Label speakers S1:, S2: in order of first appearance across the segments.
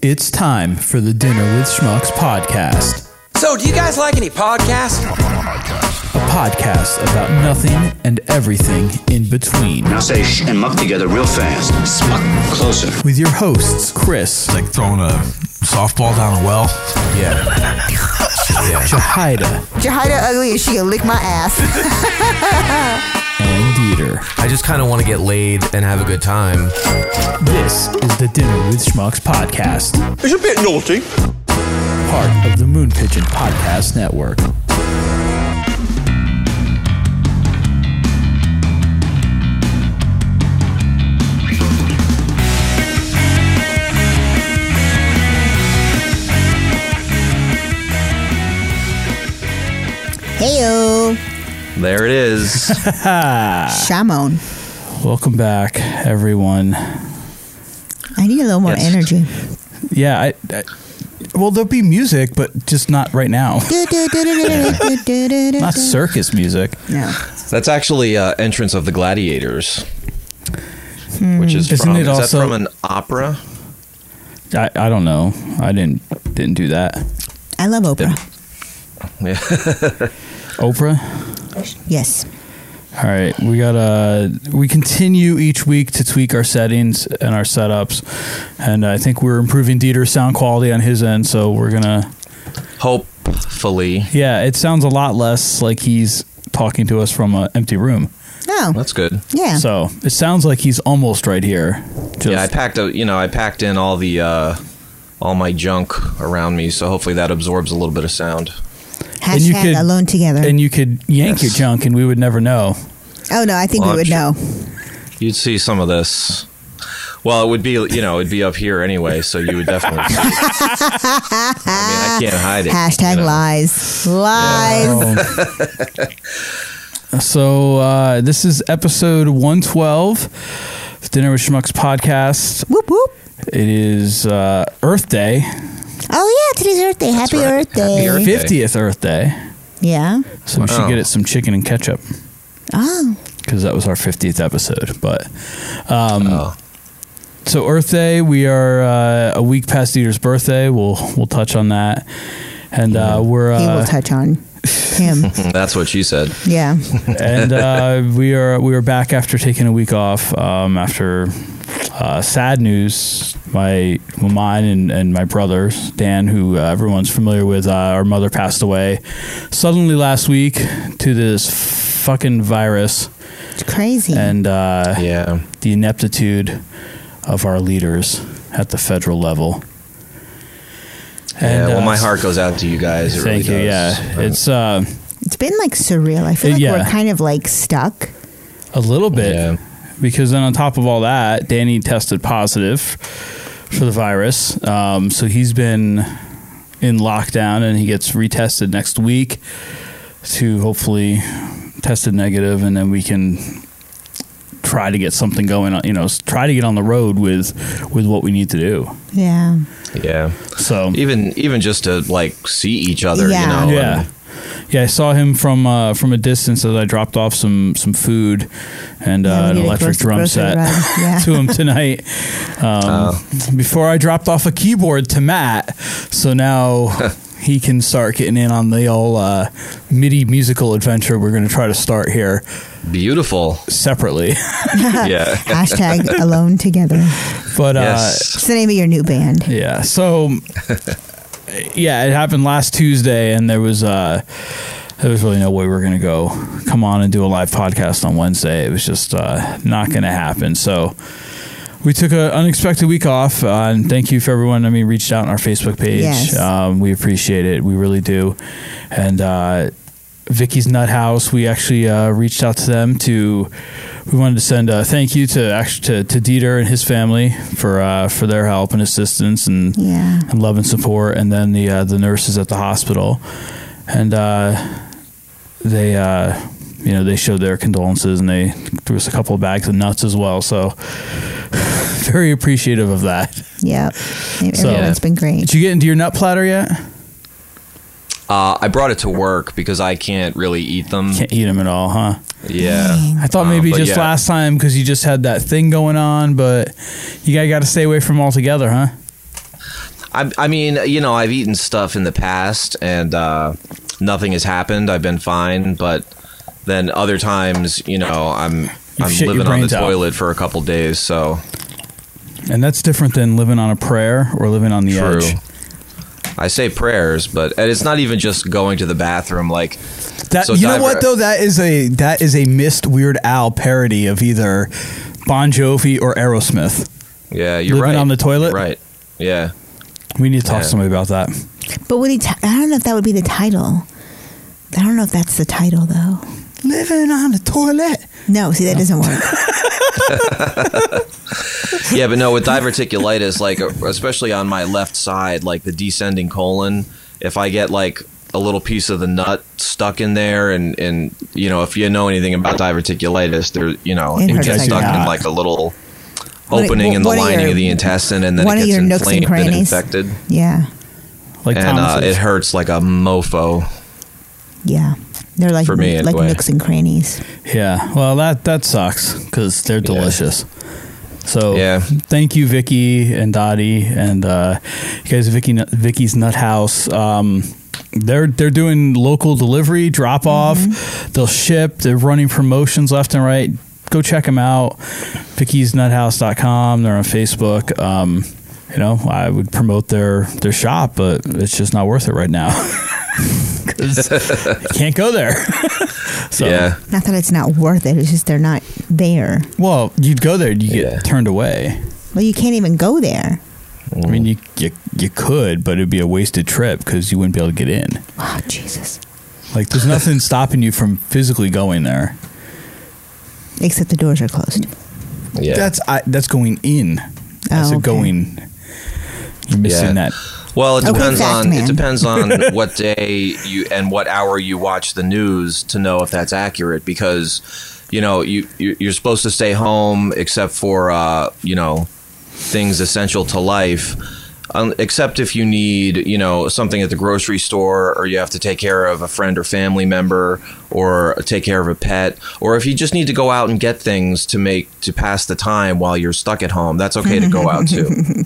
S1: It's time for the Dinner with Schmucks podcast,
S2: So, do you guys like any podcasts?
S1: a podcast about nothing and everything in between,
S3: Now say sh and muck together real fast. Smuck. Closer.
S1: with your hosts Chris,
S4: like throwing a softball down a well.
S1: Jahida,
S5: Jahida ugly and she can lick my ass.
S1: and Dieter.
S6: I just kind of want to get laid and have a good time.
S1: This is the Dinner with Schmucks podcast,
S2: It's a bit naughty.
S1: part of the Moon Pigeon Podcast Network.
S2: Uh.
S5: Heyo,
S7: There it is.
S5: Shamon.
S1: Welcome back, everyone.
S5: I need a little more
S7: Yes.
S5: energy.
S1: Yeah, I, I, well, there'll be music, but just not right now.
S5: Do, do, do, do, do, do, do, do, do,
S1: Not
S5: do.
S1: circus music.
S5: No.
S7: That's actually uh, entrance of the gladiators,
S5: Hmm.
S7: which is
S1: Mm. Isn't
S7: from,
S1: it
S7: is
S1: also-
S7: that from an opera?
S1: I, I don't know. I didn't didn't do that.
S5: I love Oprah.
S7: Yeah.
S1: Oprah.
S5: Yes.
S1: All right, we got uh we continue each week to tweak our settings and our setups, and I think we're improving Dieter's sound quality on his end. So we're gonna,
S7: Hopefully,
S1: yeah, it sounds a lot less like he's talking to us from an empty room.
S5: No.
S7: that's good.
S5: Oh. yeah.
S1: So it sounds like he's almost right here. Just,
S7: Yeah, I packed a, you know I packed in all the uh, all my junk around me, so hopefully that absorbs a little bit of sound.
S5: Hashtag
S1: you could-
S5: alone together.
S1: and you could
S7: Yes.
S1: yank your junk, and we would never know.
S5: oh no, I think
S7: Well,
S5: we
S7: I'm
S5: would
S7: sure-
S5: know.
S7: You'd see some of this. Well, it would be you know it'd be up here anyway, so you would definitely. see it. I mean, I can't hide it.
S5: Hashtag
S7: you know.
S5: lies. Lies.
S1: so uh, this is episode one twelve, Dinner with Schmucks podcast.
S5: Whoop whoop.
S1: It is uh, Earth Day,
S5: Oh yeah, today's Earth Day. Happy
S7: right.
S5: Earth Day.
S7: Happy Earth Day.
S1: fiftieth Earth Day.
S5: Yeah.
S1: So we should
S7: Wow.
S1: get it some chicken and ketchup
S5: Oh.
S1: because that was our 50th episode. But um,
S7: Oh.
S1: so Earth Day, we are uh, a week past Dieter's birthday. We'll we'll touch on that, and uh,
S7: Mm-hmm.
S1: we're
S5: he will
S1: uh,
S5: touch on him.
S7: That's what she said.
S5: yeah.
S1: and uh, we are we are back after taking a week off um, after. Uh, sad news. My, well, mine, and, and my brother Dan, who uh, everyone's familiar with, uh, our mother passed away suddenly last week to this fucking virus,
S5: It's crazy.
S1: and uh,
S7: Yeah.
S1: the ineptitude of our leaders at the federal level.
S7: yeah.
S1: uh,
S7: Well, my heart goes out to you guys. It
S1: Thank
S7: really
S1: you.
S7: does.
S1: Yeah, it's uh,
S5: it's been like surreal. I
S1: Uh,
S5: feel like
S1: yeah.
S5: we're kind of like stuck.
S1: a little bit
S7: Yeah.
S1: because then on top of all that, Danny tested positive for the virus, um, so he's been in lockdown and he gets retested next week to hopefully tested negative, and then we can try to get something going. On, you know, s- try to get on the road with with what we need to do.
S5: Yeah.
S7: Yeah.
S1: So
S7: even even just to like see each other
S5: Yeah.
S7: you know
S1: Yeah.
S7: and-
S1: Yeah, I saw him from uh, from a distance as I dropped off some some food and
S5: Yeah,
S1: uh,
S5: we
S1: an
S5: need a
S1: electric
S5: grocery-
S1: drum
S5: grocery
S1: set
S5: run. Yeah.
S1: to him tonight. Um,
S7: Oh.
S1: Before I dropped off a keyboard to Matt, so now he can start getting in on the old uh, MIDI musical adventure we're going to try to start here
S7: beautiful
S1: separately.
S7: yeah
S5: Hashtag alone together.
S1: But uh,
S5: It's
S7: yes
S5: the name of your new band.
S1: Yeah. So yeah, it happened last Tuesday and there was uh there was really no way we were gonna go come on and do a live podcast on Wednesday. It was just uh not gonna happen. So we took an unexpected week off, uh, and thank you for everyone. I mean, reached out on our Facebook page.
S5: Yes.
S1: Um, we appreciate it. We really do. And uh, Vicky's Nut House, we actually uh, reached out to them to. We wanted to send a thank you to actually to, to Dieter and his family for uh, for their help and assistance and
S5: Yeah.
S1: and love and support, and then the uh, the nurses at the hospital, and uh, they uh, you know they showed their condolences and they threw us a couple of bags of nuts as well. So very appreciative of that.
S5: Yep. Everyone's been great.
S1: Did you get into your nut platter yet?
S7: uh, i brought it to work because i can't really eat them
S1: Can't eat them at all, huh?
S7: yeah
S1: I thought
S7: Um,
S1: maybe
S7: but
S1: just
S7: yeah.
S1: last time because you just had that thing going on, but you got got to stay away from altogether, huh?
S7: I, I mean, you know, I've eaten stuff in the past and uh, nothing has happened. I've been fine, but then other times, you know, I'm I'm
S1: shit your
S7: living on the
S1: brains out.
S7: toilet for a couple days. So
S1: And that's different than living on a prayer or living on the
S7: True.
S1: edge.
S7: I say prayers, but and it's not even just going to the bathroom. Like
S1: That
S7: So
S1: you know
S7: diver-
S1: what though that is a that is a missed Weird Al parody of either Bon Jovi or Aerosmith.
S7: Yeah, you're
S1: Living
S7: right.
S1: on the toilet?
S7: You're right. Yeah.
S1: We need to talk to
S7: Yeah.
S1: somebody about that.
S5: But would he? T- I don't know if that would be the title. I don't know if that's the title though.
S1: Living on the toilet.
S5: No, see that doesn't work.
S7: Yeah, but no, with diverticulitis, like especially on my left side, like the descending colon, if I get like a little piece of the nut stuck in there and and you know, if you know anything about diverticulitis, there you know,
S5: It
S7: it,
S5: hurts
S7: gets
S5: like
S7: stuck
S5: that.
S7: in like a little
S5: One of-
S7: opening in the
S5: one of
S7: lining
S5: your-
S7: of the intestine and then
S5: one
S7: it
S5: of
S7: gets
S5: your nooks and
S7: inflamed and,
S5: crannies.
S7: infected.
S5: yeah,
S1: Like
S7: And uh,
S1: Thomas's.
S7: it hurts like a mofo.
S5: yeah. They're like
S7: For me,
S5: like
S7: anyway.
S5: nooks and crannies.
S1: Yeah. Well, that that sucks because they're delicious. So
S7: Yeah.
S1: thank you, Vicky and Dottie, and uh, you guys, at Vicky Vicky's Nut House. Um, they're they're doing local delivery, drop off.
S7: Mm-hmm.
S1: They'll ship. They're running promotions left and right. Go check them out. Vicky'sNutHouse.com. They're on Facebook. Um, you know, I would promote their their shop, but it's just not worth it right now. 'Cause you can't go there. so,
S7: Yeah.
S5: Not that it's not worth it. It's just they're not there.
S1: well, you'd go there, and you get
S7: Yeah.
S1: turned away.
S5: Well, you can't even go there.
S1: I
S7: Mm.
S1: mean, you, you you could, but it'd be a wasted trip because you wouldn't be able to get in.
S5: Oh Jesus!
S1: Like, there's nothing stopping you from physically going there.
S5: Except the doors are closed.
S7: Yeah.
S1: That's I, that's going in. That's
S5: Oh,
S1: a
S5: okay.
S1: going. You're missing
S7: Yeah.
S1: that.
S7: Well, it
S5: Okay,
S7: depends
S5: fact
S7: on
S5: man.
S7: it depends on what day you and what hour you watch the news to know if that's accurate because you know you you- you're supposed to stay home except for uh, you know things essential to life. Um, except if you need, you know, something at the grocery store, or you have to take care of a friend or family member, or take care of a pet, or if you just need to go out and get things to make to pass the time while you're stuck at home, that's okay to go out too.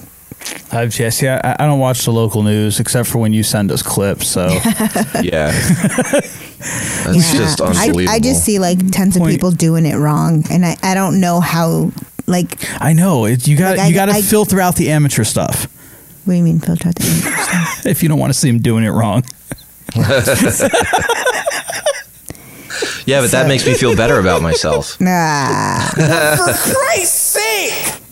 S1: I've yeah, see, I, I don't watch the local news except for when you send us clips. So
S7: Yeah. That's
S5: Yeah.
S7: just
S5: I-
S7: unbelievable.
S5: I, just see like tons of
S1: Point.
S5: people doing it wrong, and I, I don't know how. Like,
S1: I know it, you got
S5: Like, I-
S1: you got to
S5: I-
S1: filter out the amateur stuff
S5: what do you mean filter out the image?
S1: if you don't want to see them doing it wrong.
S7: yeah, but that makes me feel better about myself.
S5: Nah. For Christ's sake!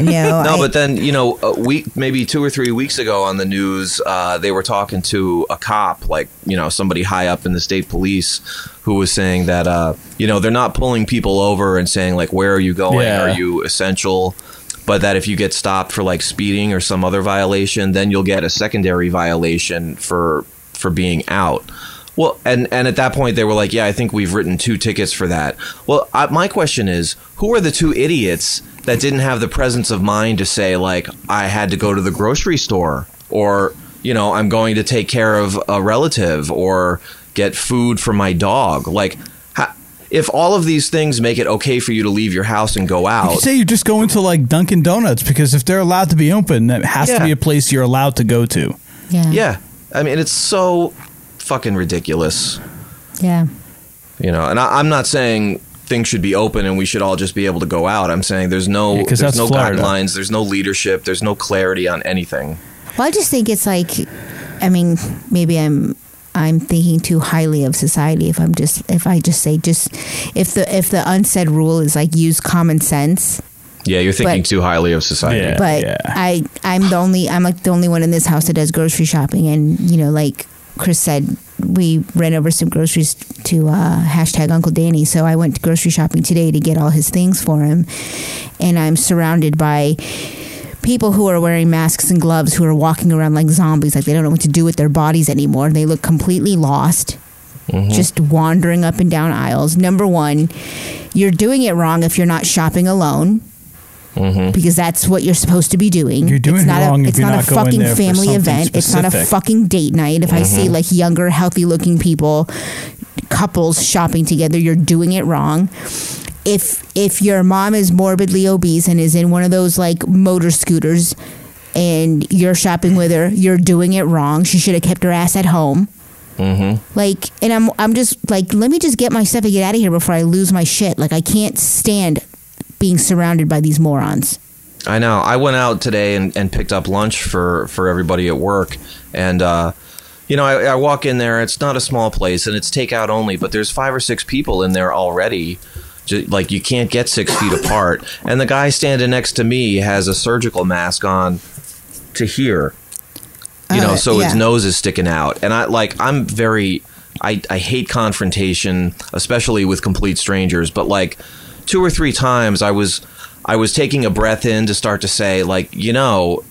S5: no.
S7: No,
S5: I-
S7: but then you know, a week, maybe two or three weeks ago on the news, uh, they were talking to a cop, like you know, somebody high up in the state police, who was saying that uh, you know they're not pulling people over and saying like, where are you going?
S1: Yeah.
S7: Are you essential? But that if you get stopped for like speeding or some other violation, then you'll get a secondary violation for for being out. Well, and and at that point they were like, yeah, I think we've written two tickets for that. Well, I, my question is, who are the two idiots that didn't have the presence of mind to say like, I had to go to the grocery store, or you know, I'm going to take care of a relative, or get food for my dog, like. ha- If all of these things make it okay for you to leave your house and go
S1: You
S7: out,
S1: could say you're just going to like Dunkin' Donuts because if they're allowed to be open, that has to
S7: Yeah.
S1: be a place you're allowed to go to.
S5: yeah.
S7: yeah, I mean it's so fucking ridiculous.
S5: Yeah.
S7: you know and I, i'm not saying things should be open and we should all just be able to go out i'm saying there's no
S1: Yeah, 'cause
S7: there's no
S1: that's Florida.
S7: guidelines there's no leadership there's no clarity on anything
S5: Well, I just think it's like, I mean, maybe I'm I'm thinking too highly of society if I'm just if I just say just if the if the unsaid rule is like use common sense.
S7: yeah you're thinking
S5: But-
S7: too highly of society
S1: Yeah.
S5: But I I'm the only I'm like the only one in this house that does grocery shopping, and you know, like Chris said, we ran over some groceries to uh, hashtag Uncle Danny. So I went grocery shopping today to get all his things for him, and I'm surrounded by people who are wearing masks and gloves who are walking around like zombies like they don't know what to do with their bodies anymore they look completely lost just wandering up and down aisles number one you're doing it wrong if you're not shopping alone
S7: Mm-hmm.
S5: because that's what you're supposed to be doing
S1: Mm-hmm. You're doing
S5: it's
S1: it
S5: not
S1: wrong
S5: a,
S1: if
S5: it's
S1: you're
S5: not,
S1: not
S5: a
S1: going
S5: fucking
S1: there for
S5: family
S1: something
S5: event it's not a
S1: specific. Mm-hmm.
S5: fucking date night if i see like younger healthy looking people couples shopping together you're doing it wrong if if your mom is morbidly obese and is in one of those like motor scooters and you're shopping with her, you're doing it wrong. She should have kept her ass at home. Mm-hmm. Like, and I'm I'm just like, let me just get my stuff and get out of here before I lose my shit. Like, I can't stand being surrounded by these morons.
S7: I know. I went out today and, and picked up lunch for, for everybody at work. And, uh, you know, I, I walk in there. It's not a small place and it's takeout only, but there's five or six people in there already. Ju- like, you can't get six feet apart. And the guy standing next to me has a surgical mask on to here, you know,
S5: Oh,
S7: so his
S5: yeah.
S7: nose is sticking out. And I, like, I'm very, I, I hate confrontation, especially with complete strangers, but like, two or three times I was I was taking a breath in to start to say like you know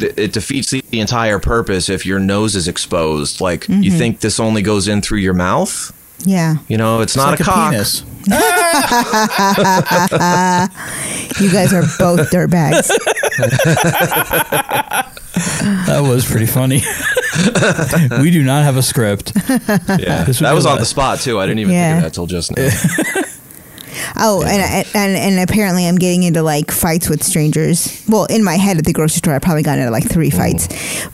S7: th- it defeats the, the entire purpose if your nose is exposed like you think this only goes in through your mouth
S5: Yeah,
S7: you know it's, not
S1: like
S7: a cock
S1: penis.
S5: you guys are both dirtbags.
S1: That was pretty funny. we do not have a script.
S7: yeah
S1: This would
S7: that
S1: be
S7: was
S1: a
S7: on
S1: lot.
S7: the spot too I didn't even
S5: Yeah.
S7: think of that till just now
S5: Oh, and, and and apparently I'm getting into like fights with strangers. Well, in my head at the grocery store, I probably got into like three fights.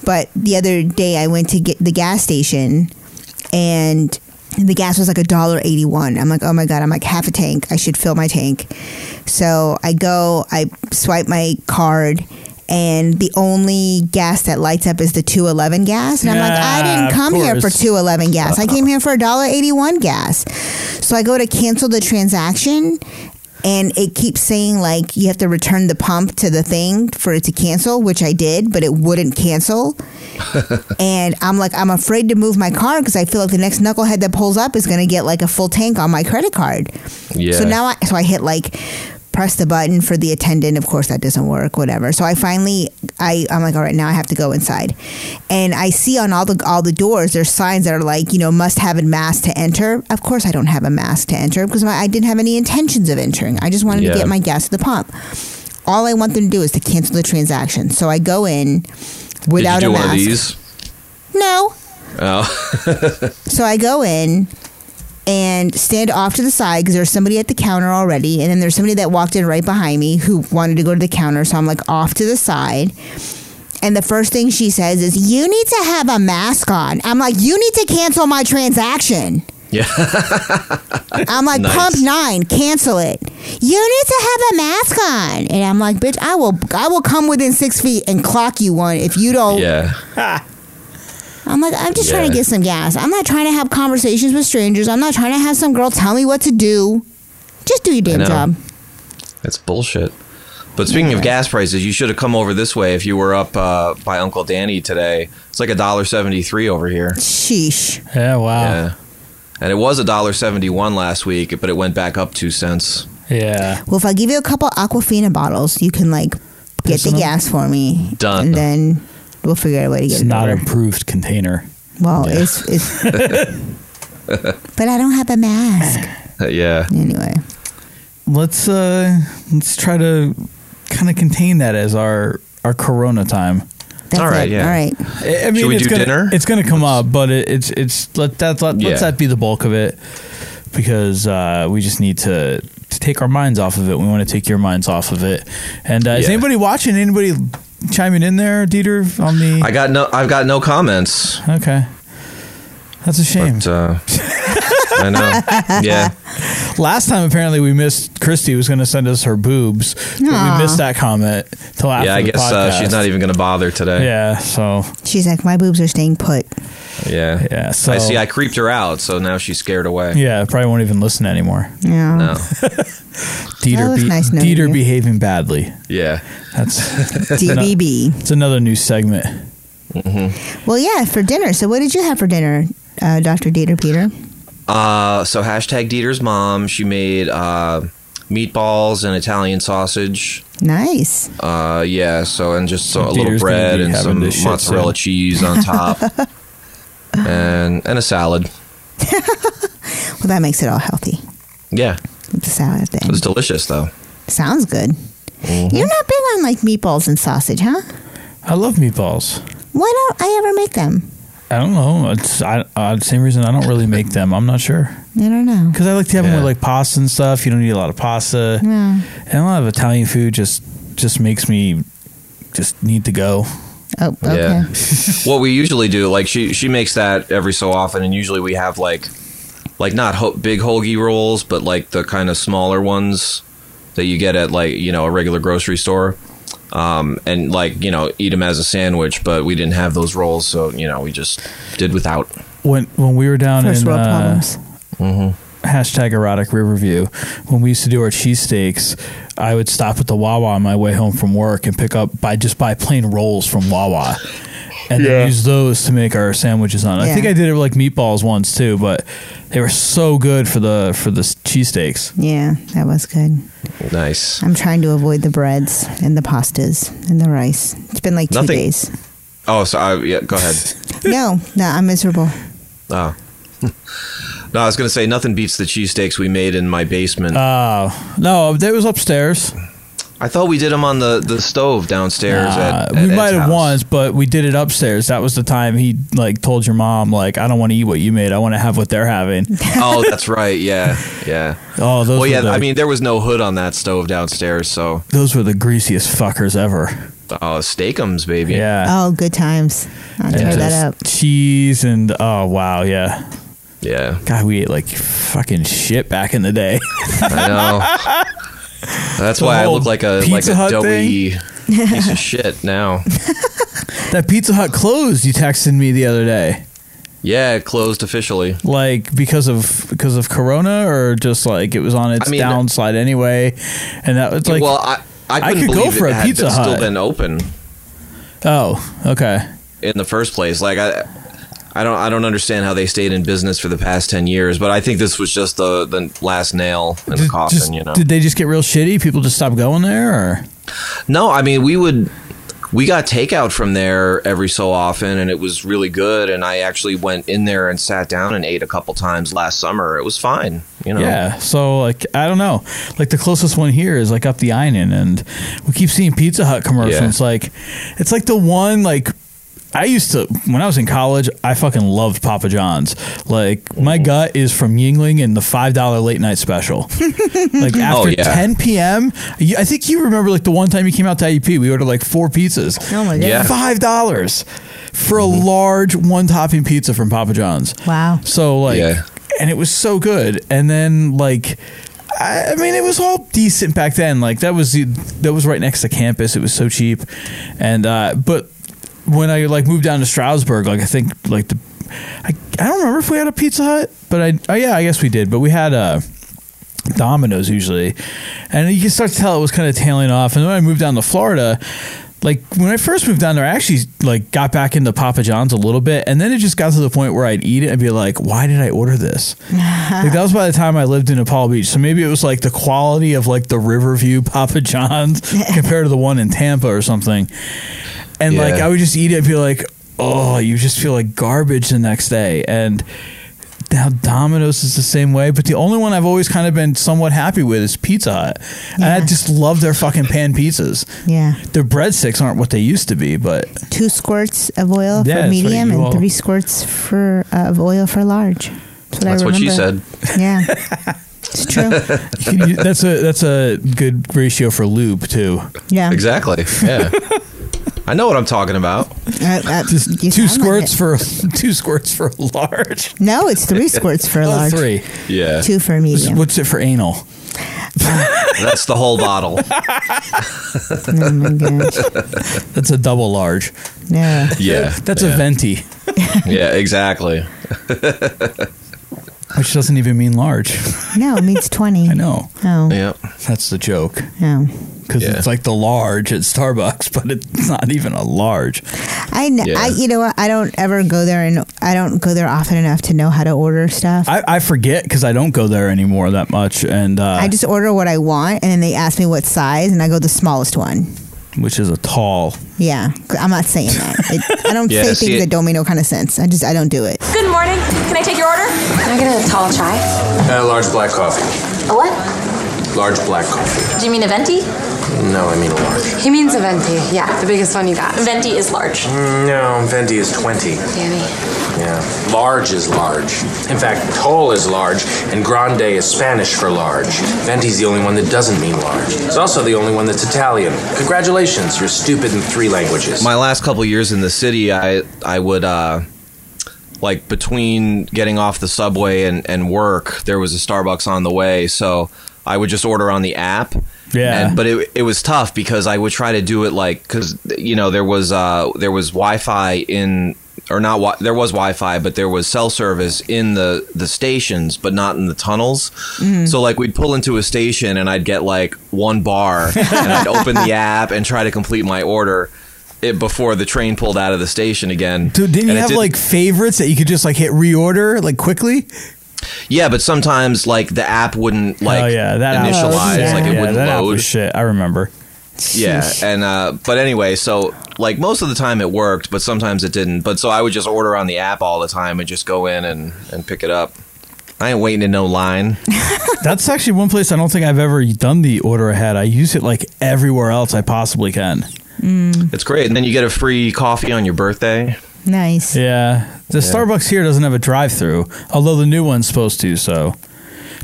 S5: But the other day, I went to get the gas station, and the gas was like a dollar eighty one. I'm like, oh my god! I'm like half a tank. I should fill my tank. So I go, I swipe my card. And the only gas that lights up is the 211 gas. And I'm like,
S1: Yeah,
S5: I
S1: of
S5: didn't come here for
S1: course.
S5: 211 gas. I came here for $1.81 gas. So I go to cancel the transaction and it keeps saying like you have to return the pump to the thing for it to cancel, which I did, but it wouldn't cancel. and I'm like, I'm afraid to move my car because I feel like the next knucklehead that pulls up is going to get like a full tank on my credit card.
S7: Yeah.
S5: So now I so I hit like press the button for the attendant. Of course that doesn't work, whatever. So I finally I I'm like all right, now I have to go inside. And I see on all the all the doors there's signs that are like, you know, must have a mask to enter. Of course I don't have a mask to enter because my, I didn't have any intentions of entering. I just wanted
S7: Yeah.
S5: to get my gas at the pump. All I want them to do is to cancel the transaction. So I go in
S7: did you
S5: without
S7: do
S5: a
S7: one
S5: mask.
S7: of these
S5: No.
S7: oh
S5: So I go in and stand off to the side because there's somebody at the counter already, and then there's somebody that walked in right behind me who wanted to go to the counter. So I'm like off to the side. And the first thing she says is, You need to have a mask on. I'm like, You need to cancel my transaction.
S7: Yeah.
S5: I'm like,
S7: Nice.
S5: Pump nine, cancel it. You need to have a mask on. And I'm like, Bitch, I will I will come within six feet and clock you one if you don't
S7: yeah
S5: I'm like, I'm just trying to
S7: Yeah.
S5: get some gas. I'm not trying to have conversations with strangers. I'm not trying to have some girl tell me what to do. Just do your damn
S7: know.
S5: job.
S7: that's bullshit but speaking of gas prices you should have come over this way if you were up uh, by Uncle Danny today it's like a dollar seventy three over here
S5: Sheesh.
S1: Yeah, wow.
S7: Yeah. And it was a dollar seventy one last week, but it went back up two cents.
S1: Yeah.
S5: Well, if I give you a couple Aquafina bottles, you can like get
S1: Piss in
S5: the
S1: 'em?
S5: gas for me.
S7: Done.
S5: And then we'll figure out a way to get
S1: It's
S5: it.
S1: not
S5: over.
S1: an approved container.
S5: well, it's it's. but I don't have a mask
S7: Uh, yeah.
S5: anyway.
S1: Let's uh let's try to kind of contain that as our our corona time.
S5: That's
S7: All right,
S5: it.
S7: yeah.
S5: All right.
S1: I I mean,
S7: Should we
S1: it's
S7: do
S1: gonna,
S7: dinner?
S1: It's going to come up, but it, it's it's let that let,
S7: Yeah.
S1: let that be the bulk of it because uh, we just need to, to take our minds off of it. We want to take your minds off of it. And uh, is
S7: Yeah.
S1: anybody watching? Anybody chiming in there, Dieter? On the
S7: I got no I've got no comments.
S1: okay, that's a shame.
S7: But, uh, I know. Yeah.
S1: Last time, apparently, we missed. Christy was going to send us her boobs. but
S5: Aw.
S1: We missed that comment till after
S7: Yeah, I
S1: the
S7: guess uh, she's
S1: podcast.
S7: not even gonna bother today.
S1: Yeah, so
S5: She's like, my boobs are staying put.
S7: Yeah.
S1: yeah, so
S7: I see I creeped her out, so now she's scared away.
S1: yeah, probably won't even listen anymore.
S5: Yeah.
S7: No.
S5: That
S1: Dieter,
S5: was
S1: be-
S5: nice knowing
S1: Dieter
S5: you.
S1: behaving badly.
S7: Yeah.
S1: That's
S5: DBB.
S1: It's another new segment.
S7: Mm-hmm.
S5: Well, yeah, for dinner. So, what did you have for dinner, uh, Doctor Dieter Peter?
S7: Uh so hashtag Dieter's mom, she made uh meatballs and Italian sausage.
S5: Nice.
S7: Uh yeah, so and just so, a little
S1: Dieter's gonna
S7: bread
S1: be
S7: and
S1: having
S7: some
S1: this shit
S7: mozzarella
S1: soon.
S7: cheese on top. and and a salad.
S5: Well, that makes it all healthy.
S7: Yeah.
S5: With the salad
S7: It
S5: thing.
S7: was delicious, though.
S5: Sounds good. You're not big on like meatballs and sausage, huh?
S1: I love meatballs.
S5: Why don't I ever make them?
S1: I don't know. It's I, uh, same reason I don't really make them. I'm not sure
S5: I don't know.
S1: because I like to have them
S7: Yeah.
S1: with like pasta and stuff. You don't need a lot of pasta,
S5: Yeah.
S1: and a lot of Italian food just just makes me just need to go.
S5: Oh, okay.
S7: Yeah. what we usually do, like she she makes that every so often, and usually we have like like not ho- big hoagie rolls, but like the kind of smaller ones that you get at like you know a regular grocery store, um, and like you know eat them as a sandwich. But we didn't have those rolls, so you know we just did without.
S1: When when we were down
S5: First
S1: in
S5: world
S1: uh,
S5: problems.
S7: Mm-hmm.
S1: hashtag erotic riverview when we used to do our cheesesteaks i would stop at the wawa on my way home from work and pick up by just buy plain rolls from wawa and then use those to make our sandwiches on i
S5: Yeah.
S1: think i did it with like meatballs once too but they were so good for the for the s- cheesesteaks
S5: Yeah, that was good.
S7: Nice.
S5: I'm trying to avoid the breads and the pastas and the rice. It's been like two
S7: Nothing.
S5: days.
S7: Oh, so I, yeah, go ahead.
S5: No, no, I'm miserable.
S7: Oh. No, I was gonna say nothing beats the cheesesteaks we made in my basement.
S1: Uh, no that was upstairs
S7: I thought we did them on the, the stove downstairs.
S1: Uh,
S7: at,
S1: we
S7: at Ed's
S1: might have
S7: house.
S1: once but we did it upstairs that was the time he like told your mom like i don't want to eat what you made i want to have what they're having
S7: oh, that's right. Yeah, yeah.
S1: oh those
S7: well,
S1: were
S7: yeah.
S1: the,
S7: I mean, there was no hood on that stove downstairs, so
S1: those were the greasiest fuckers ever
S7: uh, steakums, baby.
S1: yeah
S5: Oh, good times. I
S1: And
S5: tear that
S1: just
S5: up.
S1: Cheese and oh wow, yeah.
S7: yeah.
S1: God, we ate like fucking shit back in the day.
S7: I know. That's
S1: The
S7: why I
S1: whole
S7: look like a like
S1: Pizza
S7: a
S1: Hut
S7: doughy piece of shit now.
S1: that Pizza Hut closed. You texted me the other day,
S7: Yeah, it closed officially.
S1: like because of because of Corona, or just like it was on its
S7: I mean-
S1: downside anyway. And that was like,
S7: well, I I, couldn't
S1: could go
S7: believe
S1: for
S7: it
S1: a
S7: had
S1: Pizza
S7: been- still
S1: Hut.
S7: been open.
S1: oh, okay,
S7: in the first place. Like I, I don't I don't understand how they stayed in business for the past ten years. But I think this was just the the last nail in the
S1: Did-
S7: coffin.
S1: just-
S7: you know.
S1: Did they just get real shitty? People just stopped going there, or
S7: no, I mean we would. We got takeout from there every so often, and it was really good. And I actually went in there and sat down and ate a couple times last summer. It was fine, you know.
S1: Yeah. So like I don't know. Like the closest one here is like up the Einen and we keep seeing Pizza Hut
S7: Yeah.
S1: commercials. Like it's like the one like I used to when I was in college, I fucking loved Papa John's. Like
S7: Mm.
S1: my gut is from Yingling and the five dollar late night special. like after
S7: yeah.
S1: ten p.m., you- I think you remember like the one time you came out to IEP, we ordered like four pizzas.
S5: Oh my god.
S7: Yeah. Mm-hmm.
S1: Five dollars for a large one topping pizza from Papa John's.
S5: Wow.
S1: So like,
S7: Yeah.
S1: and it was so good. And then like, I, I mean, it was all decent back then. Like that was the- that was right next to campus. It was so cheap, and uh, but when I like moved down to Stroudsburg, like I think like the I, I don't remember if we had a Pizza Hut, but I oh yeah, I guess we did. But we had a. Domino's usually, and you can start to tell it was kind of tailing off. And then when I moved down to Florida, like when I first moved down there, I actually like got back into Papa John's a little bit, and then it just got to the point where I'd eat it and be like, "Why did I order this?" like that was by the time I lived in Apollo Beach, so maybe it was like the quality of like the Riverview Papa John's compared to the one in Tampa or something. And like
S7: Yeah.
S1: I would just eat it and be like, "Oh, you just feel like garbage the next day," and now Domino's is the same way, but the only one I've always kind of been somewhat happy with is Pizza Hut, and I
S5: Yeah.
S1: just love their fucking pan pizzas.
S5: Yeah.
S1: Their breadsticks aren't what they used to be, but
S5: Two squirts of oil
S1: Yeah,
S5: for
S1: that's what
S5: medium
S1: you
S5: and
S1: all-
S5: three squirts for uh, of oil for large. That's what
S7: That's
S5: I
S7: what she
S5: remember. said. Yeah. It's true.
S1: you can u- that's a that's a good ratio for lube too.
S5: Yeah.
S7: exactly. Yeah, I know what I'm talking about.
S5: Uh, uh,
S1: Just
S5: you
S1: two
S5: sound like
S1: squirts
S5: it.
S1: for two squirts for large.
S5: No, it's three squirts for
S1: Oh,
S5: large.
S1: three.
S7: Yeah,
S5: Two for medium.
S1: What's it for anal?
S7: that's the whole bottle.
S5: Oh my gosh.
S1: That's a double large.
S5: Yeah.
S7: Yeah,
S1: That's
S7: yeah.
S1: a venti,
S7: Yeah, exactly.
S1: which doesn't even mean large.
S5: No, it means 20.
S1: I know.
S5: Oh.
S7: Yeah,
S1: That's the joke.
S5: Oh.
S1: Because
S7: Yeah.
S1: it's like the large at Starbucks, but it's not even a large.
S5: I, kn-
S7: Yeah.
S5: I you know what I don't ever go there and I don't go there often enough to know how to order stuff. I,
S1: I, I forget because I don't go there anymore that much, and uh,
S5: just order what I want and then they ask me what size and I go the smallest one.
S1: which is a tall.
S5: Yeah, I'm not saying that. It, I don't
S7: Yeah,
S5: say
S7: see,
S5: things
S7: it-
S5: that don't make no kind of sense. I just I don't do it.
S8: Good morning. Can I take your order? Can I get a tall chai?
S9: Uh, large black coffee.
S8: A what?
S9: Large black coffee.
S8: Do you mean a venti?
S9: No, I mean a large.
S10: He means a venti. Yeah, the biggest one you got.
S8: Venti is large.
S9: Mm, No, venti is 20.
S10: Danny.
S9: Yeah. Large is large. In fact, tall is large, and grande is Spanish for large. Venti's the only one that doesn't mean large. It's also the only one that's Italian. Congratulations, you're stupid in three languages.
S7: my last couple years in the city, I I would uh, like between getting off the subway and, and work, there was a Starbucks on the way, so I would just order on the app.
S1: Yeah.
S7: And, but it, it was tough because I would try to do it like because you know there was uh there was Wi-Fi in or not wi- there was Wi-Fi but there was cell service in the the stations but not in the tunnels.
S1: Mm-hmm.
S7: So like we'd pull into a station and I'd get like one bar and I'd open the app and try to complete my order. It before the train pulled out of the station again.
S11: Dude, didn't
S7: And
S11: you
S7: it
S11: have like favorites that you could just like hit reorder like quickly?
S7: Yeah, but sometimes like the app wouldn't like
S1: oh yeah, that app was
S7: initialize,
S1: shit.
S7: like it
S1: yeah,
S7: wouldn't
S1: that app
S7: load.
S1: was shit. I remember.
S7: Yeah, and uh, but anyway, so like most of the time it worked, but sometimes it didn't. But so I would just order on the app all the time and just go in and and pick it up. I ain't waiting in no line.
S1: That's actually one place I don't think I've ever done the order ahead. I use it like everywhere else I possibly can.
S7: It's great, and then you get a free coffee on your birthday.
S5: Nice.
S1: Yeah, the Starbucks here doesn't have a drive-through, although the new one's supposed to. So,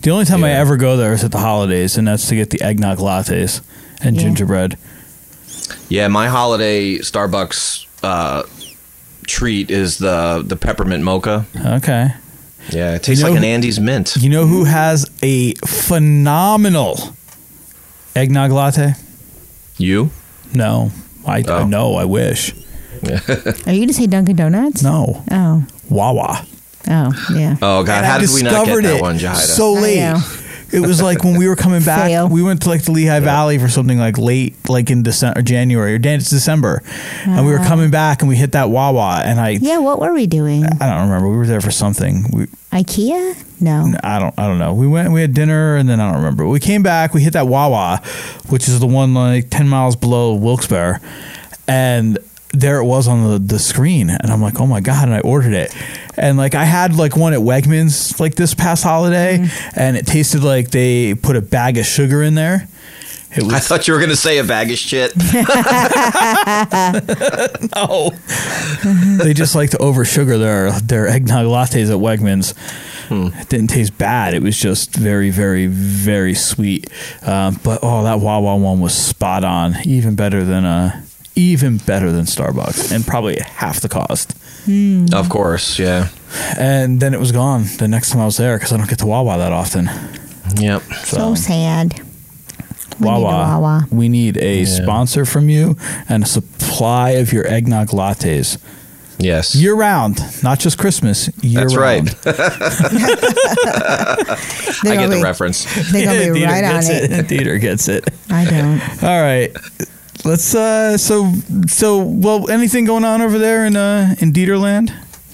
S1: the only time I ever go there is at the holidays, and that's to get the eggnog lattes and
S5: Yeah.
S1: gingerbread.
S7: Yeah, my holiday Starbucks uh, treat is the the peppermint mocha.
S1: Okay,
S7: Yeah, it tastes
S1: You know
S7: like an
S1: who-
S7: Andes mint.
S1: you know who has a phenomenal eggnog latte?
S7: You?
S1: No, I
S7: Oh.
S1: no, I wish
S5: Are you gonna say Dunkin' Donuts?
S1: no
S5: Oh.
S1: Wawa.
S5: Oh. Yeah.
S7: Oh God,
S11: And
S7: how
S11: I
S7: did we not get
S11: discovered
S7: that
S11: it
S7: one, Jahida?
S11: So
S5: I
S11: late.
S5: know.
S11: It was like when we were coming back,
S5: Fail.
S11: we went to like the Lehigh Valley for something like late, like in December, January, or Dan- it's December, and we were coming back and we hit that Wawa, and I,
S5: Yeah. What were we doing?
S11: I don't remember. We were there for something. We,
S5: IKEA? No.
S11: I don't, I don't know. We went, we had dinner, and then I don't remember. We came back, we hit that Wawa, which is the one like ten miles below Wilkes-Barre, and there it was on the, the screen, and I'm like, oh my god, and I ordered it, and like I had like one at Wegmans like this past holiday, and it tasted like they put a bag of sugar in there. It
S7: I
S11: was
S7: thought you were gonna say a bag of shit.
S11: oh,
S1: they just like to over sugar their their eggnog lattes at Wegmans.
S7: Hmm.
S1: It didn't taste bad. It was just very, very, very sweet. Um, but oh, that Wawa one was spot on. Even better than uh, even better than Starbucks, and probably half the cost. Hmm.
S7: of course, yeah,
S1: And then it was gone the next time I was there because I don't get to Wawa that often.
S7: yep.
S5: so sad. We need a
S1: Wawa,
S5: Wawa.
S1: we need a sponsor from you and a supply of your eggnog lattes
S7: Yes.
S1: year round, not just Christmas. Year
S7: That's
S1: round.
S7: right. I get the reference.
S5: They're gonna be
S1: Theater
S5: right on
S1: gets
S5: it.
S1: Theater gets it.
S5: I don't.
S1: All right. Let's uh so so well anything going on over there in uh in Dieterland?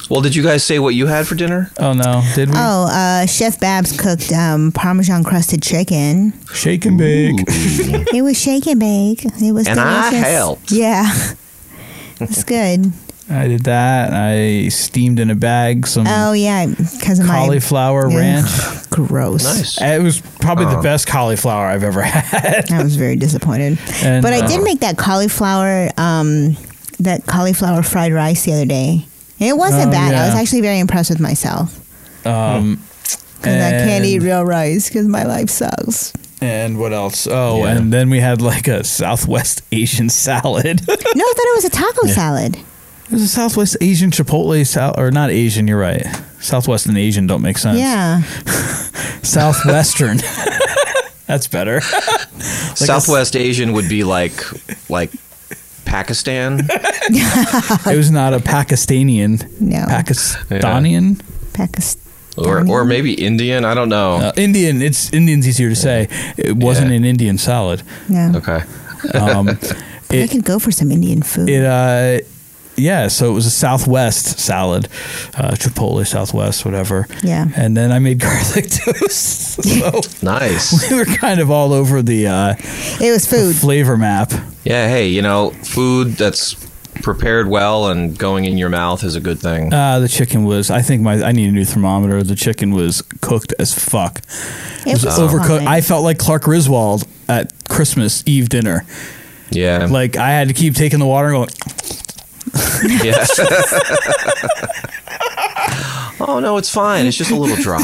S7: Well, did you guys say what you had for dinner?
S1: Oh no, did we?
S7: Mm-hmm.
S5: Oh, uh, Chef Babs cooked um, Parmesan crusted chicken.
S1: Shake and bake.
S5: It was shake and bake. It was
S7: And I
S5: delicious.
S7: helped.
S5: Yeah, it's good.
S1: I did that. I steamed in a bag some
S5: Oh yeah, because of
S1: cauliflower
S5: my
S1: ranch.
S5: Ugh, gross.
S1: It was probably the best cauliflower I've ever had.
S5: I was very disappointed.
S1: And,
S5: but I did
S1: uh,
S5: make that cauliflower, um, that cauliflower fried rice the other day. And it wasn't
S1: Oh,
S5: bad. I was
S1: yeah.
S5: actually very impressed with myself
S1: Um
S5: because I can't eat
S1: and-
S5: real rice because my life sucks.
S1: and what else? Oh,
S7: Yeah.
S1: and then we had like a Southwest Asian salad. it
S5: No, I thought it was a taco salad.
S1: was a Southwest Asian Chipotle salad, or not Asian? You're right. Southwest and Asian don't make sense.
S5: Yeah,
S1: Southwestern. That's better.
S7: Southwest Asian would be like like Pakistan.
S1: It was not a Pakistanian.
S5: No.
S1: Pakistanian?
S5: Pakistan.
S7: Or, or maybe Indian. I don't know.
S1: Uh, Indian. It's Indian's easier to say. It wasn't
S7: Yeah.
S1: an Indian salad.
S5: No,
S7: okay.
S1: Um,
S5: I
S1: it-
S5: could go for some Indian food.
S1: it uh yeah so it was a southwest salad uh chipotle southwest whatever
S5: Yeah.
S1: and then i made garlic toast so
S7: Nice.
S1: we were kind of all over the uh
S5: It was food.
S1: flavor map
S7: Yeah, hey, you know, food that's prepared well and going in your mouth is a good thing.
S1: uh the chicken was i think my i need a new thermometer the chicken was cooked as fuck
S5: It was
S1: overcooked
S5: fine.
S1: i felt like clark griswold at Christmas Eve dinner.
S7: Yeah.
S1: Like I had to keep taking the water and going.
S7: Yeah. oh no, it's fine. It's just a little dry.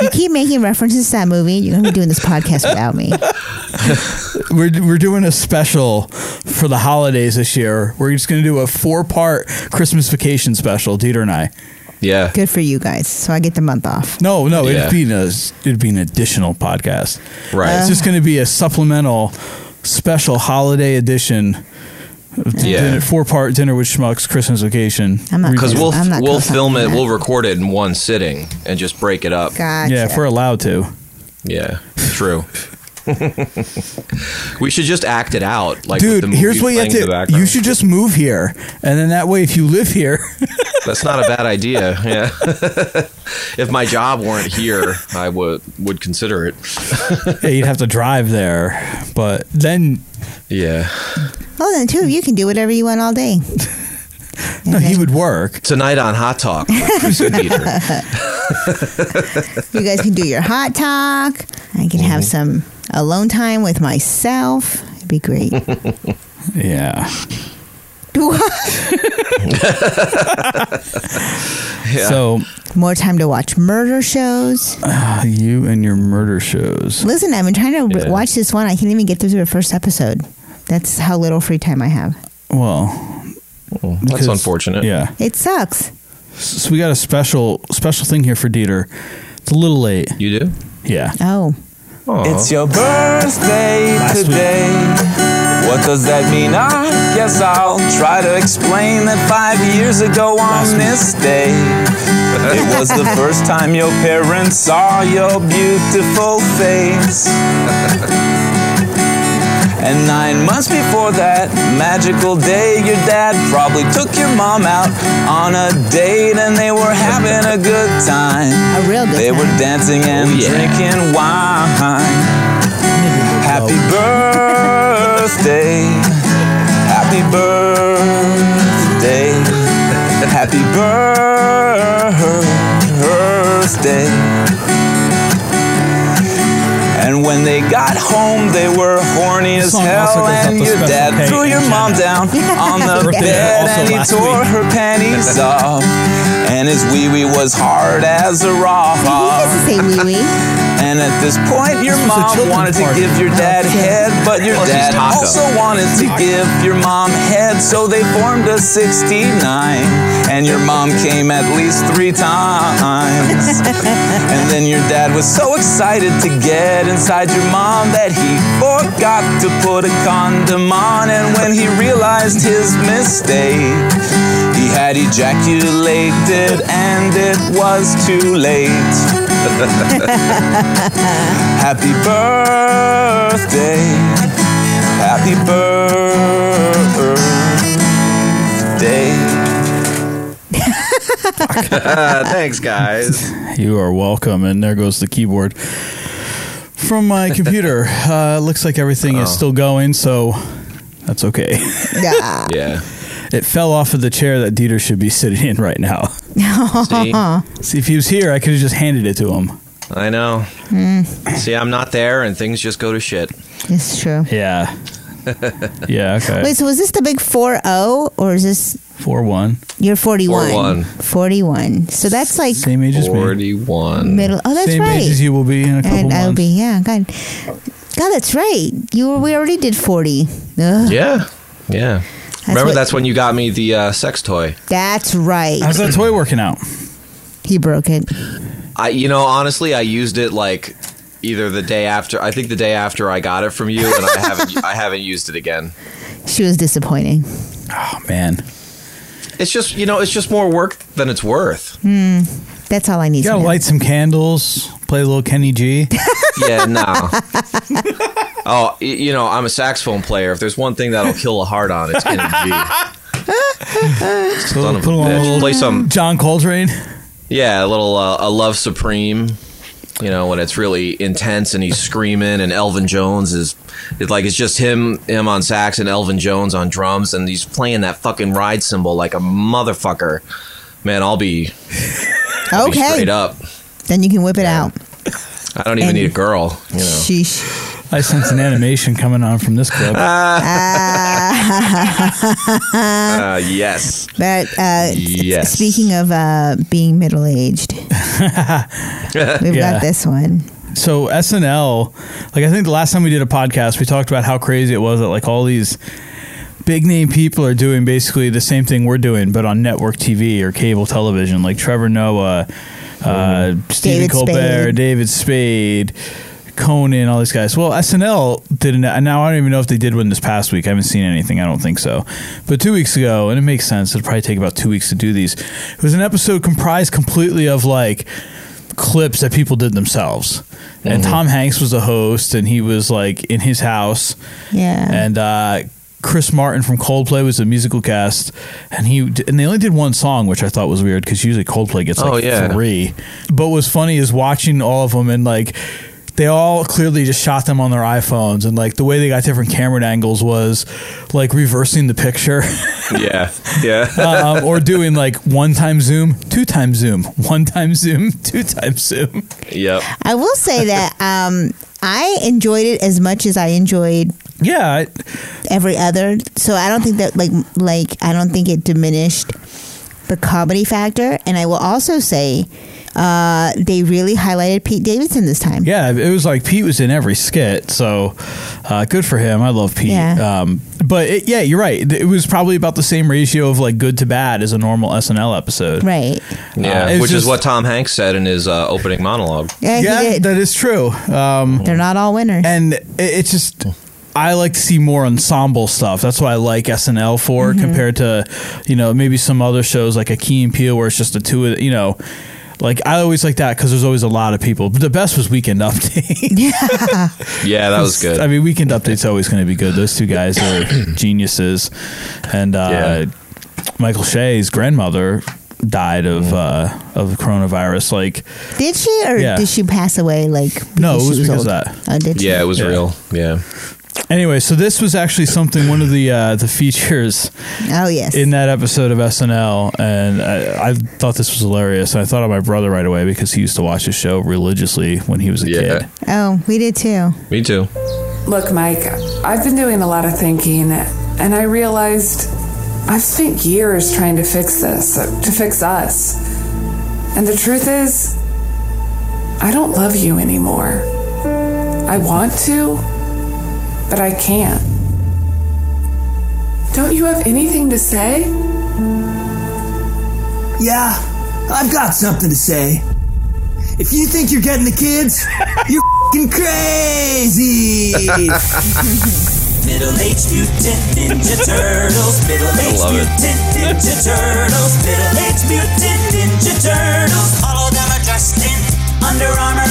S5: You keep making references to that movie. You're gonna be doing this podcast without me.
S1: we're we're doing a special for the holidays this year. We're just going to do a four part Christmas vacation special. Dieter and I.
S7: Yeah.
S5: Good for you guys. So I get the month off.
S1: No, no,
S7: Yeah.
S1: it'd be a, it'd be an additional podcast.
S7: Right.
S1: it's just going to be a supplemental, special holiday edition.
S7: Yeah.
S1: four part dinner with schmucks Christmas vacation.
S5: I'm not
S7: Because we'll
S5: I'm not
S7: we'll
S5: co-signing
S7: film it,
S5: that.
S7: we'll record it in one sitting, and just break it up.
S5: Gotcha.
S1: yeah, if we're allowed to.
S7: Yeah, true. we should just act it out, like with
S1: Dude,
S7: the movie
S1: here's what you have
S7: playing in the
S1: to.
S7: background.
S1: You should just move here, and then that way, if you live here,
S7: That's not a bad idea. Yeah. if my job weren't here, I would would consider it.
S1: yeah, you'd have to drive there. But then,
S7: Yeah.
S5: Well, then the two of you can do whatever you want all day.
S1: no, he would work.
S7: Tonight on Hot Talk, with Chris and Peter.
S5: You guys can do your hot talk. I can have
S7: Mm-hmm.
S5: some alone time with myself. It'd be great.
S1: Yeah. So
S5: More time to watch murder shows.
S1: uh, you and your murder shows.
S5: Listen, I've been trying to re-
S7: Yeah.
S5: watch this one. I can't even get through the first episode. That's how little free time I have.
S1: Well,
S7: That's
S1: because-
S7: unfortunate.
S1: Yeah.
S5: It sucks.
S1: So we got a special special thing here for Dieter. It's a little late.
S7: You do?
S1: Yeah.
S5: Oh,
S7: It's
S12: your birthday today. What does that mean? I guess I'll try to explain that five years ago on this day, it was the first time your parents saw your beautiful face. And nine months before that magical day, your dad probably took your mom out on a date and they were having a good time.
S5: a real good
S12: They
S5: time.
S12: were dancing and drinking wine. Happy birthday. Happy birthday. Happy birthday. And when they got home, they were horny as
S1: song also
S12: hell.
S1: goes out
S12: And
S1: to
S12: your
S1: Special
S12: dad
S1: K
S12: threw your
S1: and
S12: mom down on the
S1: Birthday
S12: bed
S1: also
S12: and he
S1: last
S12: tore
S1: week.
S12: her panties off. And his wee wee was hard as a rock.
S5: He gets to say wee wee.
S12: And at this point, your
S1: This was a
S12: mom
S1: children's
S12: wanted to
S1: party.
S12: give your dad head, but your
S7: Plus he's
S12: dad
S7: hopped up.
S12: also wanted to give your mom head, so they formed a 69. And your mom came at least three times. and then your dad was so excited to get inside your mom that he forgot to put a condom on. And when he realized his mistake, he had ejaculated, and it was too late. Happy birthday. Happy birthday.
S7: Uh, thanks, guys.
S1: You are welcome. And there goes the keyboard from my computer. Uh, looks like everything
S7: Oh.
S1: is still going, so that's okay.
S5: Yeah.
S7: Yeah.
S1: It fell off of the chair that Dieter should be sitting in right now.
S7: See,
S5: Uh-huh.
S1: See, if he was here, I could have just handed it to him.
S7: I know. See, I'm not there, and things just go to shit.
S5: Mm, It's true.
S1: Yeah. Yeah. Okay.
S5: Wait, so was this the big 4 0 or is this
S1: Four one.
S5: you're 41?
S7: 41.
S5: 41. So that's like
S1: Same age as me.
S7: Forty-one.
S5: middle. Oh, that's
S1: Same
S5: right.
S1: age as you will be in a couple
S5: and uh,
S1: months.
S5: I'll be, yeah, God. God, that's right. You were, we already did 40. Ugh,
S7: Yeah. Yeah. Remember
S5: what-
S7: that's when you got me the uh, sex toy.
S5: That's right.
S1: How's that toy working out?
S5: He broke it.
S7: I you know honestly I used it like either the day after I think the day after I got it from you and I haven't I haven't used it again.
S5: She was disappointing.
S1: Oh man.
S7: It's just you know it's just more work than it's worth.
S5: hmm, That's all I need
S1: You
S5: to
S1: gotta
S5: know.
S1: light some candles, play a little Kenny G.
S7: Yeah, no. oh, y- you know I'm a saxophone player. If there's one thing that'll kill a heart on, it's gonna be son of a
S1: put on a
S7: bitch.
S1: little-
S7: Play some
S1: John Coltrane.
S7: yeah, a little uh, a love supreme. You know when it's really intense and he's screaming and Elvin Jones is it's like it's just him him on sax and Elvin Jones on drums and he's playing that fucking ride cymbal like a motherfucker. Man, I'll be, I'll be
S5: Okay.
S7: straight up.
S5: Then you can whip it out.
S7: I don't even
S1: And-
S7: need a girl. You know.
S1: I sense an animation coming on from this clip.
S5: Ah.
S7: Uh, yes.
S5: But uh,
S7: Yes.
S5: speaking of uh, being middle aged, we've got this one.
S1: So SNL, like I think the last time we did a podcast, we talked about how crazy it was that like all these big name people are doing basically the same thing we're doing, but on network TV or cable television, like Trevor Noah, uh, Stephen
S13: David
S1: Colbert,
S13: Spade.
S1: David Spade. Conan, all these guys. Well, SNL did an, and now I don't even know if they did one this past week. I haven't seen anything. I don't think so. But two weeks ago, and it makes sense. It'll probably take about two weeks to do these. It was an episode comprised completely of like clips that people did themselves. And
S13: Mhm.
S1: Tom Hanks was a host, and he was like in his house.
S5: Yeah.
S1: And uh, Chris Martin from Coldplay was a musical guest, and he and they only did one song, which I thought was weird because usually Coldplay gets like
S7: Oh, yeah.
S1: three. But what's funny is watching all of them and like. They all clearly just shot them on their iPhones, and like the way they got different camera angles was like reversing the picture.
S7: Yeah. Yeah.
S1: um, or doing like one time zoom, two time zoom, one time zoom, two time zoom.
S7: Yep.
S5: I will say that um, I enjoyed it as much as I enjoyed.
S1: Yeah.
S5: Every other, so I don't think that like like I don't think it diminished the comedy factor. And I will also say uh, they really highlighted Pete Davidson this time.
S1: Yeah, it was like Pete was in every skit, so uh, good for him. I love Pete.
S5: Yeah.
S1: Um, but it, yeah, you're right. It was probably about the same ratio of like good to bad as a normal SNL episode.
S5: Right.
S7: Yeah,
S1: Uh, it was
S7: which is
S1: just-
S7: what Tom Hanks said in his uh, opening monologue.
S5: Yeah,
S1: that is true. Um,
S5: They're not all winners,
S1: and it, it's just I like to see more ensemble stuff. That's what I like SNL for
S5: Mm-hmm.
S1: compared to you know maybe some other shows like a Key and Peele where it's just the two of you know. Like I always like that because there's always a lot of people. But the best was Weekend Update.
S5: Yeah.
S7: Yeah, that was good.
S1: I mean, Weekend Update's always going to be good. Those two guys are geniuses, and uh, Michael Shea's grandmother died of
S7: Mm.
S1: uh, of coronavirus. Like,
S5: Did she or
S1: Yeah.
S5: did she pass away? Like
S1: no, it
S5: she
S1: was because
S5: old?
S1: of that.
S5: Oh, did she?
S7: Yeah.
S1: Anyway, so this was actually something one of the uh, the features.
S5: Oh yes.
S1: In that episode of SNL, and I, I thought this was hilarious. I thought of my brother right away because he used to watch the show religiously when he was a kid.
S5: Oh, we did too.
S7: Me too.
S10: Look, Mike, I've been doing a lot of thinking, and I realized I've spent years trying to fix this, to fix us. And the truth is, I don't love you anymore. I want to, but I can't. Don't you have anything to say?
S14: Yeah, I've got something to say. If you think you're getting the kids, you're fing crazy. Middle-aged mutant ninja turtles. Middle-aged
S7: love it.
S14: mutant ninja turtles. Middle-aged mutant ninja turtles. All of them are dressed in Under Armour.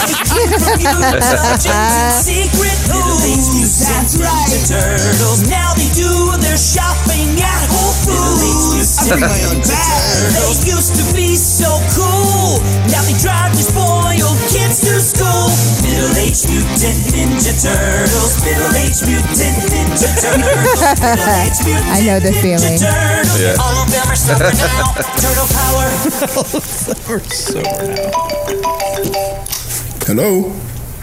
S14: secret moves. That's right. Turtles. Now they do their shopping at Whole Foods. I bring my own bag. They used to be so cool. Now they drive these spoiled kids to school. Middle-aged mutant ninja turtles. Middle-aged mutant ninja turtles. Middle-aged mutant
S5: I know the feeling.
S14: turtles.
S5: Yeah.
S14: All of them are super now. Turtle power.
S15: Hello?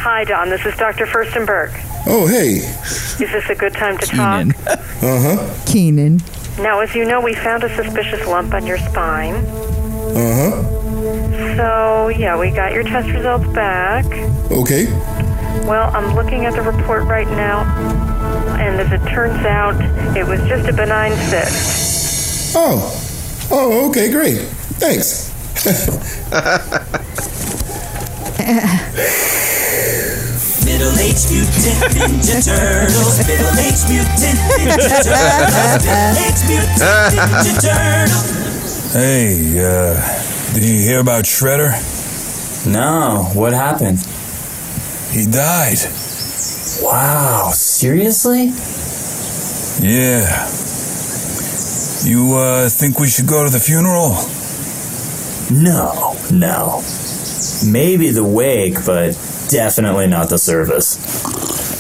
S16: Hi, Don. This is Dr. Furstenberg.
S15: Oh, hey.
S16: Is this a good time to talk?
S15: Uh huh.
S5: Keenan.
S16: Now, as you know, we found a suspicious lump on your spine.
S15: Uh
S16: So, yeah, we got your test results back.
S15: huh. Okay.
S16: Well, I'm looking at the report right now, and as it turns out, it was just a benign cyst.
S15: Oh. Oh, okay, great. Thanks.
S14: Middle-aged mutant ninja turtles. Middle-aged mutant ninja turtles. Middle-aged mutant ninja turtles.
S8: Hey, uh, did you hear about Shredder? No, what happened? He died. Wow, seriously? Yeah. You, uh, think we should go to the funeral?
S6: No, no. Maybe the wake, but definitely not the service.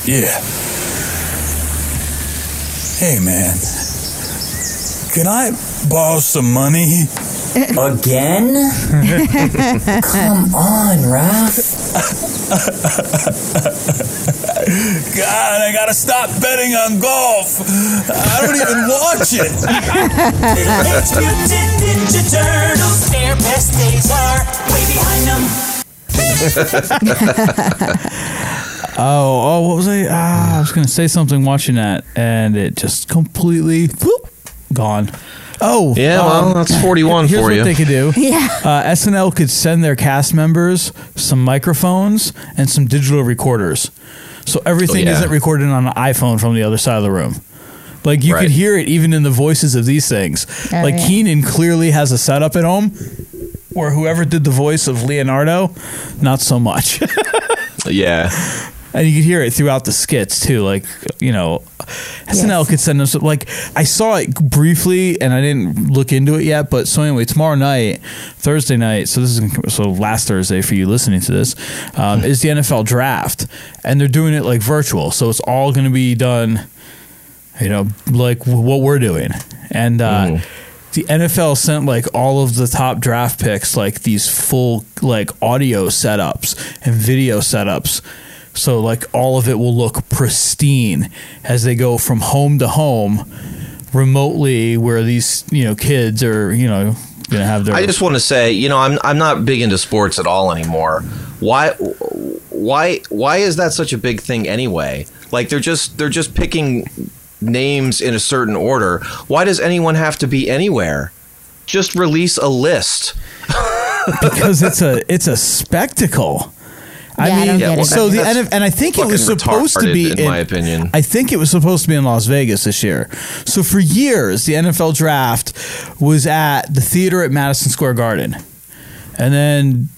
S8: Yeah. Hey, man. Can I borrow some money? Again?
S6: Come on, Raph.
S8: God, I gotta stop betting on golf. I don't even watch
S14: Teenage
S8: it.
S14: Mutant Ninja Turtles, their best days are way behind them.
S1: oh, oh, what was I? Ah, I was gonna say something watching that, and it just completely whoop, gone. Oh,
S7: Yeah, well, that's 41
S1: Here's
S7: for
S1: what
S7: you.
S1: they could do.
S17: Yeah.
S1: uh, SNL could send their cast members some microphones and some digital recorders, so everything
S7: Oh, yeah.
S1: isn't recorded on an iPhone from the other side of the room. Like you could hear it even in the voices of these things.
S17: Oh,
S1: like
S17: yeah.
S1: Keenan clearly has a setup at home, where whoever did the voice of Leonardo, not so much.
S7: Yeah.
S1: And you could hear it throughout the skits too. Like, you know, SNL could send us, like, I saw it briefly and I didn't look into it yet. But so, anyway, tomorrow night, Thursday night, so this is, gonna come- so last Thursday for you listening to this, um, is the NFL draft. And they're doing it like virtual. So it's all going to be done, you know, like w- what we're doing. And, uh,
S7: Mm.
S1: The NFL sent like all of the top draft picks like these full like audio setups and video setups so like all of it will look pristine as they go from home to home remotely where these, you know, kids are, you know, going to have their
S7: I just want to say, you know, I'm I'm not big into sports at all anymore. Why why why is that such a big thing anyway? Like they're just they're just picking names in a certain order. Why does anyone have to be anywhere? Just release a list.
S1: because it's a it's a spectacle. I
S7: Yeah, I
S1: mean,
S7: don't get it.
S1: so the
S7: That's
S1: and, and I think it was
S7: fucking
S1: supposed to be
S7: retarded, in my opinion.
S1: I think it was supposed to be in Las Vegas this year. So for years, the NFL draft was at the theater at Madison Square Garden, and then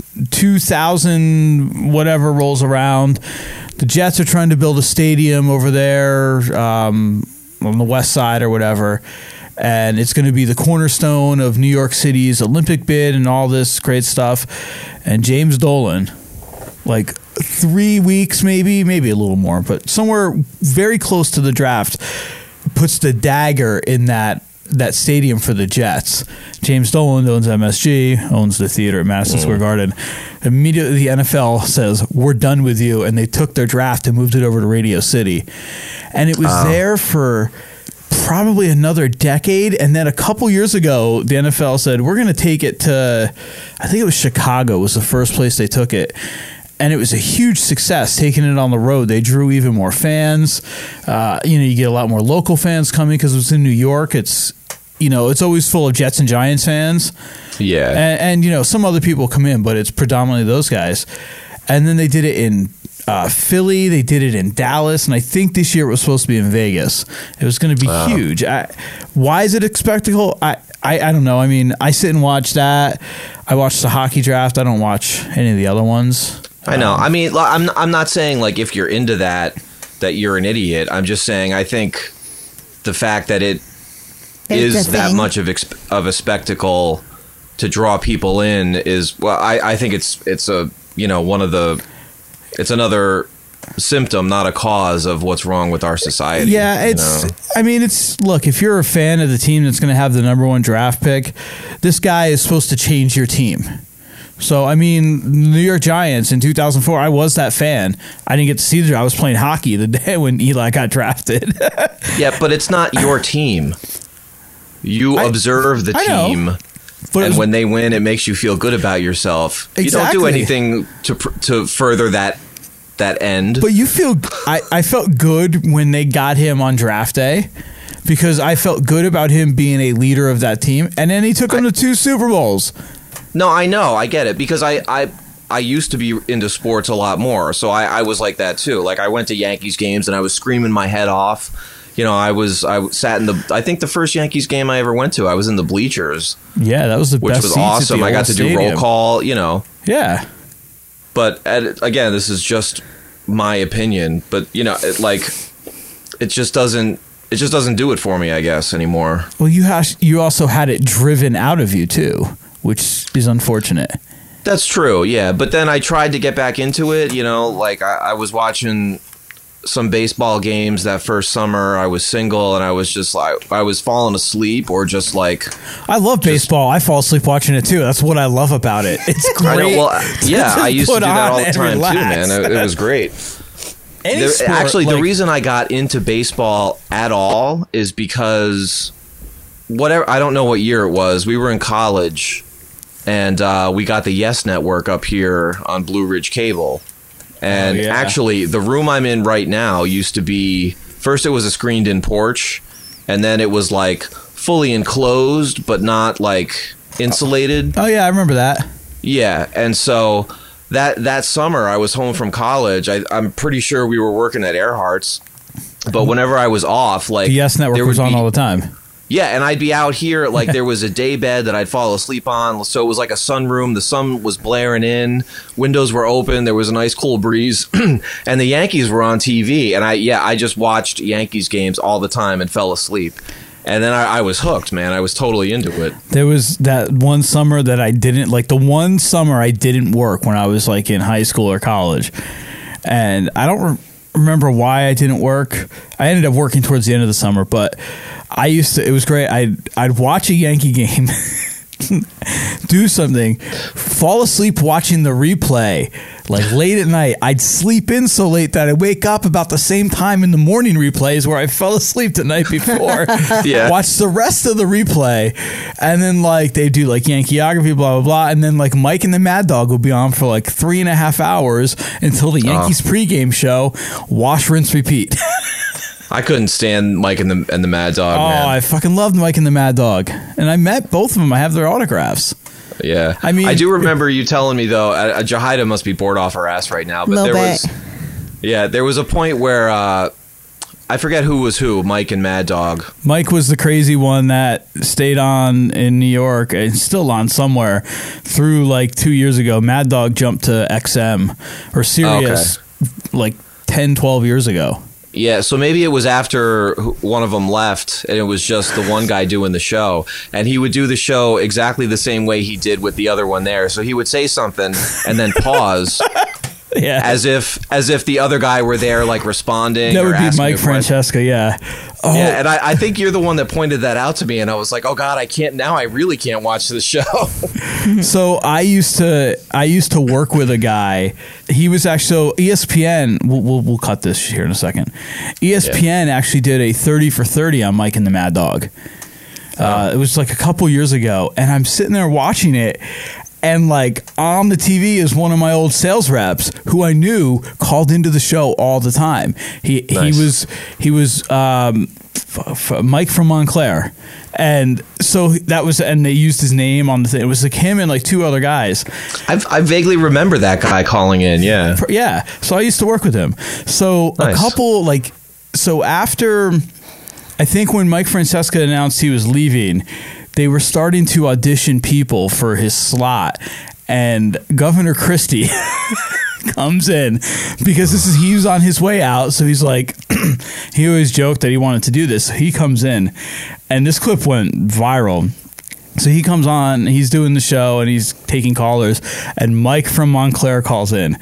S1: 2000 whatever rolls around, the Jets are trying to build a stadium over there um, on the west side or whatever. And it's going to be the cornerstone of New York City's Olympic bid and all this great stuff. And James Dolan, like three weeks, maybe, maybe a little more, but somewhere very close to the draft, puts the dagger in that that stadium for the Jets. James Dolan owns MSG, owns the theater at Madison
S18: Mm.
S1: Square Garden. Immediately, the NFL says we're done with you, and they took their draft and moved it over to Radio City, and it was
S18: Oh.
S1: there for. Probably another decade, and then a couple years ago, the NFL said we're going to take it to. I think it was Chicago was the first place they took it, and it was a huge success taking it on the road. They drew even more fans. Uh, you know, you get a lot more local fans coming because it was in New York. It's you know, it's always full of Jets and Giants fans.
S7: Yeah.
S1: And, and you know, some other people come in, but it's predominantly those guys. And then they did it in uh, Philly. They did it in Dallas, and I think this year it was supposed to be in Vegas. It was going to be huge. I, why is it a spectacle? I, I I don't know. I mean, I sit and watch that. I watch the hockey draft. I don't watch any of the other ones.
S7: I
S1: Um,
S7: know. I mean, li- I'm I'm not saying like if you're into that that you're an idiot. I'm just saying I think the fact that it
S17: It's
S7: is
S17: a
S7: that
S17: thing.
S7: much of exp- of a spectacle to draw people in is well, I I think it's it's a you know one of the it's another symptom, not a cause of what's wrong with our society.
S1: Yeah,
S7: you
S1: it's.
S7: know?
S1: I mean, it's. Look, if you're a fan of the team that's going to have the number one draft pick, this guy is supposed to change your team. So I mean, New York Giants in 2004, I was that fan. I didn't get to see the. I was playing hockey the day when Eli got drafted.
S7: yeah, but it's not your team. You observe the
S1: I know.
S7: team,
S1: But it
S7: and
S1: was-
S7: when they win, it makes you feel good about yourself. You don't do
S1: Exactly.
S7: anything to pr- to further that that end.
S1: But you feel I, I felt good when they got him on draft day because I felt good about him being a leader of that team. And then he took him to two Super Bowls.
S7: no, I know, I get it because I I I used to be into sports a lot more, so I, I was like that too. Like I went to Yankees games and I was screaming my head off. You know, I was I sat in the I think the first Yankees game I ever went to, I was in the bleachers,
S1: Yeah, that was the
S7: which
S1: best.
S7: was
S1: seats at
S7: awesome.
S1: the
S7: I got
S1: old
S7: to do roll
S1: stadium.
S7: call. You know,
S1: Yeah.
S7: but at, again, this is just my opinion. But you know, it, like it just doesn't it just doesn't do it for me, I guess, anymore.
S1: Well, you has, you also had it driven out of you too, which is unfortunate.
S7: That's true, yeah. But then I tried to get back into it. You know, like I, I was watching some baseball games that first summer. I was single and I was just like I was falling asleep or just like
S1: I love baseball. I fall asleep watching it too. That's what I love about it. It's great.
S7: I know, well,
S1: to
S7: yeah,
S1: just
S7: I used to
S1: put
S7: do that
S1: on
S7: all the
S1: and
S7: time too,
S1: relax.
S7: man. It, it was great.
S1: Any
S7: There-
S1: sport,
S7: actually, the
S1: like-
S7: reason I got into baseball at all is because whatever I don't know what year it was. We were in college, and uh, we got the Yes Network up here on Blue Ridge Cable. And
S19: Oh, yeah.
S7: actually, the room I'm in right now used to be first it was a screened-in porch, and then it was like fully enclosed but not like insulated.
S1: Oh yeah, I remember that.
S7: Yeah, and so that that summer I was home from college. I, I'm pretty sure we were working at Earhart's, but
S1: Mm-hmm.
S7: whenever I was off, like
S1: the Yes Network
S7: there
S1: was
S7: would
S1: on
S7: be-
S1: all the time.
S7: yeah, and I'd be out here like there was a day bed that I'd fall asleep on, so it was like a sunroom. The sun was blaring in, windows were open, there was a nice cool breeze, and the Yankees were on TV. And I yeah, I just watched Yankees games all the time and fell asleep. And then I, I was hooked, man. I was totally into it.
S1: There was that one summer that I didn't like the one summer I didn't work when I was like in high school or college. And I don't re- remember why I didn't work. I ended up working towards the end of the summer, but I used to it was great. I would I'd watch a Yankee game. do something, fall asleep watching the replay, like late at night. I'd sleep in so late that I wake up about the same time in the morning replays where I fell asleep the night before.
S19: Yeah.
S1: Watch the rest of the replay, and then like they do like Yankeeography, blah blah blah, and then like Mike and the Mad Dog will be on for like three and a half hours until the Yankees pregame show. Wash, rinse, repeat.
S7: I couldn't stand Mike and the and the Mad Dog.
S1: Oh,
S7: man.
S1: I fucking loved Mike and the Mad Dog, and I met both of them. I have their autographs.
S7: Yeah, I
S1: mean-
S7: I do remember you telling me though. Uh, Jahida must be bored off her ass right now, but
S1: Little
S7: there
S1: bit.
S7: was, yeah, there was a point where uh, I forget who was who, Mike and Mad Dog.
S1: Mike was the crazy one that stayed on in New York and still on somewhere through like two years ago. Mad Dog jumped to XM or
S7: Oh,
S1: Sirius like 10, 12 years ago.
S7: Yeah, so maybe it was after wh- one of them left, and it was just the one guy doing the show, and he would do the show exactly the same way he did with the other one there. So he would say something and then pause.
S1: Yeah.
S7: As if as if the other guy were there like responding.
S1: That
S7: or
S1: would be
S7: asking
S1: Mike
S7: a question.
S1: Francesca, yeah. Oh,
S7: Yeah, and I, I think you're the one that pointed that out to me, and I was like, "Oh God, I can't now. I really can't watch the show."
S1: so I used to I used to work with a guy. He was actually so E ESPN. We'll, we'll, we'll cut this here in a second. E ESPN actually did a thirty for thirty on Mike and the Mad Dog. Uh, it was like a couple years ago, and I'm sitting there watching it. And like on the TV is one of my old sales reps who I knew called into the show all the time. He he was he was um, f- f- Mike from Montclair, and so that was and they used his name on the thing. It was like him and like two other guys.
S7: i I vaguely remember that guy calling in. Yeah,
S1: Pr- Yeah. So I used to work with him. So
S7: Nice.
S1: a couple like so after I think when Mike Francesca announced he was leaving, they were starting to audition people for his slot and Governor Christie comes in because this is he was on his way out so he's like he always joked that he wanted to do this he comes in and this clip went viral so he comes on, he's doing the show, and he's taking callers. And Mike from Montclair calls in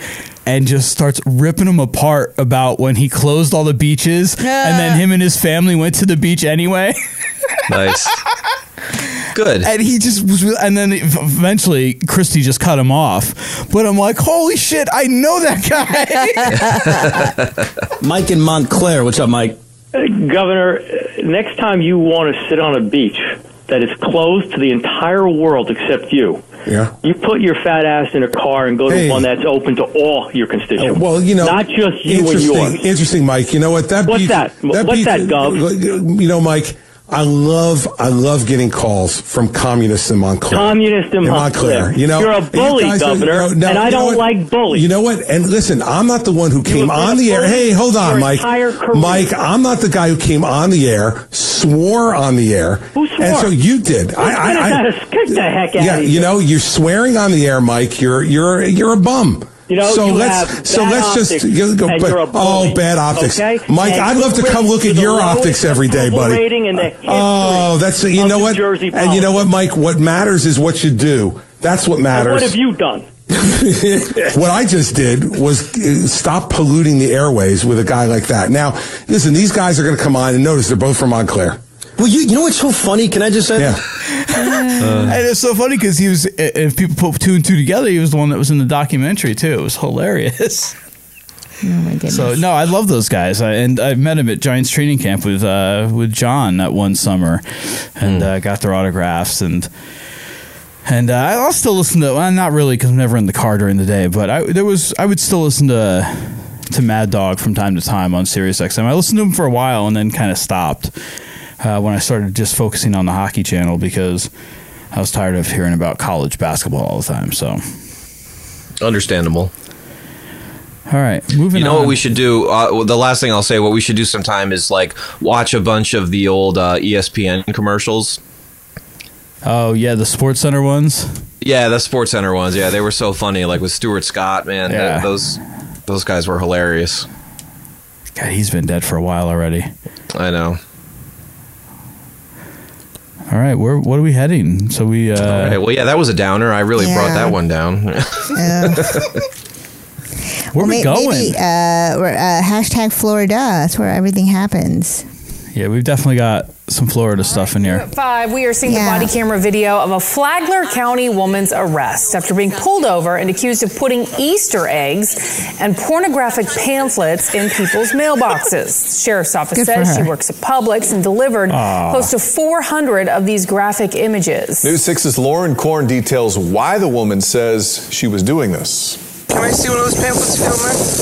S1: and just starts ripping him apart about when he closed all the beaches, and then him and his family went to the beach anyway.
S7: nice. Good.
S1: And he just was, and then eventually Christy just cut him off. But I'm like, holy shit, I know that guy.
S8: Mike in Montclair. What's up, Mike? Governor, uh, next time you want to sit on a beach that is closed to the entire world except you,
S20: Yeah.
S8: you put your fat ass in a car and go to one that's open to all your constituents.
S20: Uh, Well, you know,
S8: not just you and
S20: interesting,
S8: yours.
S20: Interesting, Mike. You know what? That
S8: What's
S20: beach,
S8: that? What's that, Gov?
S20: You know, Mike. I love, I love getting calls from communists in Montclair.
S8: Communists in Montclair.
S20: You know,
S8: You're a
S20: You
S8: bully,
S20: guys are-
S8: Governor, and I
S20: you know
S8: don't
S20: what?
S8: like bullies.
S20: You know what? And listen, I'm not the one who came on the air.
S8: bully
S20: Hey, hold on,
S8: your
S20: Mike.
S8: entire career.
S20: Mike, I'm not the guy who came on the air, swore on the air. Who
S8: swore?
S20: And so you did.
S8: Well, then I gotta kick the heck out
S20: yeah,
S8: of
S20: you
S8: you.
S20: know, you're swearing on the air, Mike. You're you're you're a bum.
S8: You know,
S20: so
S8: you
S20: let's
S8: have
S20: so
S8: bad
S20: let's just
S8: optics,
S20: you go,
S8: and
S20: but,
S8: you're a bully,
S20: oh bad optics,
S8: okay?
S20: Mike.
S8: And
S20: I'd love to
S8: you
S20: come look at
S8: raise
S20: your
S8: the
S20: optics every day,
S8: approval
S20: buddy.
S8: rating and the history
S20: oh, that's you know what, and you know what, Mike. What matters is what you do. That's what
S8: And
S20: matters.
S8: What have you done?
S20: what I just did was uh, stop polluting the airways with a guy like that. Now, listen, these guys are going to come on and notice they're both from Montclair.
S21: Well, you, you know what's so funny? Can I just say?
S20: Yeah.
S1: and it's so funny because he was, if people put two and two together, he was the one that was in the documentary too. It was hilarious.
S5: Oh my goodness.
S1: So no, I love those guys, I, and I met him at Giants training camp with uh, with John that one summer, and
S7: Hmm.
S1: uh, got their autographs and. And uh, I'll still listen to. Well, not really, because I'm never in the car during the day. But I there was I would still listen to to Mad Dog from time to time on Sirius XM. I listened to him for a while and then kind of stopped uh, when I started just focusing on the Hockey Channel because I was tired of hearing about college basketball all the time. So,
S7: Understandable.
S1: all right, moving.
S7: you know
S1: on.
S7: what we should do? Uh, well, the last thing I'll say, what we should do sometime is like watch a bunch of the old uh, ESPN commercials.
S1: Oh yeah, the Sports Center ones.
S7: Yeah, the Sports Center ones. Yeah, they were so funny. Like with Stuart Scott, man. th-
S1: Yeah.
S7: those those guys were hilarious.
S1: God, he's been dead for a while already.
S7: I know.
S1: All right, where what are we heading? So we uh,
S7: All right. Well, yeah, that was a downer. I really brought
S5: Yeah.
S7: that one down. Oh,
S1: where are we
S5: May-
S1: going?
S5: Maybe, uh, we're, uh, hashtag Florida. That's where everything happens.
S1: Yeah, we've definitely got some Florida stuff in here.
S22: Five, we are seeing
S5: Yeah.
S22: the body camera video of a Flagler County woman's arrest after being pulled over and accused of putting Easter eggs and pornographic pamphlets in people's mailboxes. Sheriff's office
S19: Good for
S22: says she
S19: her.
S22: works at Publix and delivered
S19: Aw.
S22: close to 400 of these graphic images.
S19: News 6's Lauren Korn details why the woman says she was doing this.
S23: Can I see one of those pamphlets,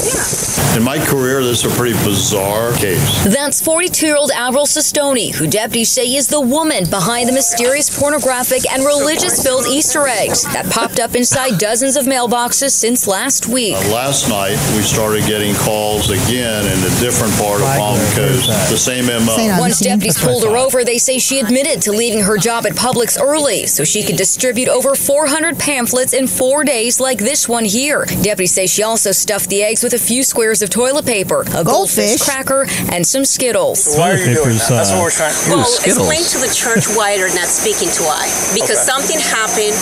S24: In my career, this is a pretty bizarre case.
S25: That's 42 year old Avril Sestoni, who deputies say is the woman behind the mysterious pornographic and religious filled Easter eggs that popped up inside dozens of mailboxes since last week.
S24: Uh, last night, we started getting calls again in a different part of Palm Coast. The same MO.
S25: Once deputies pulled her over, they say she admitted to leaving her job at Publix early so she could distribute over 400 pamphlets in four days, like this one here. Deputies say she also stuffed the eggs with a few squares of toilet paper, a goldfish, cracker, and some Skittles.
S23: Why are you doing that? That's
S1: uh,
S23: what we're trying.
S25: Well,
S23: Ooh,
S25: explain
S23: Skittles.
S25: to the church why they're not speaking to I, because
S24: Okay.
S25: something happened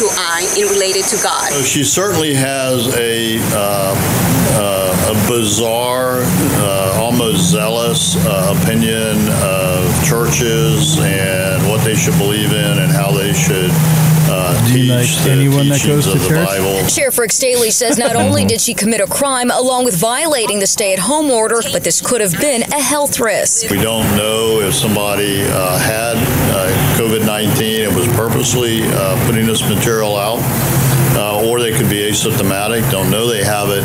S25: to I in related to God.
S24: So she certainly has a, uh, uh, a bizarre, uh, almost zealous uh, opinion of churches and what they should believe in and how they should uh, teach the
S1: anyone that goes
S24: teachings of
S1: to
S24: the
S1: church?
S24: Bible.
S25: Sheriff Rick Staley says not only did she commit a crime along with violating the stay-at-home order, but this could have been a health risk.
S24: We don't know if somebody uh, had uh, COVID 19 and was purposely uh, putting this material out, uh, or they could be asymptomatic, don't know they have it,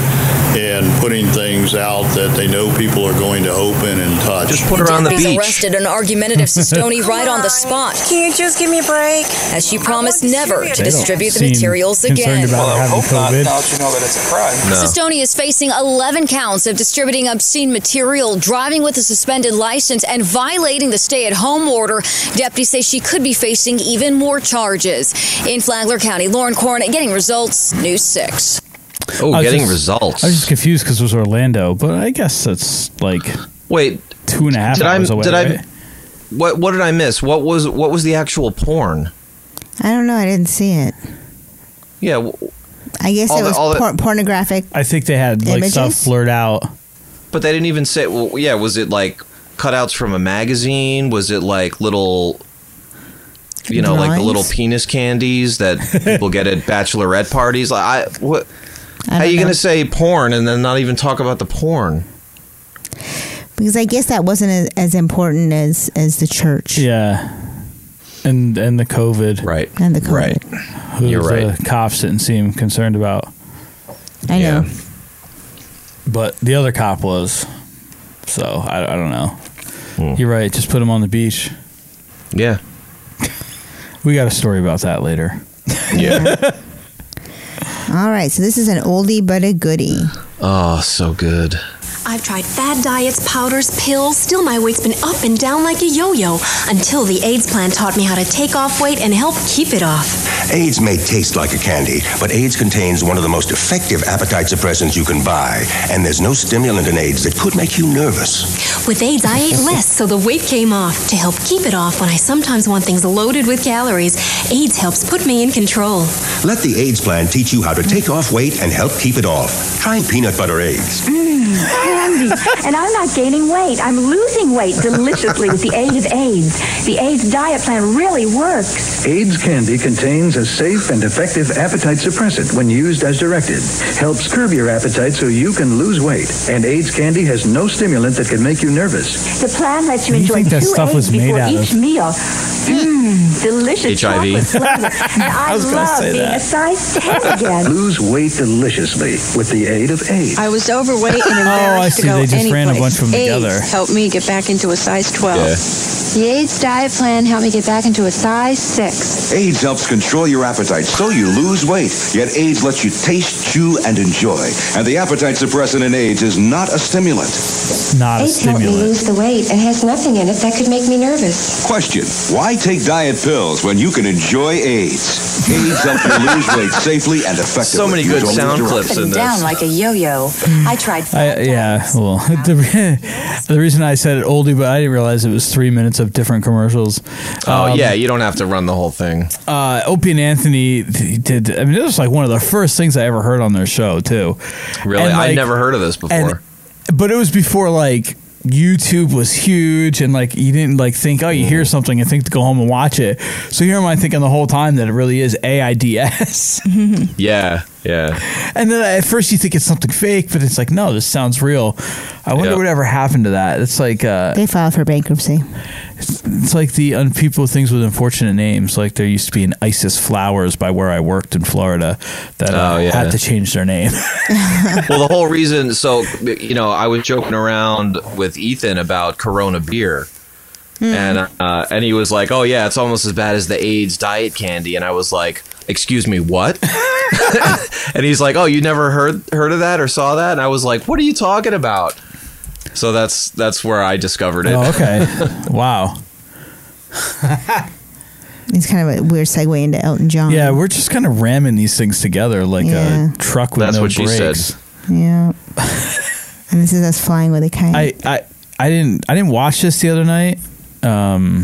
S24: and putting things out that they know people are going to open and touch. Just put
S25: Deputies arrested an argumentative Sistoni right on the spot. Can you just give me a break? As she promised never to distribute the materials again.
S23: now that you know that it's a crime.
S25: Sistoni is facing 11 counts of distributing obscene material, driving with a suspended license, and violating the stay at home order. Deputies say she could be facing even more charges. In Flagler County, Lauren Corn getting results, News 6.
S7: Oh,
S1: I was
S7: getting
S1: just-
S7: results.
S1: I was just confused because it was Orlando, but I guess that's like
S7: wait
S1: two and a half
S7: Did I?
S1: hours away.
S7: Did I?
S1: right?
S7: What What did I miss? What was What was the actual porn?
S5: I don't know. I didn't see it.
S7: Yeah. w-
S5: I guess
S7: All
S5: it
S7: the-
S5: was
S7: all the-
S5: por- pornographic.
S1: I think they had
S5: like, Images? stuff
S1: blurred out.
S7: But they didn't even say. Well, yeah, was it like cutouts from a magazine? Was it like little, you know, like the little
S5: Drawings?
S7: penis candies that people get at bachelorette parties? Like, I what?
S5: I
S7: how
S5: don't
S7: you
S5: know.
S7: gonna say porn and then not even talk about the porn?
S5: Because I guess that wasn't as, as important as as the church.
S1: Yeah, and and the COVID,
S7: right?
S5: And the COVID. Right.
S1: Who
S5: You're
S1: the
S5: right.
S1: cops didn't seem concerned about,
S5: I know.
S1: but the other cop was. So I, I don't know. You're right. Just put him on the beach.
S7: Hmm. Yeah.
S1: We got a story about that later.
S7: Yeah.
S5: All right. So this is an oldie but a goodie.
S7: oh, so good.
S26: I've tried fad diets, powders, pills. Still, my weight's been up and down like a yo yo until the AIDS plan taught me how to take off weight and help keep it off.
S3: AIDS may taste like a candy, but AIDS contains one of the most effective appetite suppressants you can buy, and there's no stimulant in AIDS that could make you nervous.
S26: With AIDS, I ate less, so the weight came off. To help keep it off when I sometimes want things loaded with calories, AIDS helps put me in control.
S3: Let the AIDS plan teach you how to take off weight and help keep it off. Try peanut butter AIDS.
S8: Mmm, candy. and I'm not gaining weight. I'm losing weight deliciously with the aid of AIDS. The AIDS diet plan really works.
S6: AIDS candy contains a safe and effective appetite suppressant when used as directed. Helps curb your appetite so you can lose weight. And AIDS candy has no stimulant that can make you nervous.
S8: The plan lets you
S6: What do you
S8: enjoy
S6: think that
S8: two
S6: stuff
S8: eggs
S6: was made
S8: before
S6: out
S8: each
S6: of?
S8: meal. Mmm, delicious
S6: HIV.
S8: chocolate flavor. And I,
S6: I was gonna
S8: love
S6: say
S8: being
S6: that.
S8: a size 10 again.
S6: Lose weight deliciously with the aid of AIDS.
S27: I was overweight and embarrassed
S6: Oh, see.
S27: to go
S6: They just
S27: any
S6: ran a
S27: place.
S6: bunch of them
S27: AIDS
S6: together.
S27: helped me get back into a size 12.
S28: The AIDS diet plan helped me get back into a size 6.
S29: AIDS helps control your appetite so you lose weight. Yet AIDS lets you taste, chew, and enjoy. And the appetite suppressant in AIDS is not a stimulant.
S1: Not a
S28: AIDS helped me
S1: stimulant.
S28: lose the weight. It has nothing in it that could make me nervous.
S29: Question Why take diet pills when you can enjoy AIDS? AIDS helps you lose weight safely and effectively.
S7: So many good
S29: Don't
S7: sound
S29: interrupt.
S7: clips in
S27: Down
S7: this.
S27: like a yo-yo. I tried
S1: I, yeah, well, the, re- the reason I said it oldie, but I didn't realize it was three minutes of different commercials.
S7: Oh
S1: Um,
S7: yeah, you don't have to run the whole thing.
S1: uh, Opie and Anthony th- did. I mean, this was like one of the first things I ever heard on their show too.
S7: Really,
S1: And,
S7: I
S1: like-
S7: never heard of this before.
S1: and- but it was before like YouTube was huge, and like you didn't like think, oh, you hear
S7: Mm.
S1: something and think to go home and watch it. So here am I thinking the whole time that it really is AIDS. and
S7: yeah, yeah.
S1: then at first you think it's something fake, but it's like, no, this sounds real. I wonder what ever happened to that. It's like uh,
S5: They filed for bankruptcy.
S1: it's like the unpeople things with unfortunate names. Like there used to be an ISIS Flowers by where I worked in Florida that uh,
S7: Oh, yeah.
S1: had to change their name.
S7: well, the whole reason. So you know, I was joking around with Ethan about Corona beer. and uh, and he was like, "Oh yeah, it's almost as bad as the AIDS diet candy." And I was like, "Excuse me, what?" and he's like, "Oh, you never heard heard of that or saw that?" And I was like, "What are you talking about?" So that's that's where I discovered it.
S1: oh, okay. wow.
S5: It's kind of a weird segue into Elton John.
S1: Yeah, we're just kind of ramming these things together like
S5: Oh. Yeah.
S1: a truck with
S7: That's
S1: no
S7: what she
S1: brakes.
S7: said.
S5: Yeah. and this is us flying with a kite.
S1: I, I I didn't I didn't watch this the other night, um,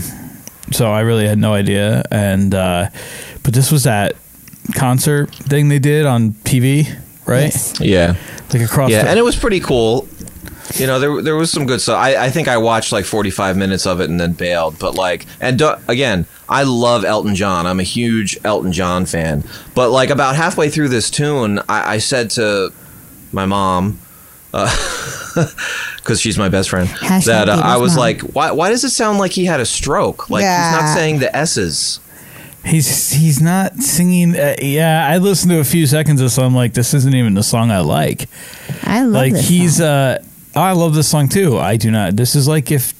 S1: so I really had no idea. And uh, but this was that concert thing they did on TV, right?
S7: Yeah,
S1: like across.
S7: yeah,
S1: the-
S7: and it was pretty cool. You know, there there was some good stuff. I, I think I watched like forty five minutes of it and then bailed. But like, and do, again, I love Elton John. I'm a huge Elton John fan. But like about halfway through this tune, I, I said to my mom, because she's my best friend,
S23: Hashtag
S7: that uh,
S23: Peter's
S7: I was
S23: mom.
S7: like, why why does it sound like he had a stroke? Like he's
S1: Yeah.
S7: not saying the s's.
S1: He's he's not singing. Uh, yeah, I listened to a few seconds of this. I'm like, this isn't even the song I like.
S5: I love
S1: like
S5: this
S1: he's. Uh, I love this song too. I do not. This is like if.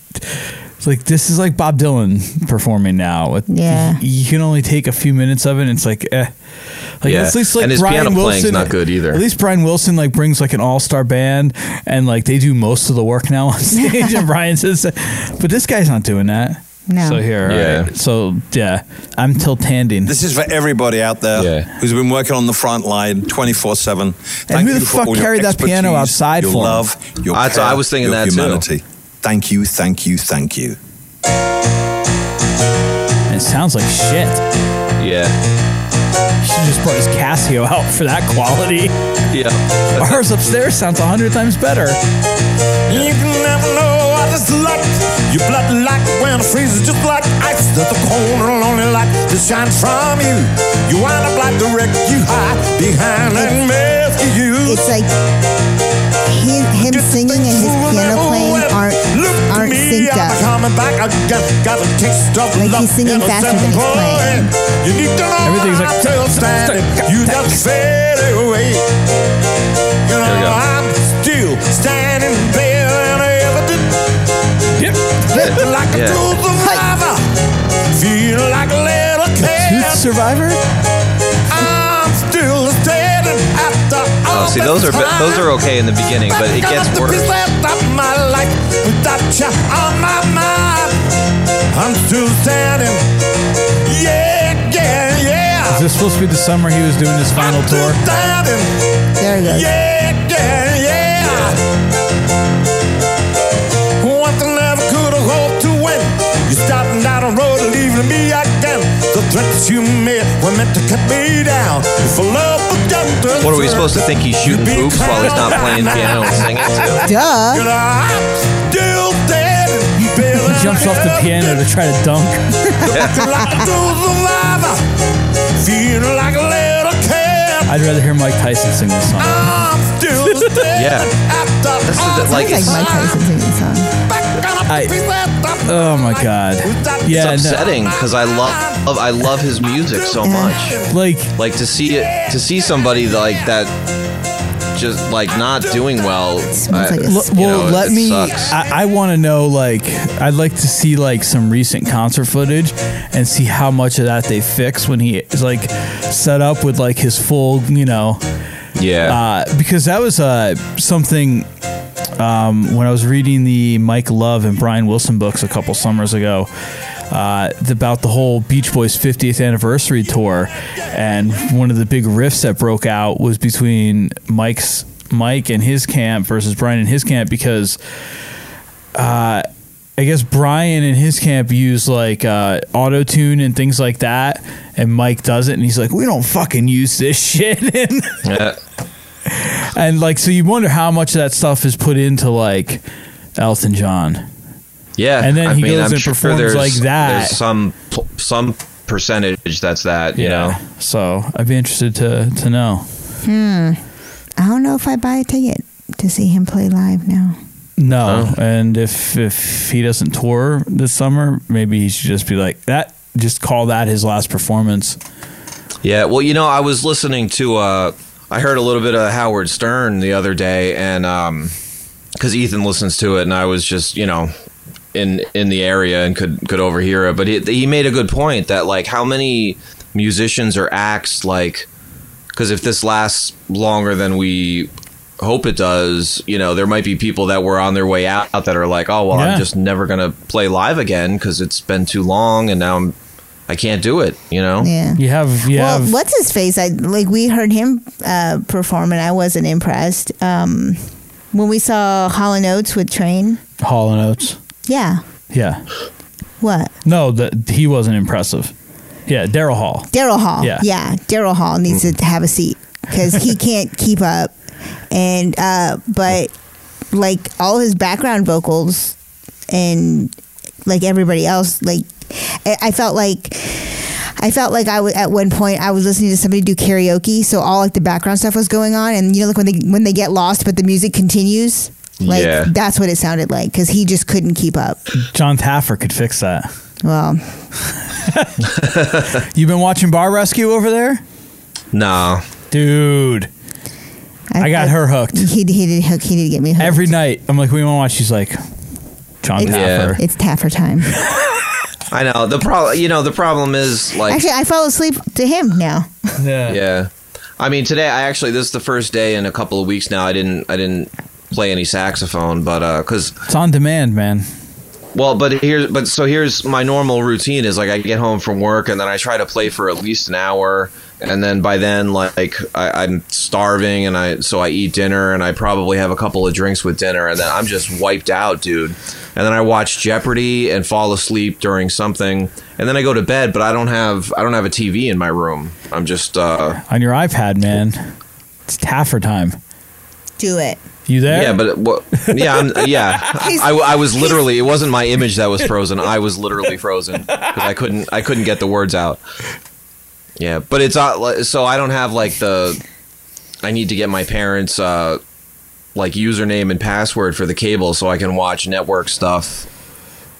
S1: it's Like this is like Bob Dylan performing now. It-
S5: Yeah.
S1: you can only take a few minutes of it, and it's like, eh. Like
S7: Yeah.
S1: at least like
S7: And his
S1: Brian
S7: piano playing's
S1: Wilson,
S7: not good either.
S1: At least Brian Wilson like brings like an all star band, and like they do most of the work now on stage. and Brian says, but this guy's not doing that.
S5: No.
S1: So here,
S19: Yeah.
S1: yeah. So yeah, I'm tiltanding.
S19: This is for everybody out there who's been working on the front line 24 7.
S1: who the fuck carried that piano outside
S19: your
S1: for 'em?
S19: love, your
S1: I-
S19: care,
S1: I was thinking
S19: your
S1: that too.
S19: humanity. Thank you, thank you, thank you.
S1: It sounds like shit.
S7: Yeah,
S1: He should just brought his Casio out for that quality.
S7: Yeah.
S1: Ours upstairs sounds a hundred times better.
S23: You can never know what it's like. Your blood like when it freezes, just like ice. That the cold and lonely light that shines from you. You wind up like the wreck you hide behind that mask of you.
S5: It's like he, him singing and his piano playing aren't aren't
S23: Me,
S5: synced
S23: I'm a
S5: up.
S23: coming back. I just got a taste of
S5: Like
S23: love.
S5: he's singing
S23: and a
S5: faster than he's
S23: simple
S5: playing.
S23: You need to know
S5: Everything's
S23: how
S5: like-
S23: I still standing. You just fade away. You
S7: There we go.
S23: know I'm still standing there and I ever did.
S1: Yep.
S23: like a
S7: Yeah.
S23: true survivor. Feel like a little kid.
S1: survivor?
S23: I'm still standing at the
S7: Oh, See, those are those are okay in the beginning, but it gets worse.
S23: Without my life, without you on my mind, I'm still standing. Yeah, yeah, yeah.
S1: Is this supposed to be the summer he was doing his final tour?
S23: Standing.
S5: There it goes.
S23: Yeah, yeah, yeah. Once I never could have hoped to win. You starting down the road, leaving me again. The threats you made were meant to cut me down. If love began to
S7: What are we supposed to think? He's shooting hoops while he's not playing piano and singing.
S5: Duh.
S23: Still standing.
S1: He jumps off the piano to try to dunk.
S23: like a true survivor. Feel like a little kid.
S1: I'd rather hear Mike Tyson sing this song.
S23: I'm still standing.
S1: Yeah.
S23: After
S1: This is
S23: all
S1: like-
S23: this
S1: Sounds like Mike
S23: time.
S1: Tyson. I, oh my god. Yeah, no.
S7: it's upsetting because I love, love I love his music so much.
S1: Like
S7: like to see it to see somebody like that just like not doing well. I-
S1: L- well,
S7: you know,
S1: let
S7: it
S1: me.
S7: sucks.
S1: I, I want to know. Like, I'd like to see like some recent concert footage and see how much of that they fix when he is like set up with like his full, you know.
S7: Yeah.
S1: Uh, because that was uh, something um, when I was reading the Mike Love and Brian Wilson books a couple summers ago. Uh, about the whole Beach Boys 50th anniversary tour, and one of the big rifts that broke out was between Mike's Mike and his camp versus Brian and his camp because uh, I guess Brian and his camp use like uh, auto tune and things like that, and Mike does it, and he's like, "We don't fucking use this shit." and,
S7: Yeah.
S1: and, like, so you wonder how much of that stuff is put into like Elton John.
S7: Yeah,
S1: And then he goes and performs
S7: there's-
S1: like that.
S7: There's some pl- some percentage that's that. You know.
S1: So I'd be interested to to know.
S5: Hmm. I don't know if I buy a ticket to see him play live now.
S1: No, and if if he doesn't tour this summer, maybe he should just be like that. Just call that his last performance.
S7: Yeah, well, you know, I was listening to uh I heard a little bit of Howard Stern the other day and um cuz Ethan listens to it and I was just, you know, in in the area and could could overhear it, but he he made a good point that like how many musicians or acts like cuz if this lasts longer than we hope it does, you know, there might be people that were on their way out that are like, "Oh, well,
S1: Yeah.
S7: I'm just never going to play live again cuz it's been too long and now I'm I can't do it, you know?
S5: Yeah.
S1: You have you
S5: Well,
S1: have
S5: what's his face? I like we heard him uh, perform, and I wasn't impressed. Um, when we saw Hollow Notes with Train,
S1: Hall and Oates.
S5: yeah,
S1: Yeah.
S5: what
S1: No, that he wasn't impressive. Yeah, Daryl Hall.
S5: Daryl Hall?
S1: Yeah. Mm-hmm.
S5: Daryl Hall needs to have a seat because he can't keep up, and uh, but like all his background vocals and like everybody else, like I, I felt like. I felt like I was at one point I was listening to somebody do karaoke, so all like the background stuff was going on, and you know, like when they when they get lost, but the music continues. Like
S1: Yeah.
S5: that's what it sounded like because he just couldn't keep up.
S1: John Taffer could fix that.
S5: Well,
S1: You've been watching Bar Rescue over there,
S7: No.
S1: dude. I, got her hooked
S5: he he did hook he did get me hooked.
S1: every night. I'm like, we want to watch. She's like, John
S5: it's,
S1: Taffer.
S5: it's Taffer time.
S7: I know the problem. You know the problem is like
S5: Actually, I fall asleep to him now.
S1: yeah.
S7: I mean, today I actually this is the first day in a couple of weeks now. I didn't I didn't play any saxophone, but uh, cause
S1: It's on demand, man.
S7: well, but here's but so here's my normal routine is like I get home from work and then I try to play for at least an hour, and then by then like I, I'm starving and I so I eat dinner and I probably have a couple of drinks with dinner and then I'm just wiped out, dude. And then I watch Jeopardy and fall asleep during something, and then I go to bed, but I don't have I don't have a TV in my room. I'm just uh,
S1: On your iPad, man. It's Taffer time.
S5: Do it.
S1: You there?
S7: Yeah, but what, yeah, I'm, yeah. I, I was literally. It wasn't my image that was frozen. I was literally frozen because I couldn't. I couldn't get the words out. Yeah, but it's not. li- So I don't have like the. I need to get my parents' uh, like username and password for the cable so I can watch network stuff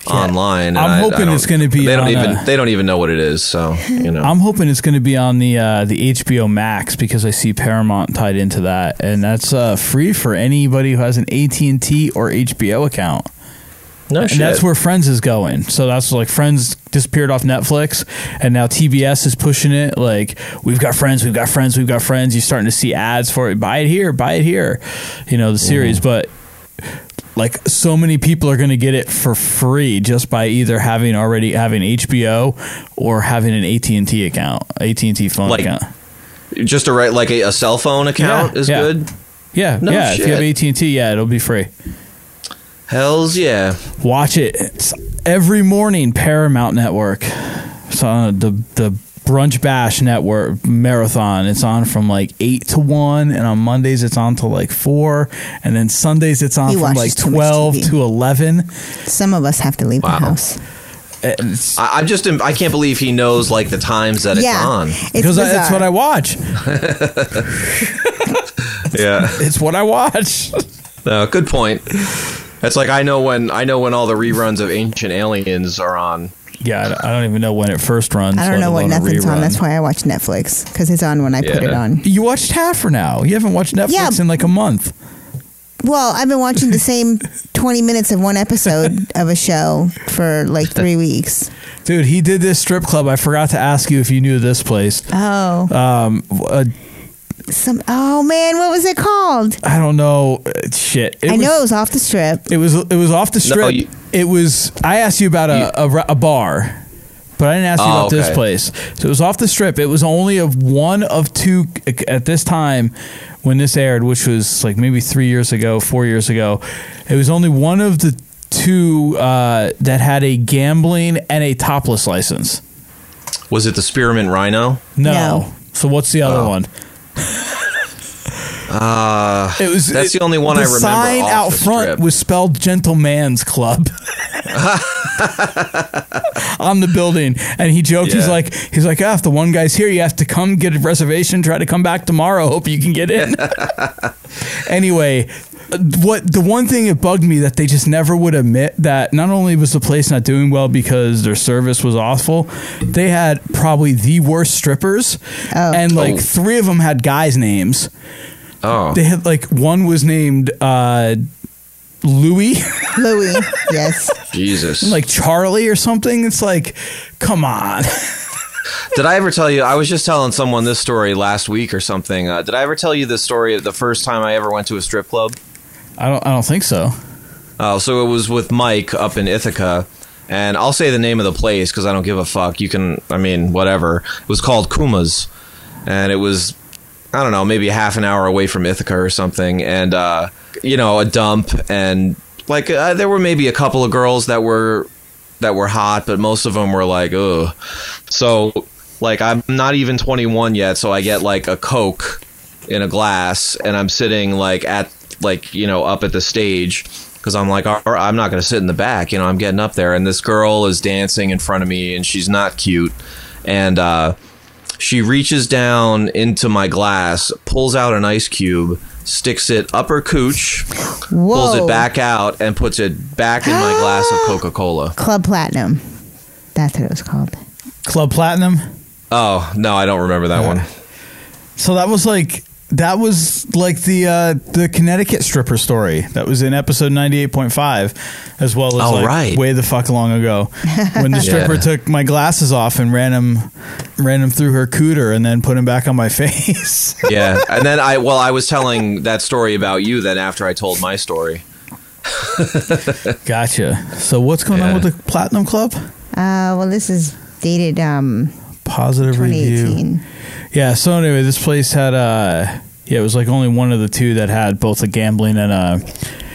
S7: online. and
S1: I'm
S7: I- I
S1: hoping
S7: don't-
S1: it's gonna be
S7: They don't
S1: on
S7: even.
S1: a-
S7: They don't even know what it is. So you know.
S1: I'm hoping it's going to be on the uh, the HBO Max because I see Paramount tied into that, and that's uh, free for anybody who has an AT and T or HBO account. No and
S11: shit.
S1: that's where Friends is going. So that's like Friends disappeared off Netflix, and now TBS is pushing it. Like we've got Friends, we've got Friends, we've got Friends. You're starting to see ads for it. Buy it here, buy it here. You know the series, but like so many people are going to get it for free just by either having already having HBO or having an AT and T account, AT and T phone
S7: Like,
S1: account.
S7: Just a right like a, a cell phone account
S1: Yeah,
S7: is
S1: yeah.
S7: good.
S1: Yeah,
S7: No
S1: yeah. If you
S7: shit.
S1: have AT and T, yeah, it'll be free.
S7: Hell's yeah!
S1: Watch it it's every morning. Paramount Network. It's on the the brunch bash network marathon. It's on from like eight to one, and on Mondays it's on till like four, and then Sundays it's on
S5: He
S1: from
S5: watches
S1: like
S5: too much
S1: twelve
S5: TV.
S1: to eleven.
S5: Some of us have to leave the house.
S7: I, I'm just I can't believe he knows like the times that
S5: Yeah,
S7: it's on
S5: it's Because I- that's bizarre. what I
S1: watch.
S7: yeah,
S1: it's what I watch.
S7: No, good point. That's like I know when I know when all the reruns of Ancient Aliens are on.
S1: Yeah, I don't- I don't even know when it first runs.
S5: I don't know what
S1: what
S5: nothing's on. That's why I watch Netflix because it's on when I put it on.
S1: You watched Taffer now. You haven't watched Netflix
S5: Yeah.
S1: in like a month.
S5: Well, I've been watching the same 20 minutes of one episode of a show for like three weeks.
S1: Dude, he did this strip club. I forgot to ask you if you knew this place.
S5: Oh.
S1: Um, uh,
S5: Some oh man, what was it called?
S1: I don't know. Uh, Shit.
S5: I know it was off the strip.
S1: It was it was off the
S5: No,
S1: strip.
S5: you-
S1: it was. I asked you about a, a, re- a bar, but I didn't ask you
S11: Oh,
S1: about this
S11: okay.
S1: place. So it was off the strip. It was only of one of two uh, at this time when this aired, which was like maybe three years ago, four years ago. It was only one of the two uh, that had a gambling and a topless license.
S7: Was it the Spearmint Rhino?
S1: No. So what's the other one?
S7: Uh,
S1: It was.
S7: that's
S1: it-
S7: the only one
S1: the
S7: I remember.
S1: Sign
S7: off
S1: out
S7: the
S1: front
S7: strip.
S1: was spelled "Gentleman's Club" on the building, and he joked. He's
S11: Yeah.
S1: like, he's like, ah, if the one guy's here, you have to come get a reservation. Try to come back tomorrow. Hope you can get in. anyway. What the one thing that bugged me that they just never would admit that not only was the place not doing well because their service was awful, they had probably the worst strippers, and like
S11: Oh.
S1: three of them had guys' names.
S7: Oh.
S1: They had like one was named uh Louis.
S5: Louis, yes.
S7: Jesus.
S1: Like Charlie or something. It's like, come on.
S7: Did I ever tell you? I was just telling someone this story last week or something. Uh, did I ever tell you this story of the first time I ever went to a strip club?
S1: I don't I don't think so.
S7: Uh, so it was with Mike up in Ithaca, and I'll say the name of the place because I don't give a fuck. You can, I mean, whatever. It was called Kuma's, and it was, I don't know, maybe half an hour away from Ithaca or something, and uh, you know, a dump, and like uh, there were maybe a couple of girls that were that were hot, but most of them were like, ugh. So like I'm not even 21 yet, so I get like a coke in a glass, and I'm sitting like at like you know up at the stage because I'm like, "All right, I'm not gonna sit in the back, you know, I'm getting up there, and this girl is dancing in front of me, and she's not cute, and uh, she reaches down into my glass, pulls out an ice cube. Sticks it up her cooch, pulls
S5: Whoa.
S7: it back out, and puts it back in my glass of Coca Cola.
S5: Club Platinum. That's what it was called.
S1: Club Platinum.
S7: Oh no, I don't remember that one.
S1: So that was like that was like the uh the Connecticut stripper story that was in episode ninety eight point five, as well as
S7: Oh,
S1: like
S7: right.
S1: way the fuck long ago when the stripper
S7: Yeah.
S1: took my glasses off and ran him ran him through her cooter and then put him back on my face.
S7: yeah and then i well i was telling that story about you then after i told my story
S1: gotcha so what's going on
S7: Yeah.
S1: with Oh, the platinum club
S5: Uh, well, this is dated um,
S1: positive review
S5: 2018.
S1: yeah so anyway this place had uh yeah it was like only one of the two that had both a gambling and a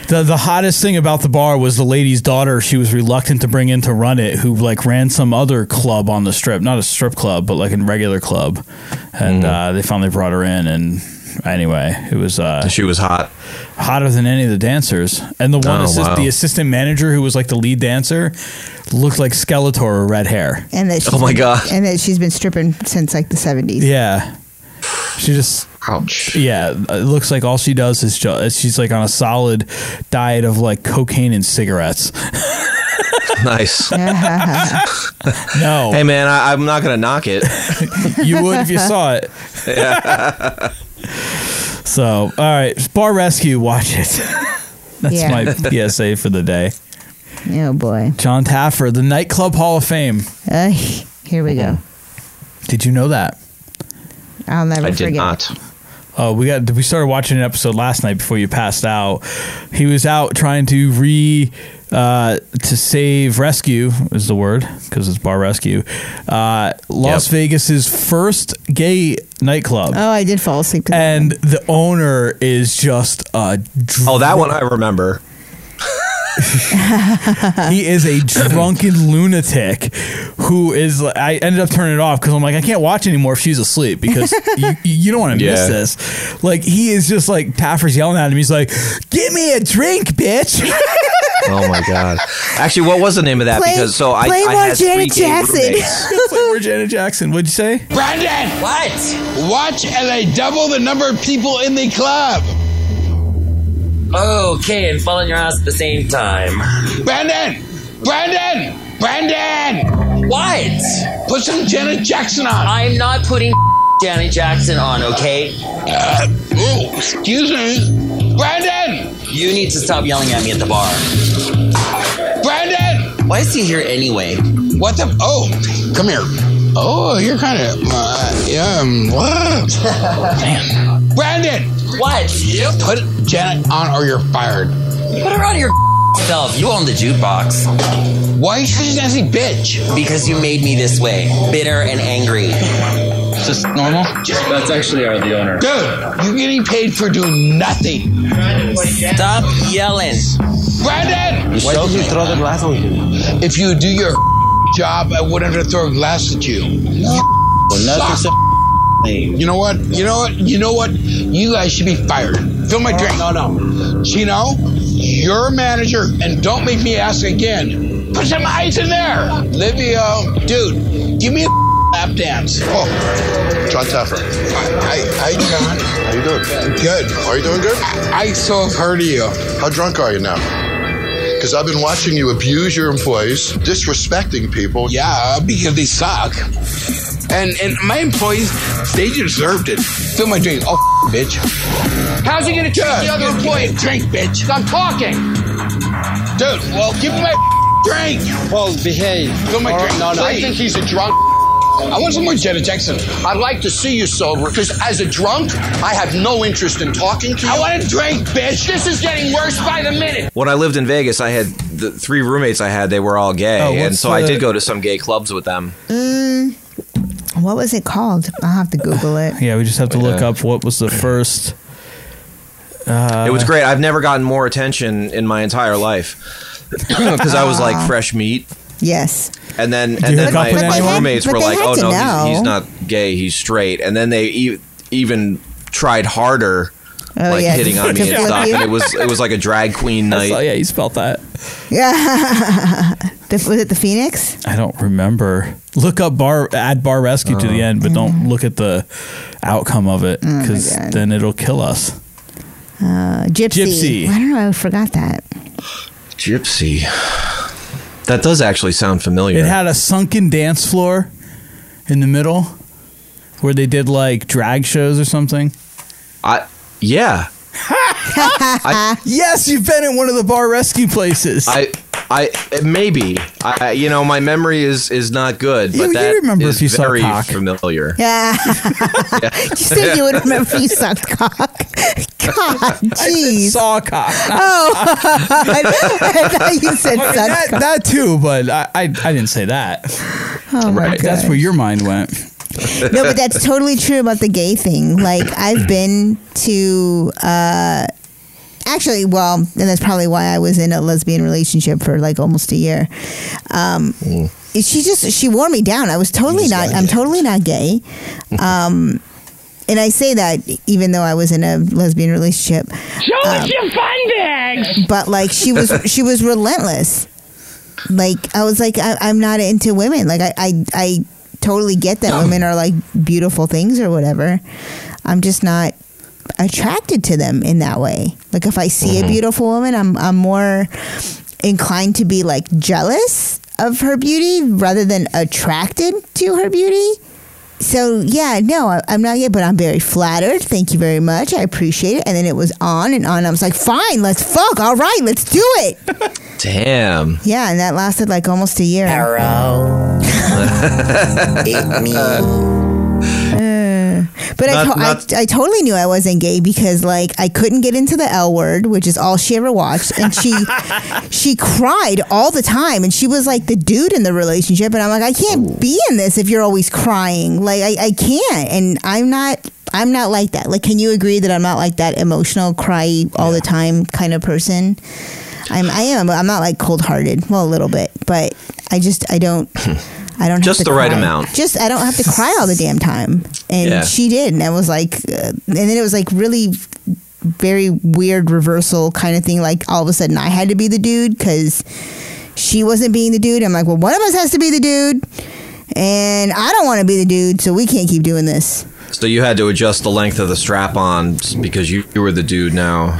S1: the, the hottest thing about the bar was the lady's daughter she was reluctant to bring in to run it who like ran some other club on the strip not a strip club but like a regular club
S7: Mm-hmm.
S1: and uh, they finally brought her in and anyway it was uh
S7: she was hot
S1: hotter than any of the dancers and the one
S7: Oh,
S1: assist-
S7: wow.
S1: the assistant manager who was like the lead dancer looked like skeletor with red hair
S5: And that she's
S7: Oh,
S5: been- And that she's been stripping since like the 70s.
S1: Yeah. She just
S7: ouch.
S1: Yeah, it looks like all she does is just she's like on a solid diet of like cocaine and cigarettes.
S7: nice
S1: no
S7: hey man I, i'm not gonna knock it
S1: you would if you saw it.
S7: yeah
S1: So, all right, Bar Rescue, watch it. That's
S5: Yeah.
S1: my PSA for the day.
S5: Oh boy.
S1: John Taffer, the nightclub Hall of Fame.
S5: Uh, here we go.
S1: Did you know that?
S5: I'll never forget.
S1: Oh, we got. We started watching an episode last night before you passed out. He was out trying to re uh, to save rescue is the word because it's bar rescue. Uh, Las Vegas's first gay nightclub,
S5: Oh, I did fall asleep. To that.
S1: and the owner is just a. oh, that one I remember. he is a drunken lunatic who is. I ended up turning it off because I'm like, I can't watch anymore if she's asleep because you, you don't want to miss
S30: Yeah.
S1: this. Like, he is just like, Taffer's yelling at him. He's like, Give me a drink, bitch.
S7: oh my god! Actually, what was the name of that?
S1: Play-
S7: because so I,
S1: play
S7: I
S1: more
S7: had three
S1: Janet
S7: gay
S1: Jackson.
S7: roommates.
S1: We're Janet Jackson. What'd you say?
S8: Brandon! What? Watch and I double the number of people in the club.
S14: Okay, and fall on your ass at the same time.
S8: Brandon! Brandon! Brandon!
S14: What?
S8: Put some Janet Jackson on.
S14: I'm not putting Janet Jackson on, okay?
S8: Uh, oh, excuse me. Brandon!
S14: You need to stop yelling at me at the bar.
S8: Brandon!
S14: Why is he here anyway?
S8: What the? Oh, come here. Oh, you're kind of. Uh, yeah, um, what? Man. Brandon!
S14: What?
S8: You put Janet on or you're fired.
S14: Put her out of your self. You own the jukebox.
S8: Why are you such a nasty bitch?
S14: Because you made me this way. Bitter and angry.
S8: Is this normal?
S14: That's actually our the owner.
S8: Dude, you're getting paid for doing nothing.
S14: Stop yelling.
S8: Brandon!
S14: Why did you throw the glass on
S8: If you do your job, I wouldn't have to throw a glass at you. You
S14: nothing's
S8: suck. You know what? You know what? You know what? You guys should be fired. Fill my drink. No, no. Chino, you're a manager, and don't make me ask again. Put some ice in there. Livio, dude, give me a lap dance. Oh, John Taffer. Hi, hi, John. How you doing? Good. Are you doing good? I, I so have heard of you.
S31: How drunk are you now? Because I've been watching you abuse your employees, disrespecting people.
S8: Yeah, because they suck. And and my employees, they deserved it. Fill my drink. Oh, f- bitch.
S14: How's he gonna treat
S8: Good.
S14: the other
S8: Give me
S14: employee?
S8: a Drink, bitch.
S14: I'm talking.
S8: Dude, well, give me my f- drink. Well, behave. Fill my
S14: Or-
S8: drink.
S14: no, no, I
S8: please.
S14: think
S8: he's a drunk. I want some more Janet Jackson. I'd like to see you sober, because as a drunk, I have no interest in talking to you. I want a drink, bitch.
S14: This is getting worse by the minute.
S7: When I lived in Vegas, I had the three roommates I had. They were all gay,
S5: Oh, what's
S7: and so I
S5: the-
S7: did go to some gay clubs with them.
S5: Mm, what was it called? I'll have to Google it.
S1: Yeah, we just have to look
S7: Oh, Yeah.
S1: up what was the first. Uh,
S7: it was great. I've never gotten more attention in my entire life because I was like fresh meat.
S5: Yes.
S7: And then
S5: Did you
S7: and then
S5: hook up
S7: my,
S5: with
S7: my
S5: anyone?
S7: roommates
S5: But
S7: were
S5: they
S7: like,
S5: had
S7: "Oh
S5: to
S7: no, he's, he's
S5: know."
S7: not gay. He's straight." And then they e- even tried harder,
S5: Oh,
S7: like
S5: yeah,
S7: hitting
S5: to-
S7: on
S5: to
S7: me and
S5: feel
S7: stuff.
S5: you.
S7: And it was it was like a drag queen night.
S1: yeah, you spelt that.
S5: Yeah. the, was it the Phoenix?
S1: I don't remember. Look up bar add bar rescue to
S7: Oh.
S1: the end, but don't look at the outcome of it
S5: Mm. Oh, my
S1: because
S5: God.
S1: then it'll kill us.
S5: Uh, Gypsy.
S1: Gypsy.
S5: I don't know. I forgot that.
S7: Gypsy. That does actually sound familiar.
S1: It had a sunken dance floor in the middle where they did like drag shows or something.
S7: I yeah.
S1: yes, you've been at one of the bar rescue places.
S7: I I maybe I you know my memory is is not good,
S1: You-
S7: but
S1: you
S7: that
S1: remember
S7: is
S1: if you saw
S7: very
S1: cock.
S7: familiar.
S5: Yeah. you said you would remember you sucked cock. God, jeez.
S1: Saw cock.
S5: Oh, I thought you
S1: I
S5: said
S1: mean,
S5: sucked
S1: that,
S5: cock.
S1: that too, but I, I I didn't say that.
S5: Oh my
S1: right, that's
S5: gosh.
S1: where your mind went.
S5: no, but that's totally true about the gay thing. Like I've been to uh actually well, and that's probably why I was in a lesbian relationship for like almost a year. Um she just she wore me down. I was totally not I'm totally not gay. Um and I say that even though I was in a lesbian relationship.
S32: Show us
S5: Um,
S32: your fun bags.
S5: but like she was she was relentless like i was like I, i'm not into women like I, I i totally get that women are like beautiful things or whatever i'm just not attracted to them in that way like if i see
S7: Mm-hmm.
S5: a beautiful woman i'm i'm more inclined to be like jealous of her beauty rather than attracted to her beauty so yeah, no, I, I'm not yet, but I'm very flattered. Thank you very much. I appreciate it. And then it was on and on. I was like, fine, let's fuck. All right, let's do it.
S7: Damn.
S5: Yeah, and that lasted like almost a year. Arrow.
S7: Eat
S5: But
S7: Not-
S5: I, to-
S7: not-
S5: I, I totally knew I wasn't gay because like I couldn't get into the L word, which is all she ever watched, and she she cried all the time, and she was like the dude in the relationship, and I'm like
S7: Oh.
S5: I can't be in this if you're always crying, like I, I can't, and I'm not I'm not like that. Like, can you agree that I'm not like that emotional, cry all the time kind of person? I'm I am. but I'm not like cold hearted. Well, a little bit, but I just I don't. I don't have
S7: Just
S5: to
S7: the right
S5: cry.
S7: amount.
S5: Just I don't have to cry all the damn time, and
S7: Yeah.
S5: she did, and I was like, uh, and then it was like really very weird reversal kind of thing. Like all of a sudden, I had to be the dude because she wasn't being the dude. I'm like, well, one of us has to be the dude, and I don't want to be the dude, so we can't keep doing this.
S7: So you had to adjust the length of the strap on because you, you were the dude now.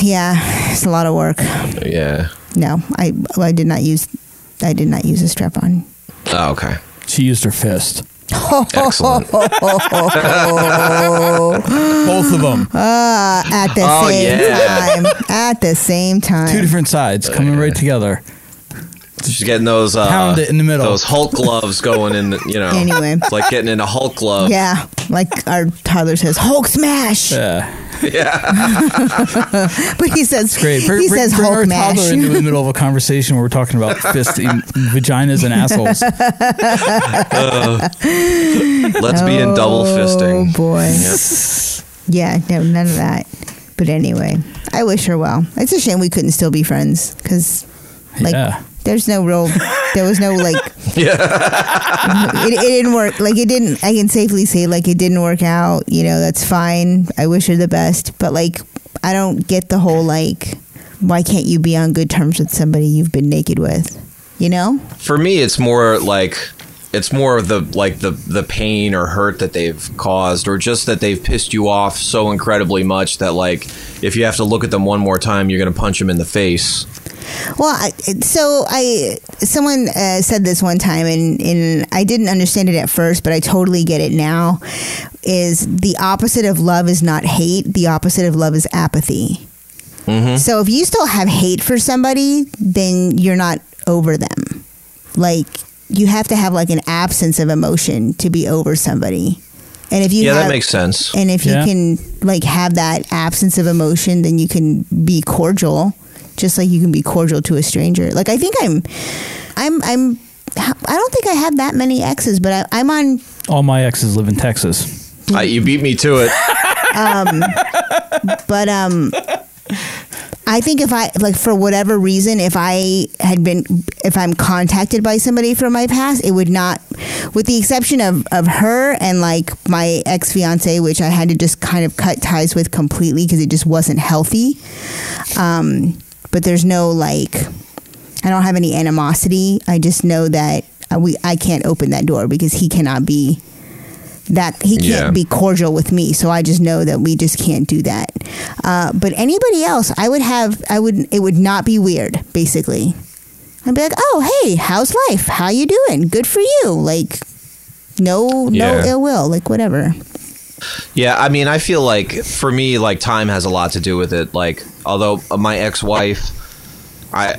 S5: yeah, it's a lot of work.
S7: Yeah.
S5: No, I I did not use I did not use a strap on.
S7: Oh, okay.
S1: She used her fist.
S7: Excellent.
S1: Both of them.
S5: Uh, at the
S1: Oh,
S5: same
S1: yeah.
S5: time. At the same time.
S1: Two different sides coming right together.
S7: She's getting those uh,
S1: Pound it in the middle.
S7: Those Hulk gloves going in. the- You know.
S5: Anyway.
S7: it's like getting into Hulk gloves.
S5: Yeah, like our toddler says, Hulk smash.
S1: Yeah.
S5: but he says,
S1: Great. Bring,
S5: he
S1: bring-
S5: says
S1: bring our
S5: Hulk
S1: toddler
S5: mash.
S1: into the middle of a conversation where we're talking about fists, in, vaginas, and assholes.
S7: Uh, let's be in double fisting.
S5: Oh boy. yeah, no, none of that. But anyway, I wish her well. It's a shame we couldn't still be friends because, like,
S1: Yeah.
S5: there's no real, there was no like, it, it didn't work. Like, it didn't. I can safely say like it didn't work out. You know, that's fine. I wish her the best, but like, I don't get the whole like, why can't you be on good terms with somebody you've been naked with? You know?
S7: For me, it's more like it's more of the like the the pain or hurt that they've caused, or just that they've pissed you off so incredibly much that like if you have to look at them one more time, you're gonna punch them in the face.
S5: Well, I, so I someone uh, said this one time, and and I didn't understand it at first, but I totally get it now. Is the opposite of love is not hate. The opposite of love is apathy.
S23: Mm-hmm.
S5: So if you still have hate for somebody, then you're not over them. Like you have to have like an absence of emotion to be over somebody. And if you
S7: yeah,
S5: have-
S7: that makes sense.
S5: and if you can like have that absence of emotion, then you can be cordial, just like you can be cordial to a stranger. Like I think I'm, I'm, I'm. I don't think I have that many exes, but I, I'm on.
S1: All my exes live in Texas.
S7: Uh, you beat me to it.
S5: Um, but um, I think if I like for whatever reason, if I had been, if I'm contacted by somebody from my past, it would not, with the exception of of her and like my ex fiance, which I had to just kind of cut ties with completely because it just wasn't healthy. Um, but there's no like, I don't have any animosity. I just know that uh, we I can't open that door because he cannot be that he can't
S23: Yeah.
S5: be cordial with me so i just know that we just can't do that uh, but anybody else i would have i would it would not be weird basically i'd be like oh hey how's life how you doing good for you like no no
S7: Yeah.
S5: ill will like whatever
S7: Yeah, I mean, I feel like for me, like time has a lot to do with it. Like, although my ex-wife, I,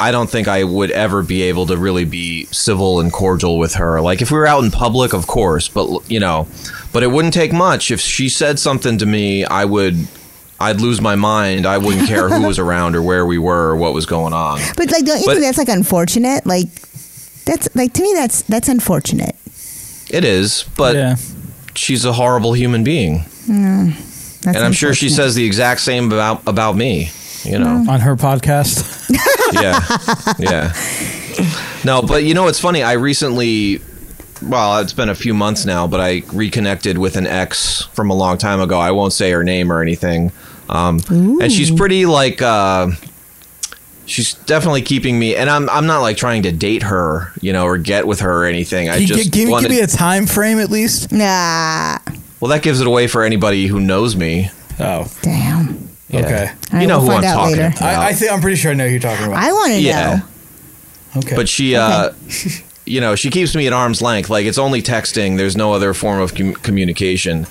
S7: I don't think I would ever be able to really be civil and cordial with her. Like, if we were out in public, of course, but you know, but it wouldn't take much. If she said something to me, I would, I'd lose my mind. I wouldn't care who was around or where we were or what was going on.
S5: but like don't you
S7: But-
S5: think that's like unfortunate like that's like to me that's that's unfortunate
S7: It is, but she's a horrible human being,
S5: Mm,
S7: and
S5: that's
S7: I'm sure she
S5: unfortunate.
S7: says the exact same about about me. You know.
S1: On her podcast.
S5: Mm.
S7: yeah, yeah. No, but you know it's funny. I recently, well, it's been a few months now, but I reconnected with an ex from a long time ago. I won't say her name or anything, um, and she's pretty like. Uh, She's definitely keeping me, and I'm I'm not like trying to date her, you know, or get with her or anything. I
S11: Gi-
S7: just
S11: gi- give, me-
S7: wanted,
S11: give me a time frame at least.
S5: Nah.
S7: well, that gives it away for anybody who knows me.
S1: Oh,
S5: damn.
S11: Okay.
S7: you know who I'm talking about.
S11: I, I think I'm pretty sure I know who you're talking about.
S5: I want to
S7: yeah.
S11: know. Okay.
S7: But she, uh, you know, she keeps me at arm's length. Like it's only texting. There's no other form of com- communication.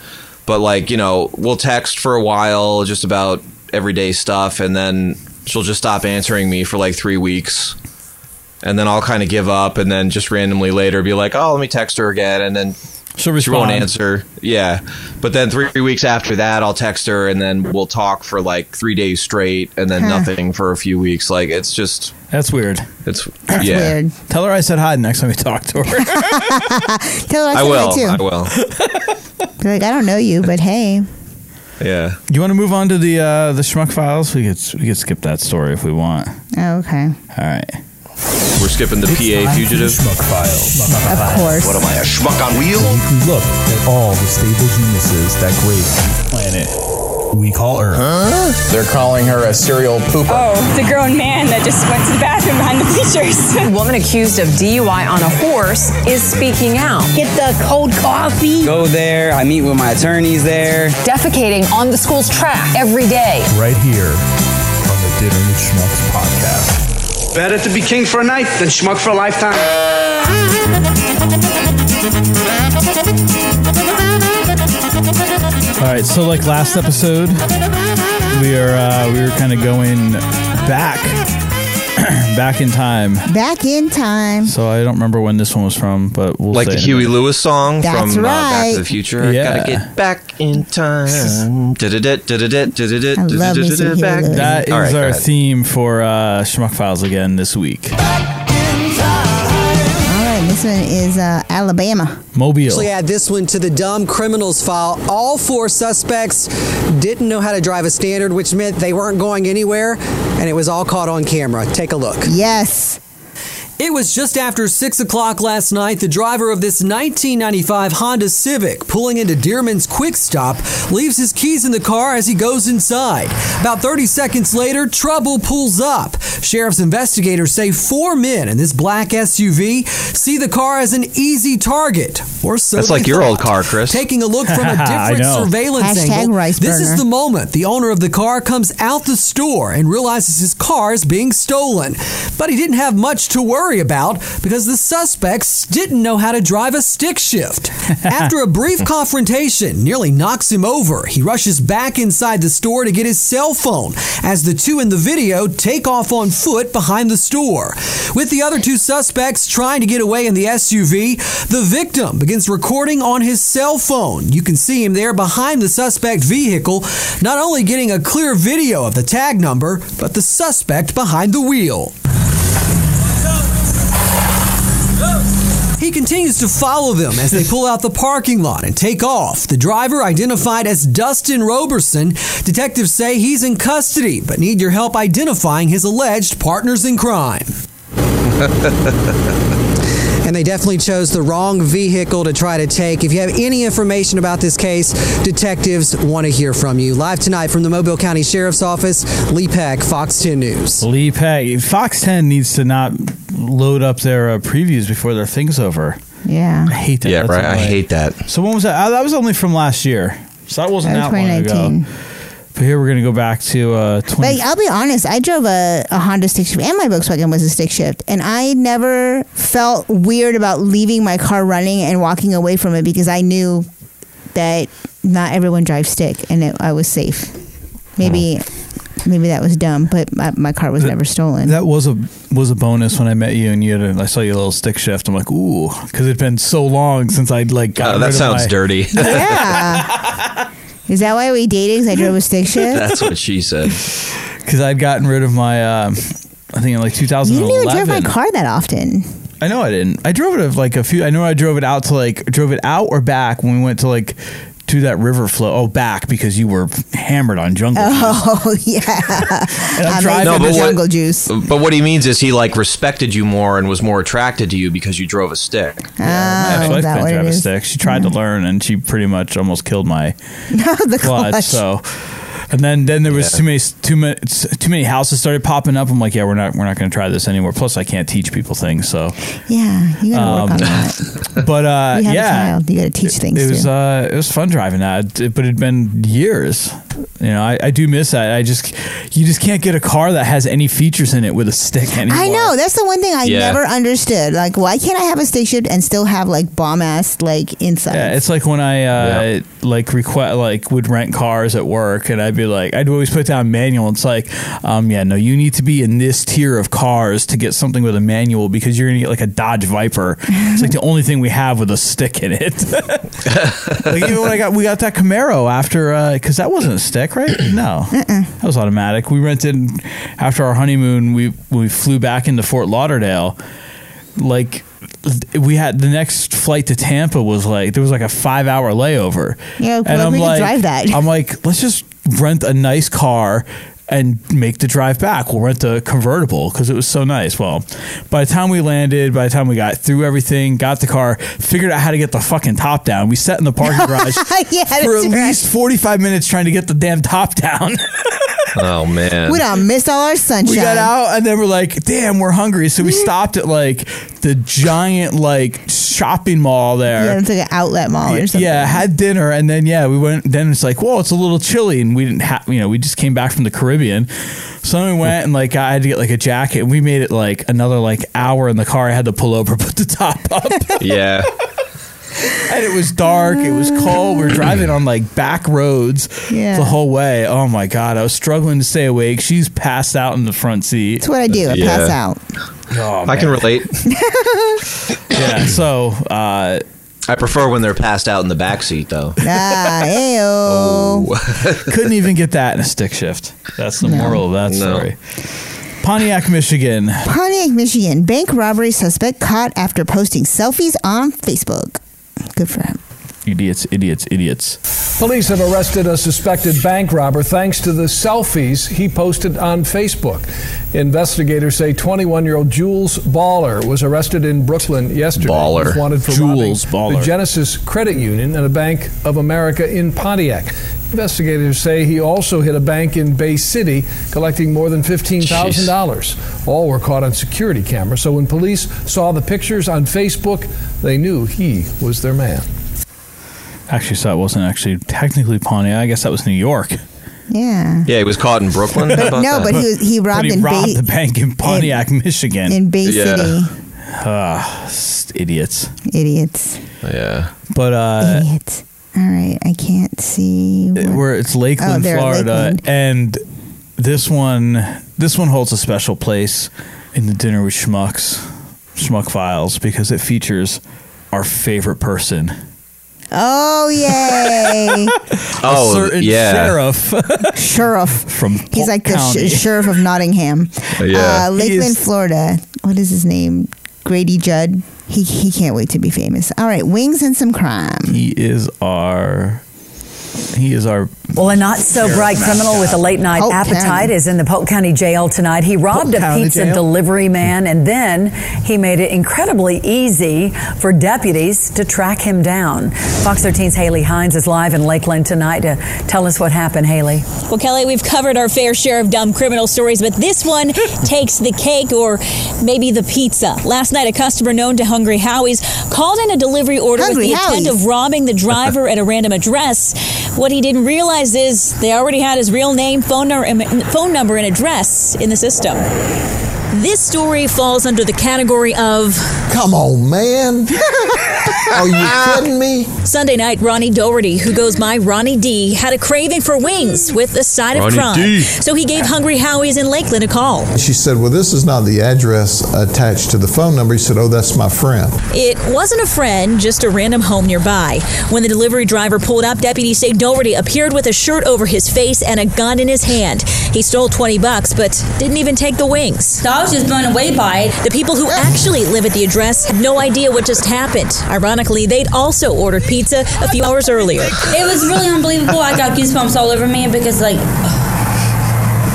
S7: But like you know, we'll text for a while, just about everyday stuff, and then she'll just stop answering me for like three weeks. And then I'll kind of give up and then just randomly later be like, oh, let me text her again. And then
S1: she'll
S7: she won't
S1: respond.
S7: answer. Yeah. But then three weeks after that, I'll text her and then we'll talk for like three days straight and then
S1: Huh.
S7: nothing for a few weeks. Like it's just,
S1: That's weird.
S7: it's, yeah.
S1: Tell her I said hi the next time we talk to her.
S5: Tell her Oh, I,
S7: I will.
S5: said That too.
S7: I will.
S5: Be like, I don't know you, but hey.
S7: Yeah.
S1: You want to move on to the uh, the schmuck files? We could we could skip that story if we want.
S5: Oh, okay.
S1: All right.
S7: We're skipping the PA fugitive.
S5: Of course.
S7: What am I, a schmuck on wheels?
S12: Look at all the stable geniuses that grace the planet. We call Earth. They're calling her a serial pooper.
S26: Oh, it's a grown man that just went to the bathroom behind the bleachers. A woman accused of DUI on a horse is speaking out. Get the cold coffee.
S16: Go there. I meet with my attorneys there.
S26: Defecating on the school's track every day.
S12: Right here on the Dinner with Schmucks podcast.
S14: Better to be king for a night than schmuck for a lifetime.
S1: All right. So like last episode, we are uh, we were kind of going back back in time.
S5: Back in time.
S1: So I don't remember when this one was from, but we'll
S7: Like
S1: say
S7: the
S1: in a
S7: Huey
S1: minute.
S7: Lewis song
S1: That's
S7: from uh, Back to
S1: right.
S7: the Future.
S1: Yeah.
S7: Gotta get back in time. Du-du-du, du-du-du, du-du-du,
S1: I love me some
S7: du-du-du, back in-
S1: That is
S7: All right, go
S1: our
S7: ahead.
S1: theme for uh, Schmuck Files again this week.
S5: All right, this one is uh, Alabama.
S1: Mobile.
S33: Actually, add this one to the dumb criminals file. All four suspects didn't know how to drive a standard, which meant they weren't going anywhere, and it was all caught on camera. Take a look.
S5: Yes.
S33: It was just after 6 o'clock last night, the driver of this 1995 Honda Civic pulling into Dearman's Quick Stop leaves his keys in the car as he goes inside. About 30 seconds later, trouble pulls up. Sheriff's investigators say four men in this black SUV see the car as an easy target, or so
S7: That's
S33: they
S7: like your
S33: thought.
S7: old car, Chris.
S33: Taking a look from a
S7: I
S33: different
S7: know.
S33: surveillance
S5: Hashtag
S33: angle,
S5: rice
S33: this is
S5: burner.
S33: the moment the owner of the car comes out the store and realizes his car is being stolen. But he didn't have much to worry about because the suspects didn't know how to drive a stick shift. After a brief confrontation nearly knocks him over, he rushes back inside the store to get his cell phone as the two in the video take off on foot behind the store. With the other two suspects trying to get away in the SUV, the victim begins recording on his cell phone. You can see him there behind the suspect vehicle, not only getting a clear video of the tag number, but the suspect behind the wheel. He continues to follow them as they pull out the parking lot and take off. The driver, identified as Dustin Roberson, detectives say he's in custody but need your help identifying his alleged partners in crime. And they definitely chose the wrong vehicle to try to take. If you have any information about this case, detectives want to hear from you. Live tonight from the Mobile County Sheriff's Office, Lee Peck, Fox 10 News.
S1: Lee Peg. Fox 10 needs to not load up their uh, previews before their thing's over.
S5: Yeah.
S1: I hate that.
S7: Yeah,
S1: That's
S7: right. I
S1: annoying.
S7: hate that.
S1: So when was that? Uh, that was only from last year. So that wasn't that,
S5: That was
S1: long
S5: 2019.
S1: ago. But here we're going to go back to uh, 20.
S5: Like, I'll be honest, I drove a, a Honda stick shift and my Volkswagen was a stick shift. And I never felt weird about leaving my car running and walking away from it because I knew that not everyone drives stick and it, I was safe. Maybe maybe that was dumb, but my, my car was never stolen.
S1: That was a was a bonus when I met you and you had a, I saw your little stick shift. I'm like, ooh, because it'd been so long since I'd like. Got
S7: Oh,
S1: rid
S7: that
S1: of
S7: sounds
S1: my-
S7: dirty.
S5: Is that why we dated? Because I drove a stick shift?
S7: That's what she said.
S1: Because I'd gotten rid of my, uh, I think in like
S5: you
S1: 2011.
S5: didn't even drive my car that often.
S1: I know I didn't. I drove it like a few. I know I drove it out to like drove it out or back when we went to like to that river flow. Oh, back because you were hammered on jungle.
S5: Oh, yeah. I'm
S7: No, but what-
S5: jungle juice.
S7: But what he means is he like respected you more and was more attracted to you because you drove a stick.
S5: Ah,
S1: My
S5: is
S1: ex-wife
S5: that
S1: couldn't
S5: what it
S1: drive a
S5: is? Mm.
S1: stick. She tried to learn, and she pretty much almost killed my
S5: the
S1: clutch.
S5: clutch.
S1: So, and then then there was
S7: Yeah.
S1: too many too many too many houses started popping up. I'm like, yeah, we're not we're not going to try this anymore. Plus, I can't teach people things. So,
S5: Yeah, you gotta work on that.
S1: but Um, uh,
S5: You have a
S1: yeah,
S5: child. You gotta teach
S1: It-
S5: things,
S1: It was
S5: too.
S1: uh, it was fun driving that, It- but it'd been years You know, I, I do miss that. I just you just can't get a car that has any features in it with a stick anymore.
S5: I know that's the one thing I
S1: Yeah.
S5: never understood. Like, why can't I have a stick shift and still have like bomb ass like inside?
S1: Yeah, it's like when I uh, like request like would rent cars at work, and I'd be like, I'd always put down manual. It's like, um, yeah, no, you need to be in this tier of cars to get something with a manual because you're gonna get like a Dodge Viper. it's like the only thing we have with a stick in it. like even when I got we got that Camaro after because that wasn't a stick, right? No, that was automatic. We rented after our honeymoon. We we flew back into Fort Lauderdale. Like we had the next flight to Tampa was like there was like a five hour layover.
S5: Yeah,
S1: and
S5: well,
S1: I'm
S5: we can
S1: like,
S5: drive that.
S1: I'm like, let's just rent a nice car. And make the drive back. We'll rent a convertible because it was so nice. Well, by the time we landed, by the time we got through everything, got the car, figured out how to get the fucking top down. We sat in the parking garage
S5: yeah,
S1: for at least 45 minutes trying to get the damn top down.
S7: Oh man.
S5: we don't miss all our sunshine.
S1: we got out and then we're like, damn, we're hungry. So we stopped at like the giant like shopping mall there.
S5: Yeah, it's like an outlet mall
S1: Yeah,
S5: or something.
S1: Yeah, had dinner and then yeah, we went. Then it's like, whoa, it's a little chilly, and we didn't have, you know, we just came back from the Caribbean, so then we went and like I had to get like a jacket. and We made it like another like hour in the car. I had to pull over, put the top up,
S7: Yeah.
S1: and it was dark. It was cold. We were driving on like back roads
S5: Yeah.
S1: the whole way. Oh my god, I was struggling to stay awake. She's passed out in the front seat.
S5: That's what I do. I pass
S7: Yeah.
S5: out.
S1: Oh,
S7: I can
S1: man.
S7: relate.
S1: yeah. So uh,
S7: I prefer when they're passed out in the back seat though. Oh.
S5: Ah, ayo.
S1: Couldn't even get that in a stick shift. That's the moral of that
S7: No.
S1: story. Pontiac, Michigan.
S5: Pontiac, Michigan, bank robbery suspect caught after posting selfies on Facebook. Good for him.
S1: Idiots, idiots, idiots.
S2: Police have arrested a suspected bank robber thanks to the selfies he posted on Facebook. Investigators say 21 year old Jules Baller was arrested in Brooklyn yesterday.
S7: Baller.
S2: He's wanted for
S7: Jules
S2: robbing
S7: Baller.
S2: The Genesis Credit Union and a Bank of America in Pontiac. Investigators say he also hit a bank in Bay City, collecting more than $15,000. All were caught on security cameras, so when police saw the pictures on Facebook, they knew he was their man.
S1: Actually, so that wasn't actually technically Pontiac. I guess that was New York.
S5: Yeah.
S7: Yeah, he was caught in Brooklyn. How
S5: But
S7: about
S5: no,
S7: that?
S5: but he was- he robbed
S1: But he
S5: in
S1: robbed
S5: Bay-
S1: the bank in Pontiac, Michigan.
S5: in Bay Yeah. City.
S1: Ah, s- idiots.
S5: Idiots.
S7: Yeah.
S1: But uh,
S5: Idiots. All right, I can't see.
S1: it-
S5: what-
S1: where it's
S5: Oh,
S1: Lakeland,
S5: they're in
S1: Florida,
S5: Lakeland.
S1: and this one, this one holds a special place in the dinner with schmucks, schmuck files, because it features our favorite person,
S5: Oh
S1: a
S5: yay!
S7: Oh,
S1: certain sheriff
S5: sheriff
S1: from
S5: He's
S1: Polk
S5: like the
S1: County.
S5: sh- sheriff of Nottingham.
S1: Yeah.
S5: Uh,
S1: He is-
S5: Lakeland, Florida. What is his name? Grady Judd. He he can't wait to be famous. All right, wings and some crime.
S1: He is our. He is our.
S27: Well, a not so
S1: Sheriff
S27: bright criminal
S1: mascot.
S27: with a late night
S1: Polk
S27: appetite
S1: County.
S27: is in the Polk County jail tonight. He robbed
S1: Polk
S27: a
S1: County
S27: pizza
S1: jail?
S27: delivery man and then he made it incredibly easy for deputies to track him down. Fox 13's Haley Hines is live in Lakeland tonight to tell us what happened, Haley.
S34: Well, Kelly, we've covered our fair share of dumb criminal stories, but this one takes the cake or maybe the pizza. Last night, a customer known to Hungry Howie's called in a delivery order
S5: Hungry
S34: with the
S5: Howie's.
S34: intent of robbing the driver at a random address. What he didn't realize is they already had his real name, phone, num- phone number, and address in the system. This story falls under the category of. Come on, man. Are you kidding me? Sunday night, Ronnie Doherty, who goes by Ronnie D, had a craving for wings with a side of
S20: Ronnie
S34: crime.
S20: D.
S34: So he gave Hungry Howie's in Lakeland a call.
S20: She said, Well, this is not the address attached to the phone number. He said, Oh, that's my friend.
S34: It wasn't a friend, just a random home nearby. When the delivery driver pulled up, deputies say Doherty appeared with a shirt over his face and a gun in his hand. He stole 20 bucks, but didn't even take the wings. So I was just blown away by it. The people who actually live at the address had no idea what just happened. Ironically, they'd also ordered pizza a few hours earlier.
S22: It was really unbelievable. I got goosebumps all over me because, like,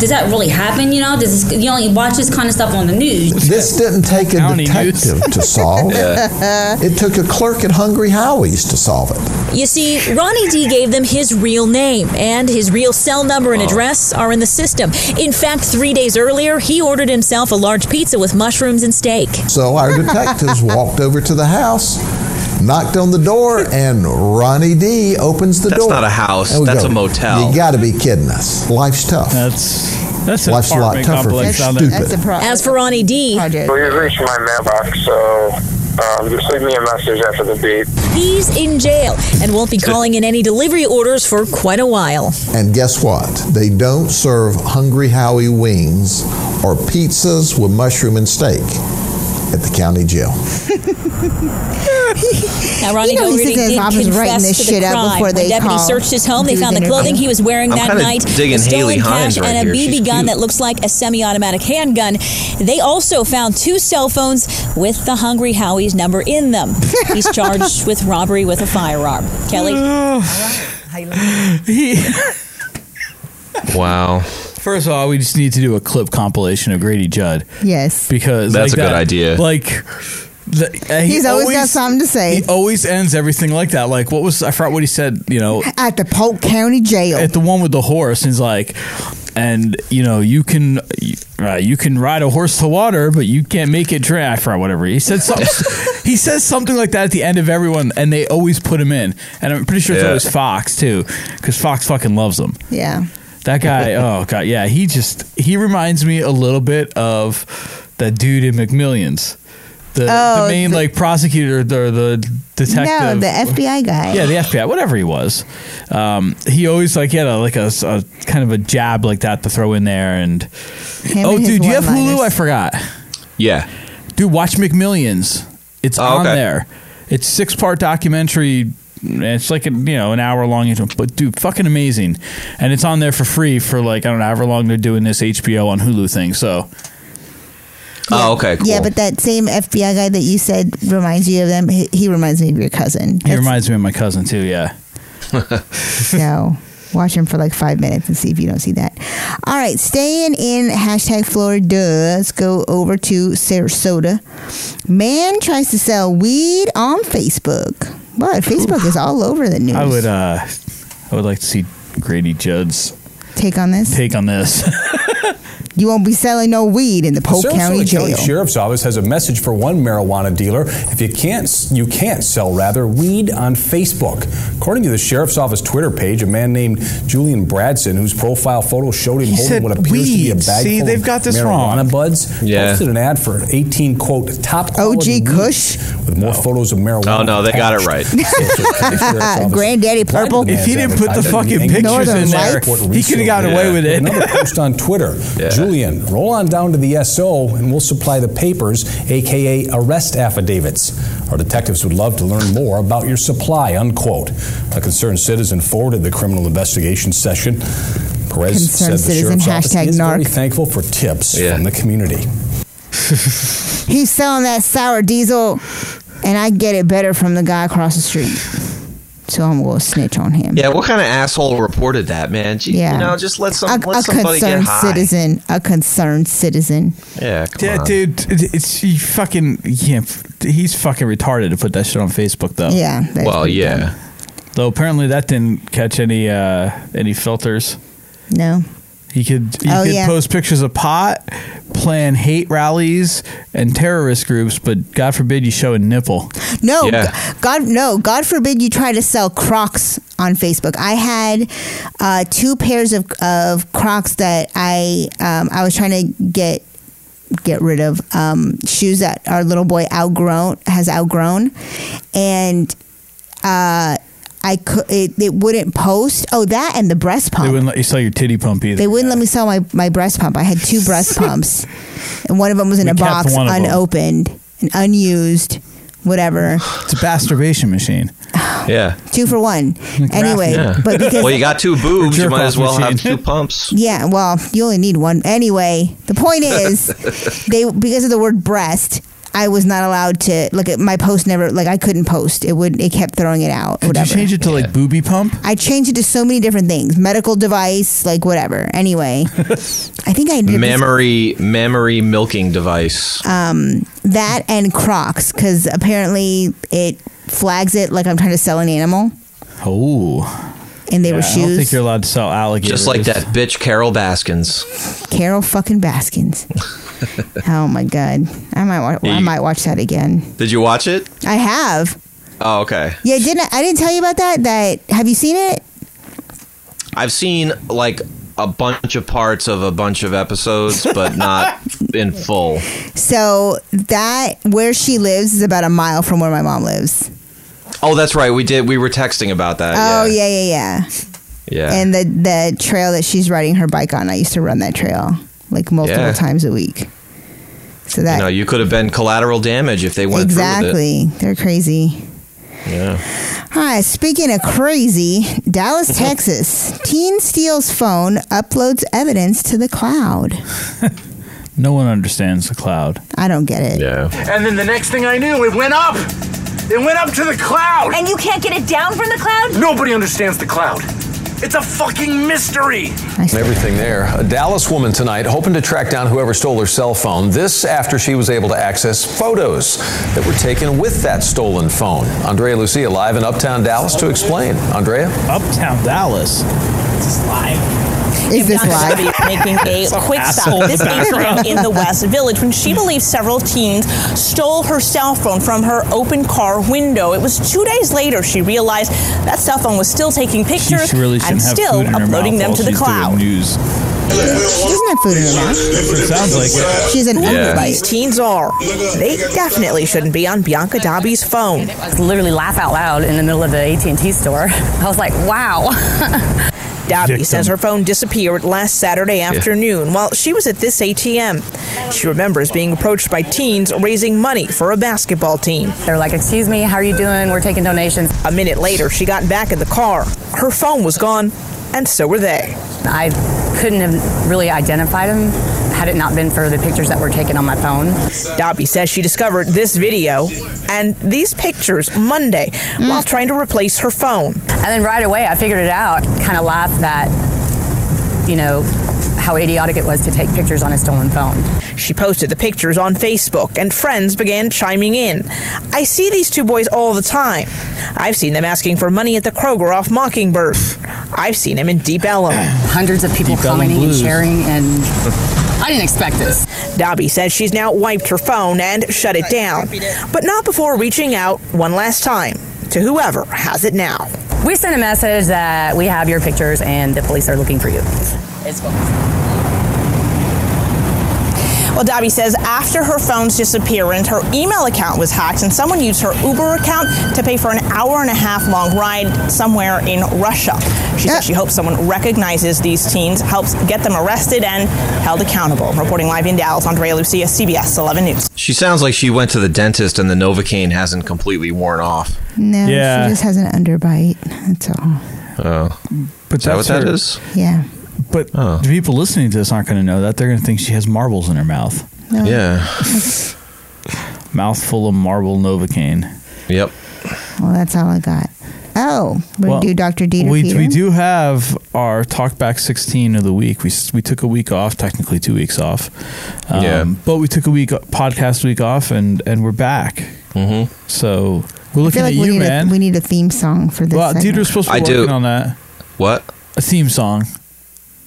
S22: does that really happen? You know, does this, you only watch this kind of stuff on the news?
S20: This didn't take a detective to solve.
S34: Yeah.
S20: It took a clerk at Hungry Howie's to solve it.
S34: You see, Ronnie D gave them his real name, and his real cell number
S20: Oh.
S34: and address are in the system. In fact, three days earlier, he ordered himself a large pizza with mushrooms and steak.
S20: So our detectives walked over to the house knocked on the door, and Ronnie D opens the
S7: That's
S20: door.
S7: not a house.
S20: And we
S7: That's a motel.
S20: You got to be kidding us. Life's tough. That's
S1: that's an
S20: life's a lot
S1: apartment
S20: tougher.
S1: complex
S20: That's
S1: down
S20: stupid.
S1: there.
S34: As for Ronnie D,
S5: Oh,
S3: Well, you've reached my mailbox, so um, just leave me a message after the beep.
S34: he's in jail and won't be calling in any delivery orders for quite a while.
S20: And guess what? They don't serve Hungry Howie wings or pizzas with mushroom and steak at the county jail.
S34: Now, Ronnie
S5: You know,
S34: Doherty
S5: he says his
S34: did
S5: mom was
S34: confess
S5: writing this
S34: to the
S5: shit up
S34: crime.
S5: before
S34: When
S5: they
S34: deputy
S5: called
S34: searched his home. They
S5: to do
S34: found
S5: the
S34: the clothing
S5: interview.
S34: he was wearing
S5: I'm
S34: that
S5: kinda
S34: night,
S5: digging
S34: the stolen
S5: Haley
S34: cash,
S5: Hines right
S34: and a
S5: here.
S34: BB
S5: She's
S34: gun
S5: cute.
S34: that looks like a semi-automatic handgun. They also found two cell phones with the Hungry Howie's number in them. He's charged with robbery with a firearm. Kelly,
S5: Uh,
S7: Wow.
S1: First of all, we just need to do a clip compilation of Grady Judd.
S5: Yes.
S1: Because
S7: That's
S1: like
S7: a good
S1: that-
S7: idea.
S1: Like the, uh, he
S5: He's always got something to say.
S1: He always ends everything like that. Like what was I forgot what he said, you know,
S5: At the Polk County Jail.
S1: at the one with the horse and he's like and you know, you can you, uh, you can ride a horse to water, but you can't make it drink. I forgot whatever. He said something he says something like that at the end of everyone and they always put him in. And I'm pretty sure it's
S5: Yeah.
S1: always Fox too, cuz Fox fucking loves him.
S5: Yeah.
S1: That guy, oh god, yeah, he just he reminds me a little bit of that dude in McMillions. The,
S5: Oh,
S1: the main
S5: the-
S1: like prosecutor or the detective.
S5: No, the FBI guy.
S1: Yeah, the FBI, whatever he was. Um, he always like had a, like a, s- a kind of a jab like that to throw in there. And oh,
S5: and his
S1: dude, do you have Hulu?
S5: one-liners.
S1: I forgot.
S7: Yeah.
S1: Dude, watch McMillions. It's
S7: Oh,
S1: on
S7: okay.
S1: there. It's six part documentary. It's like a, you know an hour long, but dude, fucking amazing, and it's on there for free for like I don't know however long they're doing this HBO on Hulu thing. So,
S7: Oh, okay. Cool.
S5: Yeah, but that same FBI guy that you said reminds you of them. He, he reminds me of your cousin.
S1: he reminds me of my cousin too. Yeah.
S5: So watch him for like five minutes and see if you don't see that. All right, staying in hashtag Florida, let's go over to Sarasota. Man tries to sell weed on Facebook. Well, Facebook is all over the news.
S1: I would uh I would like to see Grady Judd's
S5: Take on this.
S1: take on this.
S5: You won't be selling no weed in the Polk
S4: Sarasota
S5: County Jail.
S4: Sheriff's Office has a message for one marijuana dealer. If you can't, you can't sell rather weed on Facebook. According to the Sheriff's Office Twitter page, a man named Julian Bradson, whose profile photo showed him
S1: He
S4: holding
S1: said
S4: what appears to be a
S1: weed.
S4: bag
S1: See,
S4: full
S1: they've
S4: of
S1: got this
S4: marijuana
S1: wrong.
S4: buds,
S7: Yeah.
S4: posted an ad for 18 quote top quality OG Kush with more photos of marijuana.
S7: Oh no, they got it right.
S5: Granddaddy Purple.
S4: If he didn't put the fucking pictures in there, he could have got away with it. Another post on Twitter. Julian, roll on down to the SO and we'll supply the papers, aka arrest affidavits. Our detectives would love to learn more about your supply, unquote. A concerned citizen forwarded the criminal investigation session. Perez
S5: Concerned
S4: said the
S5: citizen,
S4: sheriff's office
S5: hashtag
S4: is very
S5: narc.
S4: thankful for tips from the community.
S5: He's selling that sour diesel, and I get it better from the guy across the street. So I'm going to snitch on him.
S7: Yeah, what kind of asshole reported that, man? Gee,
S5: Yeah.
S7: You know, just let some
S5: a,
S7: let
S5: a
S7: somebody get
S5: concerned
S7: high.
S5: citizen. A concerned citizen.
S7: Yeah, come
S1: yeah,
S7: on.
S1: dude, it- it's he fucking yeah, he's fucking retarded to put that shit on Facebook though.
S5: Yeah, that's Well, pretty
S7: yeah.
S1: Though apparently that didn't catch any uh any filters.
S5: No.
S1: He could he
S5: Oh,
S1: could
S5: yeah.
S1: post pictures of pot, plan hate rallies and terrorist groups, but God forbid you show a nipple.
S5: No,
S1: Yeah.
S5: g- God, no. God forbid you try to sell Crocs on Facebook. I had uh, two pairs of, of Crocs that I um, I was trying to get get rid of um, shoes that our little boy outgrown has outgrown, and uh, I could it, it wouldn't post. Oh, that and the breast
S1: They
S5: pump.
S1: wouldn't let you sell your titty pump either.
S5: They wouldn't let me sell my, my breast pump. I had two breast pumps, and one of them was in
S1: We
S5: a
S1: kept
S5: box,
S1: one of 'em.
S5: unopened and unused, whatever.
S1: It's a masturbation machine.
S7: yeah.
S5: Two for one. Anyway, but because
S7: well, you got two boobs, you
S1: jerk
S7: might as
S1: off
S7: well have
S1: machine.
S7: two pumps.
S5: yeah, well, you only need one. Anyway, the point is, they because of the word breast, I was not allowed to look at my post. Never like I couldn't post. It would it kept throwing it out.
S1: Could
S5: whatever.
S1: you change it to like booby pump?
S5: I changed it to so many different things: medical device, like whatever. Anyway, I think I did this-
S7: Mammary, mammary milking device.
S5: um, that and Crocs because apparently it flags it like I'm trying to sell an animal,
S1: Oh.
S5: and they were
S1: Yeah, I don't think
S5: shoes.
S1: you're allowed to sell alligators.
S7: Just like that bitch Carol
S5: Uh,
S7: Baskins.
S5: Carol fucking Baskins. oh my god, I might wa- I
S7: You-
S5: might watch that again.
S7: Did you watch it?
S5: I have.
S7: Oh, okay.
S5: Yeah, didn't I, I didn't tell you about that? That have you seen it?
S7: I've seen like a bunch of parts of a bunch of episodes, but not in full.
S5: So that where she lives is about a mile from where my mom lives.
S7: Oh, that's right. We did. We were texting about that.
S5: oh yeah, yeah, yeah.
S7: Uh, Yeah.
S5: And the the trail that she's riding her bike on, I used to run that trail like multiple
S7: Yeah.
S5: times a week. So that
S7: you know, you could have been collateral damage if they went through with it.
S5: exactly, they're crazy.
S7: Yeah.
S5: All right, speaking of crazy, Dallas, Texas. Teen steals phone, uploads evidence to the cloud.
S1: No one understands the cloud.
S5: I don't get it.
S1: Yeah.
S6: And then the next thing I knew, it went up. It went up to the cloud.
S23: And you can't get it down from the cloud?
S6: Nobody understands the cloud. It's a fucking mystery.
S19: And everything there. A Dallas woman tonight hoping to track down whoever stole her cell phone. This after she was able to access photos that were taken with that stolen phone. Andrea Lucia live in Uptown Dallas to explain. Andrea? Uptown Dallas?
S5: Is this live?
S35: making a quick stop this April in the West Village when she believes several teens stole her cell phone from her open car window. It was two days later she realized that cell phone was still taking pictures
S1: She really
S35: and
S1: shouldn't have
S35: still
S1: food in her
S35: uploading them
S1: mouth while
S35: to the
S1: she's doing
S35: cloud.
S1: News.
S5: She doesn't have food in her mouth.
S1: sounds like it.
S35: She's an
S1: Yeah.
S35: Whoever these teens are, they definitely shouldn't be on Bianca Dobby's phone.
S25: literally laugh out loud in the middle of the AT&T store. I was like, wow.
S35: Dobby
S25: Victim.
S35: says her phone disappeared last Saturday afternoon while she was at this ATM. She remembers being approached by teens raising money for a basketball team.
S25: They're like, "Excuse me, how are you doing? We're taking donations."
S35: A minute later, she got back in the car. Her phone was gone, and so were they.
S25: I couldn't have really identified him had it not been for the pictures that were taken on my phone.
S35: Dobby says she discovered this video and these pictures Monday while trying to replace her phone.
S25: Mm. And then right away, I figured it out. Kind of laughed that, you know, how idiotic it was to take pictures on a stolen phone.
S35: She posted the pictures on Facebook, and friends began chiming in. I see these two boys all the time. I've seen them asking for money at the Kroger off Mockingbird. I've seen him in Deep Ellum.
S25: Hundreds of people commenting and sharing, and I didn't expect this.
S35: Dobby says she's now wiped her phone and shut it down, but not before reaching out one last time to whoever has it now.
S25: We sent a message that we have your pictures and the police are looking for you. It's
S35: Well, Dobby says after her phone's disappearance, her email account was hacked and someone used her Uber account to pay for an hour and a half long ride somewhere in Russia. She says she hopes someone recognizes these teens, helps get them arrested and held accountable. Reporting live in Dallas, Andrea Lucia, CBS 11 News.
S7: She sounds like she went to the dentist and the Novocaine hasn't completely worn off.
S5: No,
S7: Yeah.
S5: she just has an underbite. That's all.
S7: Oh.
S1: But
S7: is that what
S1: that's
S7: that
S1: her-
S7: is? Oh.
S5: Yeah.
S1: But the people listening to this aren't going to know that. They're going to think she has marbles in her mouth.
S5: No.
S7: Yeah.
S1: Mouth full of marble Novocaine.
S7: Yep.
S5: Well, that's all I got. Oh, we
S1: Well,
S5: do Dr. Dieter
S1: we,
S5: Peter.
S1: we do have our talk back 16 of the week. We, s- we took a week off, technically two weeks off. Um,
S7: Yeah.
S1: But we took a week podcast week off and, and we're back. Mm-hmm. So we're
S5: I feel
S1: looking
S5: like
S1: at
S5: we,
S1: you,
S5: need
S1: man.
S5: A, we need a theme song for this.
S1: well,
S5: segment.
S1: Dieter's supposed to be
S7: I do.
S1: working on that.
S7: What?
S1: A theme song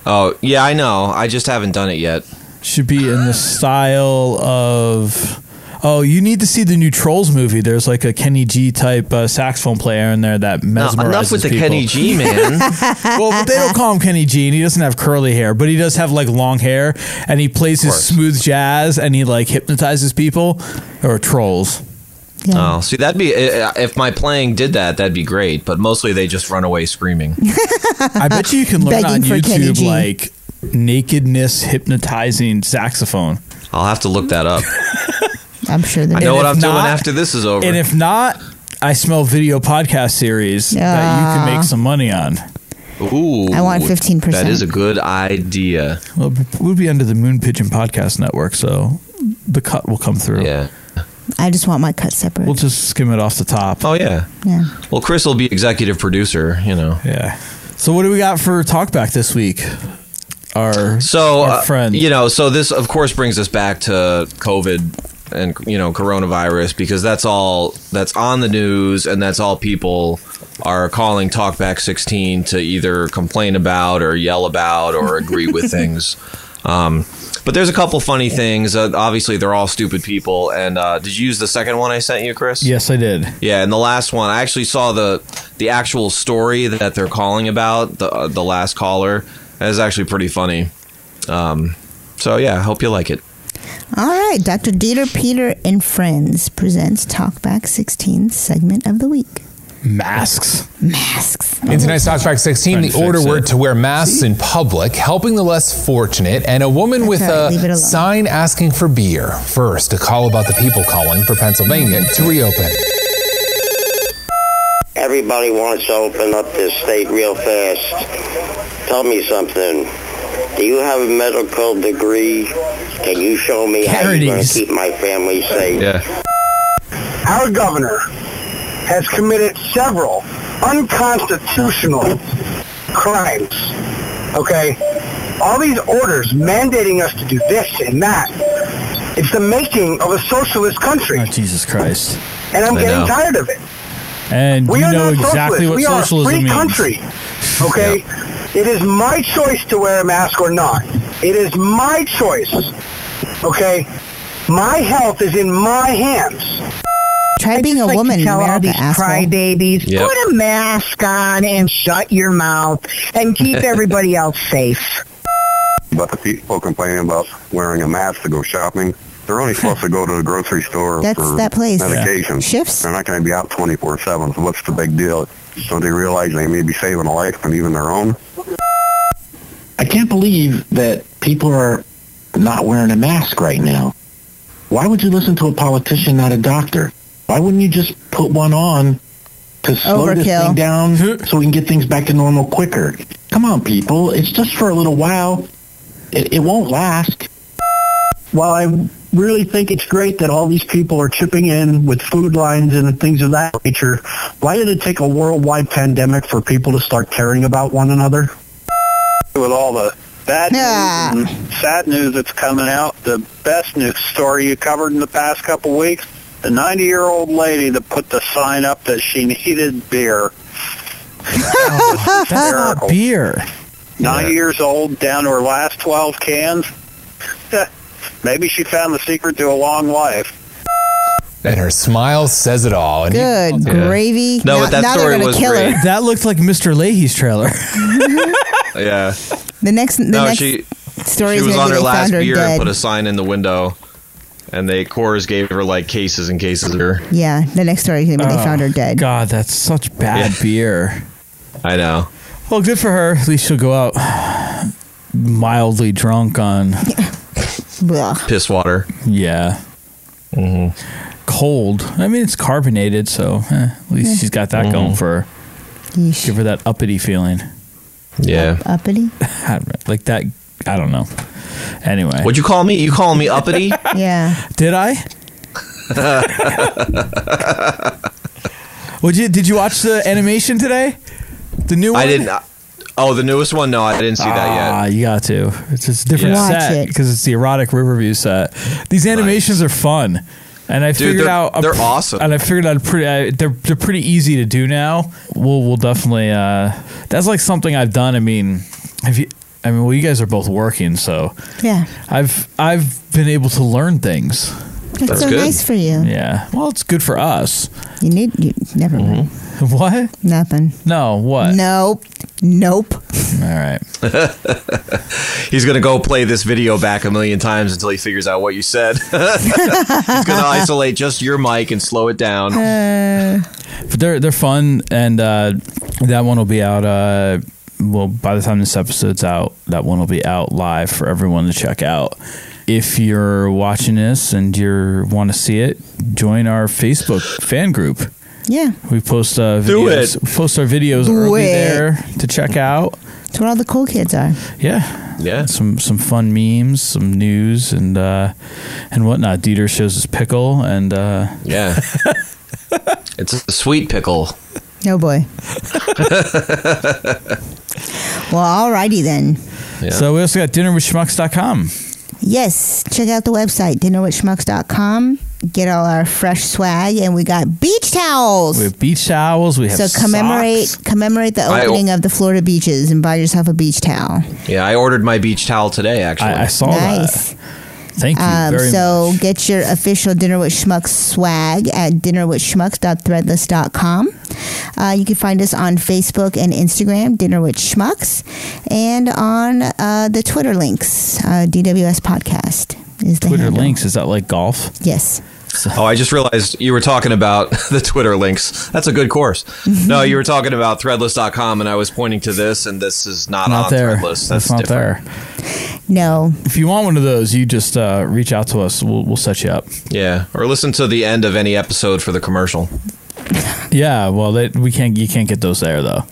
S7: Oh, yeah, I know. I just haven't done it yet.
S1: should be in the style of. Oh, you need to see the new Trolls movie. There's like a Kenny G type uh, saxophone player in there that mesmerizes
S7: enough with the
S1: people.
S7: Kenny G, man.
S1: well, but they don't call him Kenny G, and he doesn't have curly hair, but he does have like long hair, and he plays his smooth jazz, and he like hypnotizes people or trolls.
S7: Oh, see, that'd be i- if my playing did that, that'd be great. But mostly they just run away screaming.
S1: I bet you can learn on
S7: Begging for Kenny
S1: YouTube
S7: G.
S1: like nakedness hypnotizing saxophone.
S7: I'll have to look that up.
S5: I'm sure
S7: I
S5: that
S7: know what I'm doing after this is over.
S1: And if not, I smell video podcast series that you
S5: Yeah.
S1: can make some money on.
S7: Ooh,
S5: I want 15%.
S7: That is a good idea.
S1: Well, b- we'll be under the Moon Pigeon Podcast Network, so the cut will come through.
S7: Yeah.
S5: I just want my cut separate.
S1: We'll just skim it off the top.
S7: Oh yeah.
S5: Yeah.
S7: Well, Chris will be executive producer. You know.
S1: Yeah. So what do we got for talkback this week? Our
S7: so
S1: our
S7: uh,
S1: friend.
S7: you know so this of course brings us back to covid and you know coronavirus because that's all that's on the news and that's all people are calling talkback 16 to either complain about or yell about or agree with things um, But there's a couple funny things. Uh, obviously, they're all stupid people. And uh, did you use the second one I sent you, Chris?
S1: Yes, I did.
S7: Yeah, and the last one, I actually saw the the actual story that they're calling about the uh, the last caller. That is actually pretty funny. Um, so yeah, I hope you like it.
S5: All right, Dr. Dieter Peter and Friends presents Talkback 16 segment of the week.
S1: Masks.
S5: Masks.
S12: In tonight's Talk Track 16,
S5: Trying to
S12: the order
S5: fix it.
S12: word to wear masks in public, helping the less fortunate, and a woman with
S5: right, leave it
S12: a
S5: alone.
S12: sign asking for beer. First, a call about the people calling for Pennsylvania to reopen.
S8: Everybody wants to open up this state real fast. Tell me something. Do you have a medical degree? Can you show me how you're going to
S9: Parodies.
S8: keep my family safe?
S9: Yeah. Our governor has committed several unconstitutional crimes. Okay? All these orders mandating us to do this and that. It's the making of a socialist country.
S1: Oh, Jesus Christ.
S9: And I'm
S1: I
S9: getting
S1: know.
S9: tired of it.
S1: And
S9: We
S1: you
S9: are
S1: know
S9: not
S1: exactly
S9: socialists.
S1: what
S9: we are
S1: socialism
S9: a free
S1: means.
S9: country. Okay? It is my choice to wear a mask or not. It is my choice. Okay? My health is in my hands.
S5: Try being a woman in
S10: tell all
S5: America,
S10: these
S5: asshole.
S10: crybabies,
S5: Yep.
S10: put a mask on and shut your mouth and keep everybody else safe.
S11: But the people complaining about wearing a mask to go shopping, they're only supposed to go to the grocery store
S5: That's
S11: for
S5: that place.
S11: medication.
S5: Shifts.
S11: They're not going to be out 24-7, so what's the big deal? Don't they realize they may be saving a life and even their own?
S36: I can't believe that people are not wearing a mask right now. Why would you listen to a politician, not a doctor? Why wouldn't you just put one on to slow this
S5: Overkill.
S36: thing down so we can get things back to normal quicker? Come on, people. It's just for a little while. It, it won't last.
S10: While I really think it's great that all these people are chipping in with food lines and things of that nature, why did it take a worldwide pandemic for people to start caring about one another?
S9: with all the bad news and sad news that's coming out, the best news story you covered in the past couple weeks, the 90-year-old lady that put the sign up that she needed beer. Hysterical.
S1: Oh, Beer.
S9: 90 years old, down to her last 12 cans. Maybe she found the secret to a long life.
S12: And her smile says it all. And
S5: Good gravy.
S12: No, but that story
S5: they're gonna
S12: was
S5: kill
S12: great.
S5: her.
S1: That looked like Mr. Leahy's trailer.
S7: Yeah.
S5: The next, the
S7: no,
S5: next
S7: she
S5: story
S7: she
S5: is
S7: was
S5: gonna
S7: on
S5: be
S7: her
S5: they
S7: last
S5: found her
S7: beer and
S5: dead.
S7: put a sign in the window, and they Coors gave her like cases and cases of beer.
S5: yeah, the next story is gonna be they
S1: Oh,
S5: found her dead.
S1: God, that's such bad beer.
S7: I know.
S1: Well, good for her. At least she'll go out mildly drunk on
S5: Blah.
S7: piss water. Mm-hmm.
S1: Yeah. Cold. I mean, it's carbonated, so eh, at least
S5: Yeah.
S1: she's got that
S7: Mm-hmm.
S1: going for her.
S5: Yeesh.
S1: Give her that uppity feeling.
S7: Yeah.
S5: Uppity.
S1: I don't know, like that. I don't know. Anyway,
S7: What'd you call me? You call me uppity?
S5: Yeah.
S1: Did I? Would you? Did you watch the animation today? The new one.
S7: I didn't. Oh, the newest one? No, I didn't see that yet.
S1: Ah, you got to. It's just a different
S7: Yeah. Watch
S1: set
S7: it.
S1: because it's the erotic riverview set. These animations are fun, and I
S7: Dude,
S1: figured
S7: they're-
S1: out a
S7: they're
S1: pr-
S7: awesome.
S1: And I figured out pretty. I, they're they're pretty easy to do now. We'll we'll definitely. Uh, that's like something I've done. I mean, have you? I mean, well, you guys are both working, so
S5: Yeah.
S1: I've I've been able to learn things.
S5: That's, so nice for you.
S1: Yeah. Well, it's good for us.
S5: You need you never mind.
S7: Mm-hmm.
S1: What?
S5: Nothing.
S1: No. What?
S5: Nope. Nope.
S1: Ah, All right.
S7: He's gonna go play this video back a million times until he figures out what you said. He's gonna isolate just your mic and slow it down.
S1: but Uh, they're they're fun, and uh, that one will be out. Uh, well, by the time this episode's out, that one will be out live for everyone to check out. If you're watching this and you want to see it, join our Facebook fan group.
S5: Yeah.
S1: We post uh, videos.
S5: Do
S1: We Post our videos
S5: Do
S1: early
S5: it.
S1: there to check out.
S5: That's where all the cool kids are.
S1: Yeah.
S7: Yeah.
S1: Some some fun memes, some news and uh and whatnot. Dieter shows his pickle and uh
S7: Yeah. it's a sweet pickle.
S5: No boy. Well, alrighty then.
S1: So we also got dinner with schmucks.com.
S5: Yes, check out the website, dinnerwithschmucks.com. Get all our fresh swag, and we got beach towels.
S1: We have beach towels. We have
S5: so commemorate commemorate the
S7: I-
S5: opening of the Florida beaches and buy yourself a beach towel.
S7: Yeah, I ordered my beach towel today. Actually, I,
S1: saw
S5: Nice. Um,
S1: Thank you very
S5: so get your official Dinner with Schmucks swag at dinnerwithschmucks.threadless.com. Uh, you can find us on Facebook and Instagram, Dinner with Schmucks, and on uh, the Twitter links, uh, DWS Podcast is the
S1: Twitter
S5: handle.
S1: links. Is that like golf?
S5: Yes.
S7: Oh, I just realized you were talking about the Twitter links. That's a good course. No, you were talking about threadless.com, and I was pointing to this, and this is not,
S1: not
S7: on
S1: there.
S7: threadless. That's
S1: That's not
S7: different.
S1: there.
S5: No.
S1: If you want one of those, you just uh, reach out to us. We'll, we'll set you up.
S7: Yeah, or listen to the end of any episode for the commercial.
S1: Yeah. Well, they, we can't. You can't get those there though.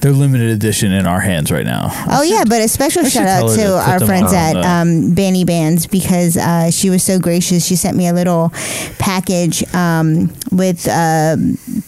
S1: They're limited edition in our hands right now.
S5: Oh yeah, but a special
S1: should
S5: shout
S1: tell
S5: out
S1: her
S5: to
S1: to put
S5: our
S1: them
S5: friends
S1: on
S5: at
S1: the-
S5: um, Banny Bands because uh, she was so gracious. She sent me a little package um, with uh,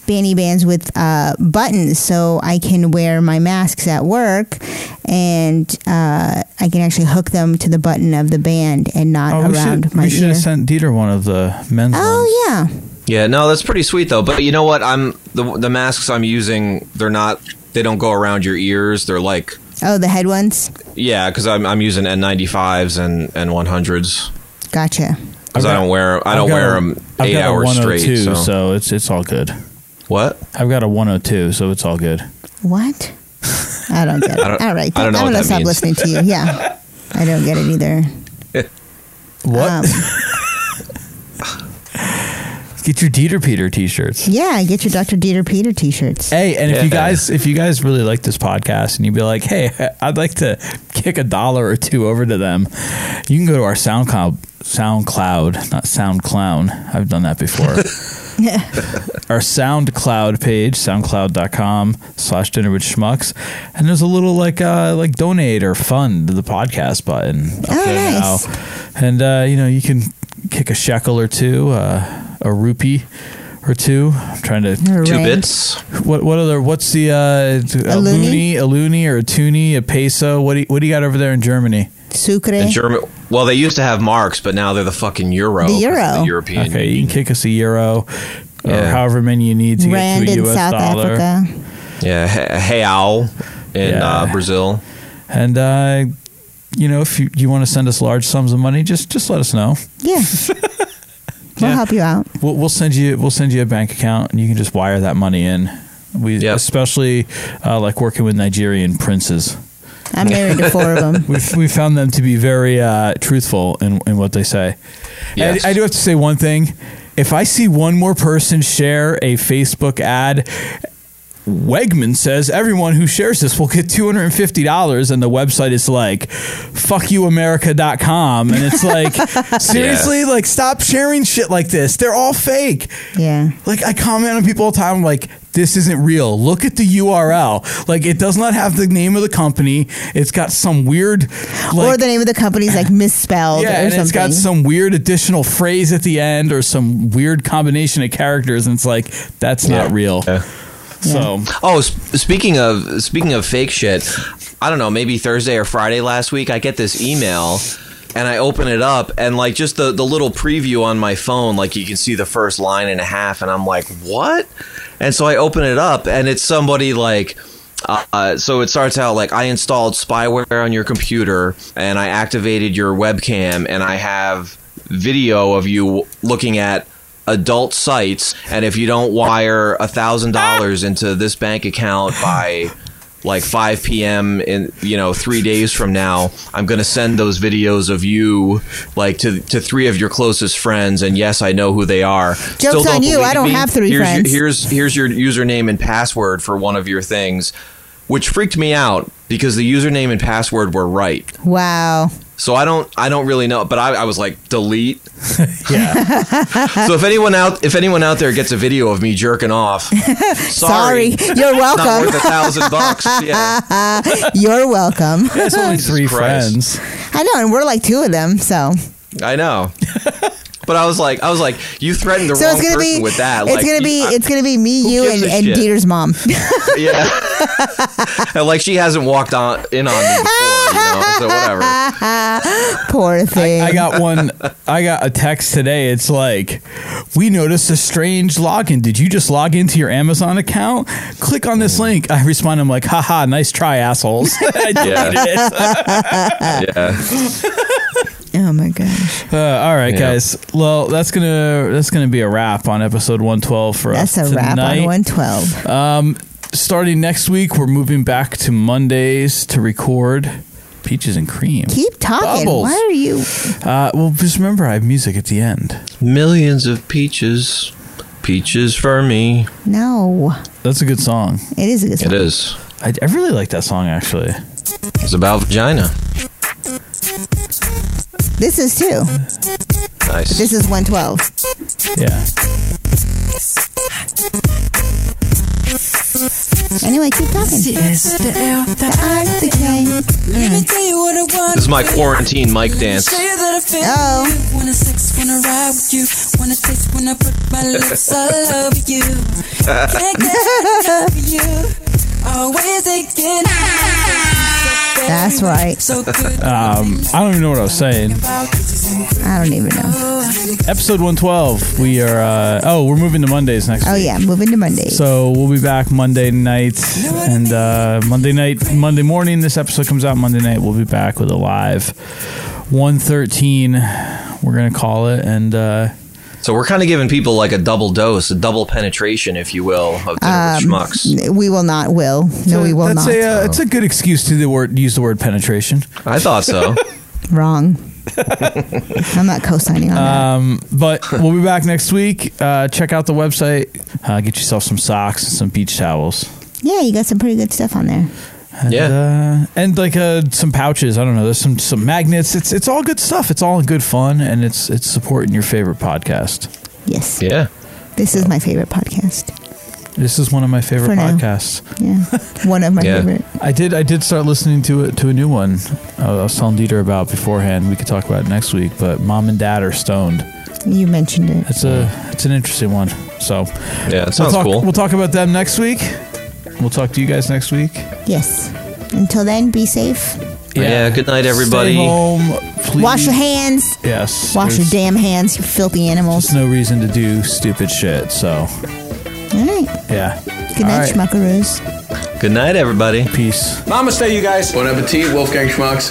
S5: Banny Bands with uh, buttons, so I can wear my masks at work, and uh, I can actually hook them to the button of the band and not
S1: Oh, we
S5: around
S1: should,
S5: my
S1: we should
S5: ear.
S1: have sent Dieter one of the men's.
S5: Oh yeah.
S7: Yeah, no, that's pretty sweet though. But you know what? I'm the the masks I'm using. They're not. They don't go around your ears. They're like
S5: Oh, the head ones.
S7: yeah, because I'm I'm using N95s and and 100s
S5: Gotcha.
S7: because I don't wear I
S1: I've
S7: don't
S1: got
S7: wear
S1: a-
S7: them
S1: I've
S7: eight
S1: got a
S7: hours straight.
S1: 102,
S7: So.
S1: so it's it's all good.
S7: What?
S1: I've got a 102, so it's all good.
S5: What? I don't get it.
S1: I don't-
S5: All right,
S1: I don't know
S5: I'm
S1: what
S5: gonna
S1: that
S5: stop
S1: means.
S5: listening to you. Yeah, I don't get it either.
S1: What?
S5: Um,
S1: Get your Dieter Peter t-shirts.
S5: yeah, get your Dr. Dieter Peter T-shirts.
S1: Hey, and if you guys if you guys really like this podcast and you'd be like, hey, I'd like to kick a dollar or two over to them, you can go to our SoundCloud SoundCloud, not SoundClown. I've done that before. our SoundCloud page, soundcloud.com slash dinner with schmucks. And there's a little like uh like donate or fund the podcast button up
S5: Oh,
S1: there
S5: nice.
S1: now. And uh, you know, you can kick a shekel or two, uh, a rupee or two. I'm trying to
S5: Two Hooray. bits.
S1: What what other what's the uh a,
S5: loony?
S1: loony, a loony or a toonie, a peso? What do you, what do you got over there in Germany?
S5: Sucre.
S7: In German, well, they used to have marks, but now they're the fucking euro.
S5: The euro.
S7: European.
S1: Okay, you can kick us a euro or
S7: Yeah.
S1: however many you need to
S5: Rand
S1: get to
S5: in
S1: a US
S5: South
S1: dollar.
S5: Africa.
S7: Yeah, he- real in uh, Brazil.
S1: And uh, you know, if you, you want to send us large sums of money, just just let us know.
S5: Yeah. We'll help you out.
S1: We'll, we'll send you we'll send you a bank account, and you can just wire that money in. We especially uh, like working with Nigerian princes.
S5: I'm married to four of them.
S1: we we found them to be very uh, truthful in, in what they say. And
S7: Yes.
S1: I, do have to say one thing. If I see one more person share a Facebook ad, Wegman says everyone who shares this will get $250 and the website is like fuckyouamerica.com and it's like seriously
S12: Yeah.
S1: like stop sharing shit like this. They're all fake.
S5: Yeah.
S1: Like I comment on people all the time I'm like this isn't real. Look at the URL. Like it does not have the name of the company. It's got some weird like
S5: or the name of the company's like misspelled
S1: yeah,
S5: or
S1: and
S5: something.
S1: it's got some weird additional phrase at the end or some weird combination of characters, and it's like that's not real. So
S7: Oh, sp- speaking of speaking of fake shit, I don't know. Maybe Thursday or Friday last week, I get this email, and I open it up, and like just the the little preview on my phone, like you can see the first line and a half, and I'm like, what? And so I open it up, and it's somebody like. Uh, uh, so it starts out like I installed spyware on your computer and I activated your webcam and I have video of you looking at adult sites and if you don't wire a thousand dollars into this bank account by like 5 p.m. in you know three days from now i'm going to send those videos of you like to to three of your closest friends and yes i know who they are
S5: Joke's on you, I don't have three
S7: here's
S5: friends.
S7: your, here's here's your username and password for one of your things which freaked me out because the username and password were right
S5: wow.
S7: so i don't i don't really know but i, I was like delete so
S5: so
S7: if anyone out if anyone out there gets a video of me jerking off,
S5: sorry. You're
S7: Not
S5: welcome.
S7: worth a thousand bucks, yeah.
S5: You're welcome.
S1: it's only three friends.
S5: I know, and we're like two of them, so
S7: I know. But I was like, I was like, you threatened the
S5: so
S7: wrong
S5: it's gonna
S7: person
S5: be
S7: with that.
S5: it's
S7: like,
S5: gonna be
S7: you-
S5: it's gonna be me, you,
S7: gives
S5: and,
S7: a
S5: and
S7: shit?
S5: Dieter's mom.
S7: yeah. and like she hasn't walked on in on me before. know, so whatever.
S5: Poor thing.
S1: I got one. I got a text today. It's like, we noticed a strange login. Did you just log into your Amazon account? Click on this link. I respond. I'm like, haha, nice try, assholes. I did it.
S5: oh my gosh.
S1: Uh, all right, guys. Well, that's gonna that's gonna be a wrap on episode 112 for
S5: That's
S1: us
S5: a wrap on
S1: tonight.
S5: 112.
S1: Um, starting next week, we're moving back to Mondays to record peaches and cream.
S5: Keep talking.
S1: Bubbles.
S5: Why are you?
S1: Uh, well, just remember, I have music at the end.
S7: Millions of peaches, peaches for me.
S5: No,
S1: That's a good song.
S5: it is a good.
S7: It is.
S1: I, I really like that song actually.
S7: It's about vagina.
S5: This is two.
S7: Nice.
S5: But this is 112.
S1: Yeah.
S5: Anyway, keep talking.
S23: Yes, the L, the
S5: I, the K.
S23: Let me tell you what I want.
S7: This is my quarantine mic dance.
S23: Say that I feel you. Wanna sex, wanna ride with you. Wanna taste, wanna put my lips all over you. Can't get enough of you. Always again.
S5: That's right.
S1: Um, I don't even know what I was saying.
S5: I don't even know.
S1: Episode 112. We are. Uh, oh, we're moving to Mondays next.
S5: Oh
S1: week.
S5: yeah, moving to Monday.
S1: So we'll be back Monday night and uh, Monday night, Monday morning. This episode comes out Monday night. We'll be back with a live 113. We're gonna call it and. Uh,
S7: So we're kind of giving people like a double dose, a double penetration, if you will, of different
S5: Um,
S7: schmucks.
S5: n- we will not. Will no, we will
S1: that's
S5: not.
S1: A, uh, It's a good excuse to the word use the word penetration.
S7: I thought so.
S5: Wrong. I'm not co-signing on that.
S1: Um, but we'll be back next week. Uh, check out the website. Uh, get yourself some socks and some beach towels.
S5: Yeah, you got some pretty good stuff on there.
S1: And, yeah, uh, and like uh, some pouches. I don't know. There's some some magnets. It's it's all good stuff. It's all good fun, and it's it's supporting your favorite podcast.
S5: Yes.
S7: Yeah.
S5: This is my favorite podcast.
S1: This is one of my favorite
S5: For now.
S1: podcasts.
S5: Yeah, one of my favorite.
S1: I did. I did start listening to it to a new one. Uh, I was telling Dieter about beforehand. We could talk about it next week. But mom and dad are stoned.
S5: You mentioned it.
S1: It's a it's an interesting one. So
S7: yeah, it sounds
S1: we'll talk,
S7: cool.
S1: We'll talk about them next week. We'll talk to you guys next week.
S5: Yes. Until then, be safe.
S7: Yeah. good night, everybody.
S1: Stay home, please.
S5: Wash your hands.
S1: Yes.
S5: Wash your
S1: there's
S5: damn hands, you filthy animals.
S1: no reason to do stupid shit. So
S5: All right.
S1: yeah.
S5: Good
S1: All
S5: night,
S1: right.
S5: schmuckaroos.
S7: Good night, everybody.
S1: Peace.
S12: Namaste, you guys. Bon appetit, Wolfgang Schmucks.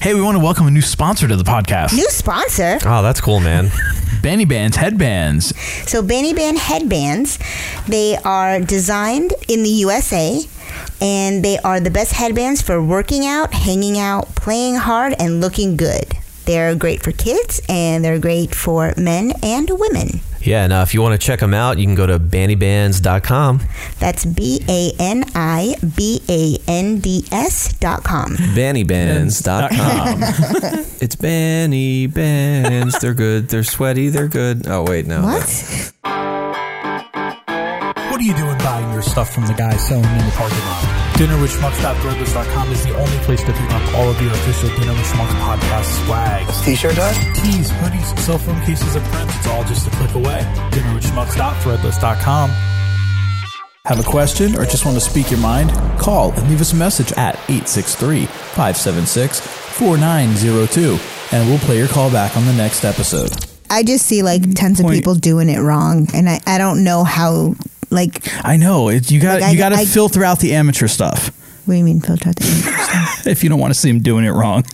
S2: Hey, we want to welcome a new sponsor to the podcast.
S5: New sponsor.
S2: Oh, that's cool, man. Benny Bands Headbands.
S5: So Benny Band headbands, they are designed in the USA and they are the best headbands for working out, hanging out, playing hard and looking good. They're great for kids and they're great for men and women.
S26: Yeah, and uh, if you want to check them out, you can go to bandybands.com.
S5: That's B A N I B A N D S dot com.
S26: Bandybands.com. it's Banny Bands. They're good. They're sweaty. They're good. Oh, wait, no.
S2: What? What are you doing buying your stuff from the guy selling in the parking lot? DinnerWithSchmucks.threadless.com is the only place to pick up all of your official Dinner with Schmucks podcast swag. T-shirt does? Tees, hoodies, cell phone cases, and prints. It's all just a click away. DinnerWithSchmucks.threadless.com.
S1: Have a question or just want to speak your mind? Call and leave us a message at 863 576 4902 and we'll play your call back on the next episode.
S5: I just see like tons of people doing it wrong and I, I don't know how like
S1: I know. It, you got
S5: Like, I-
S1: you got to
S5: I-
S1: filter out the amateur stuff
S5: what do you mean filter out the
S1: if you don't want to see them doing it wrong.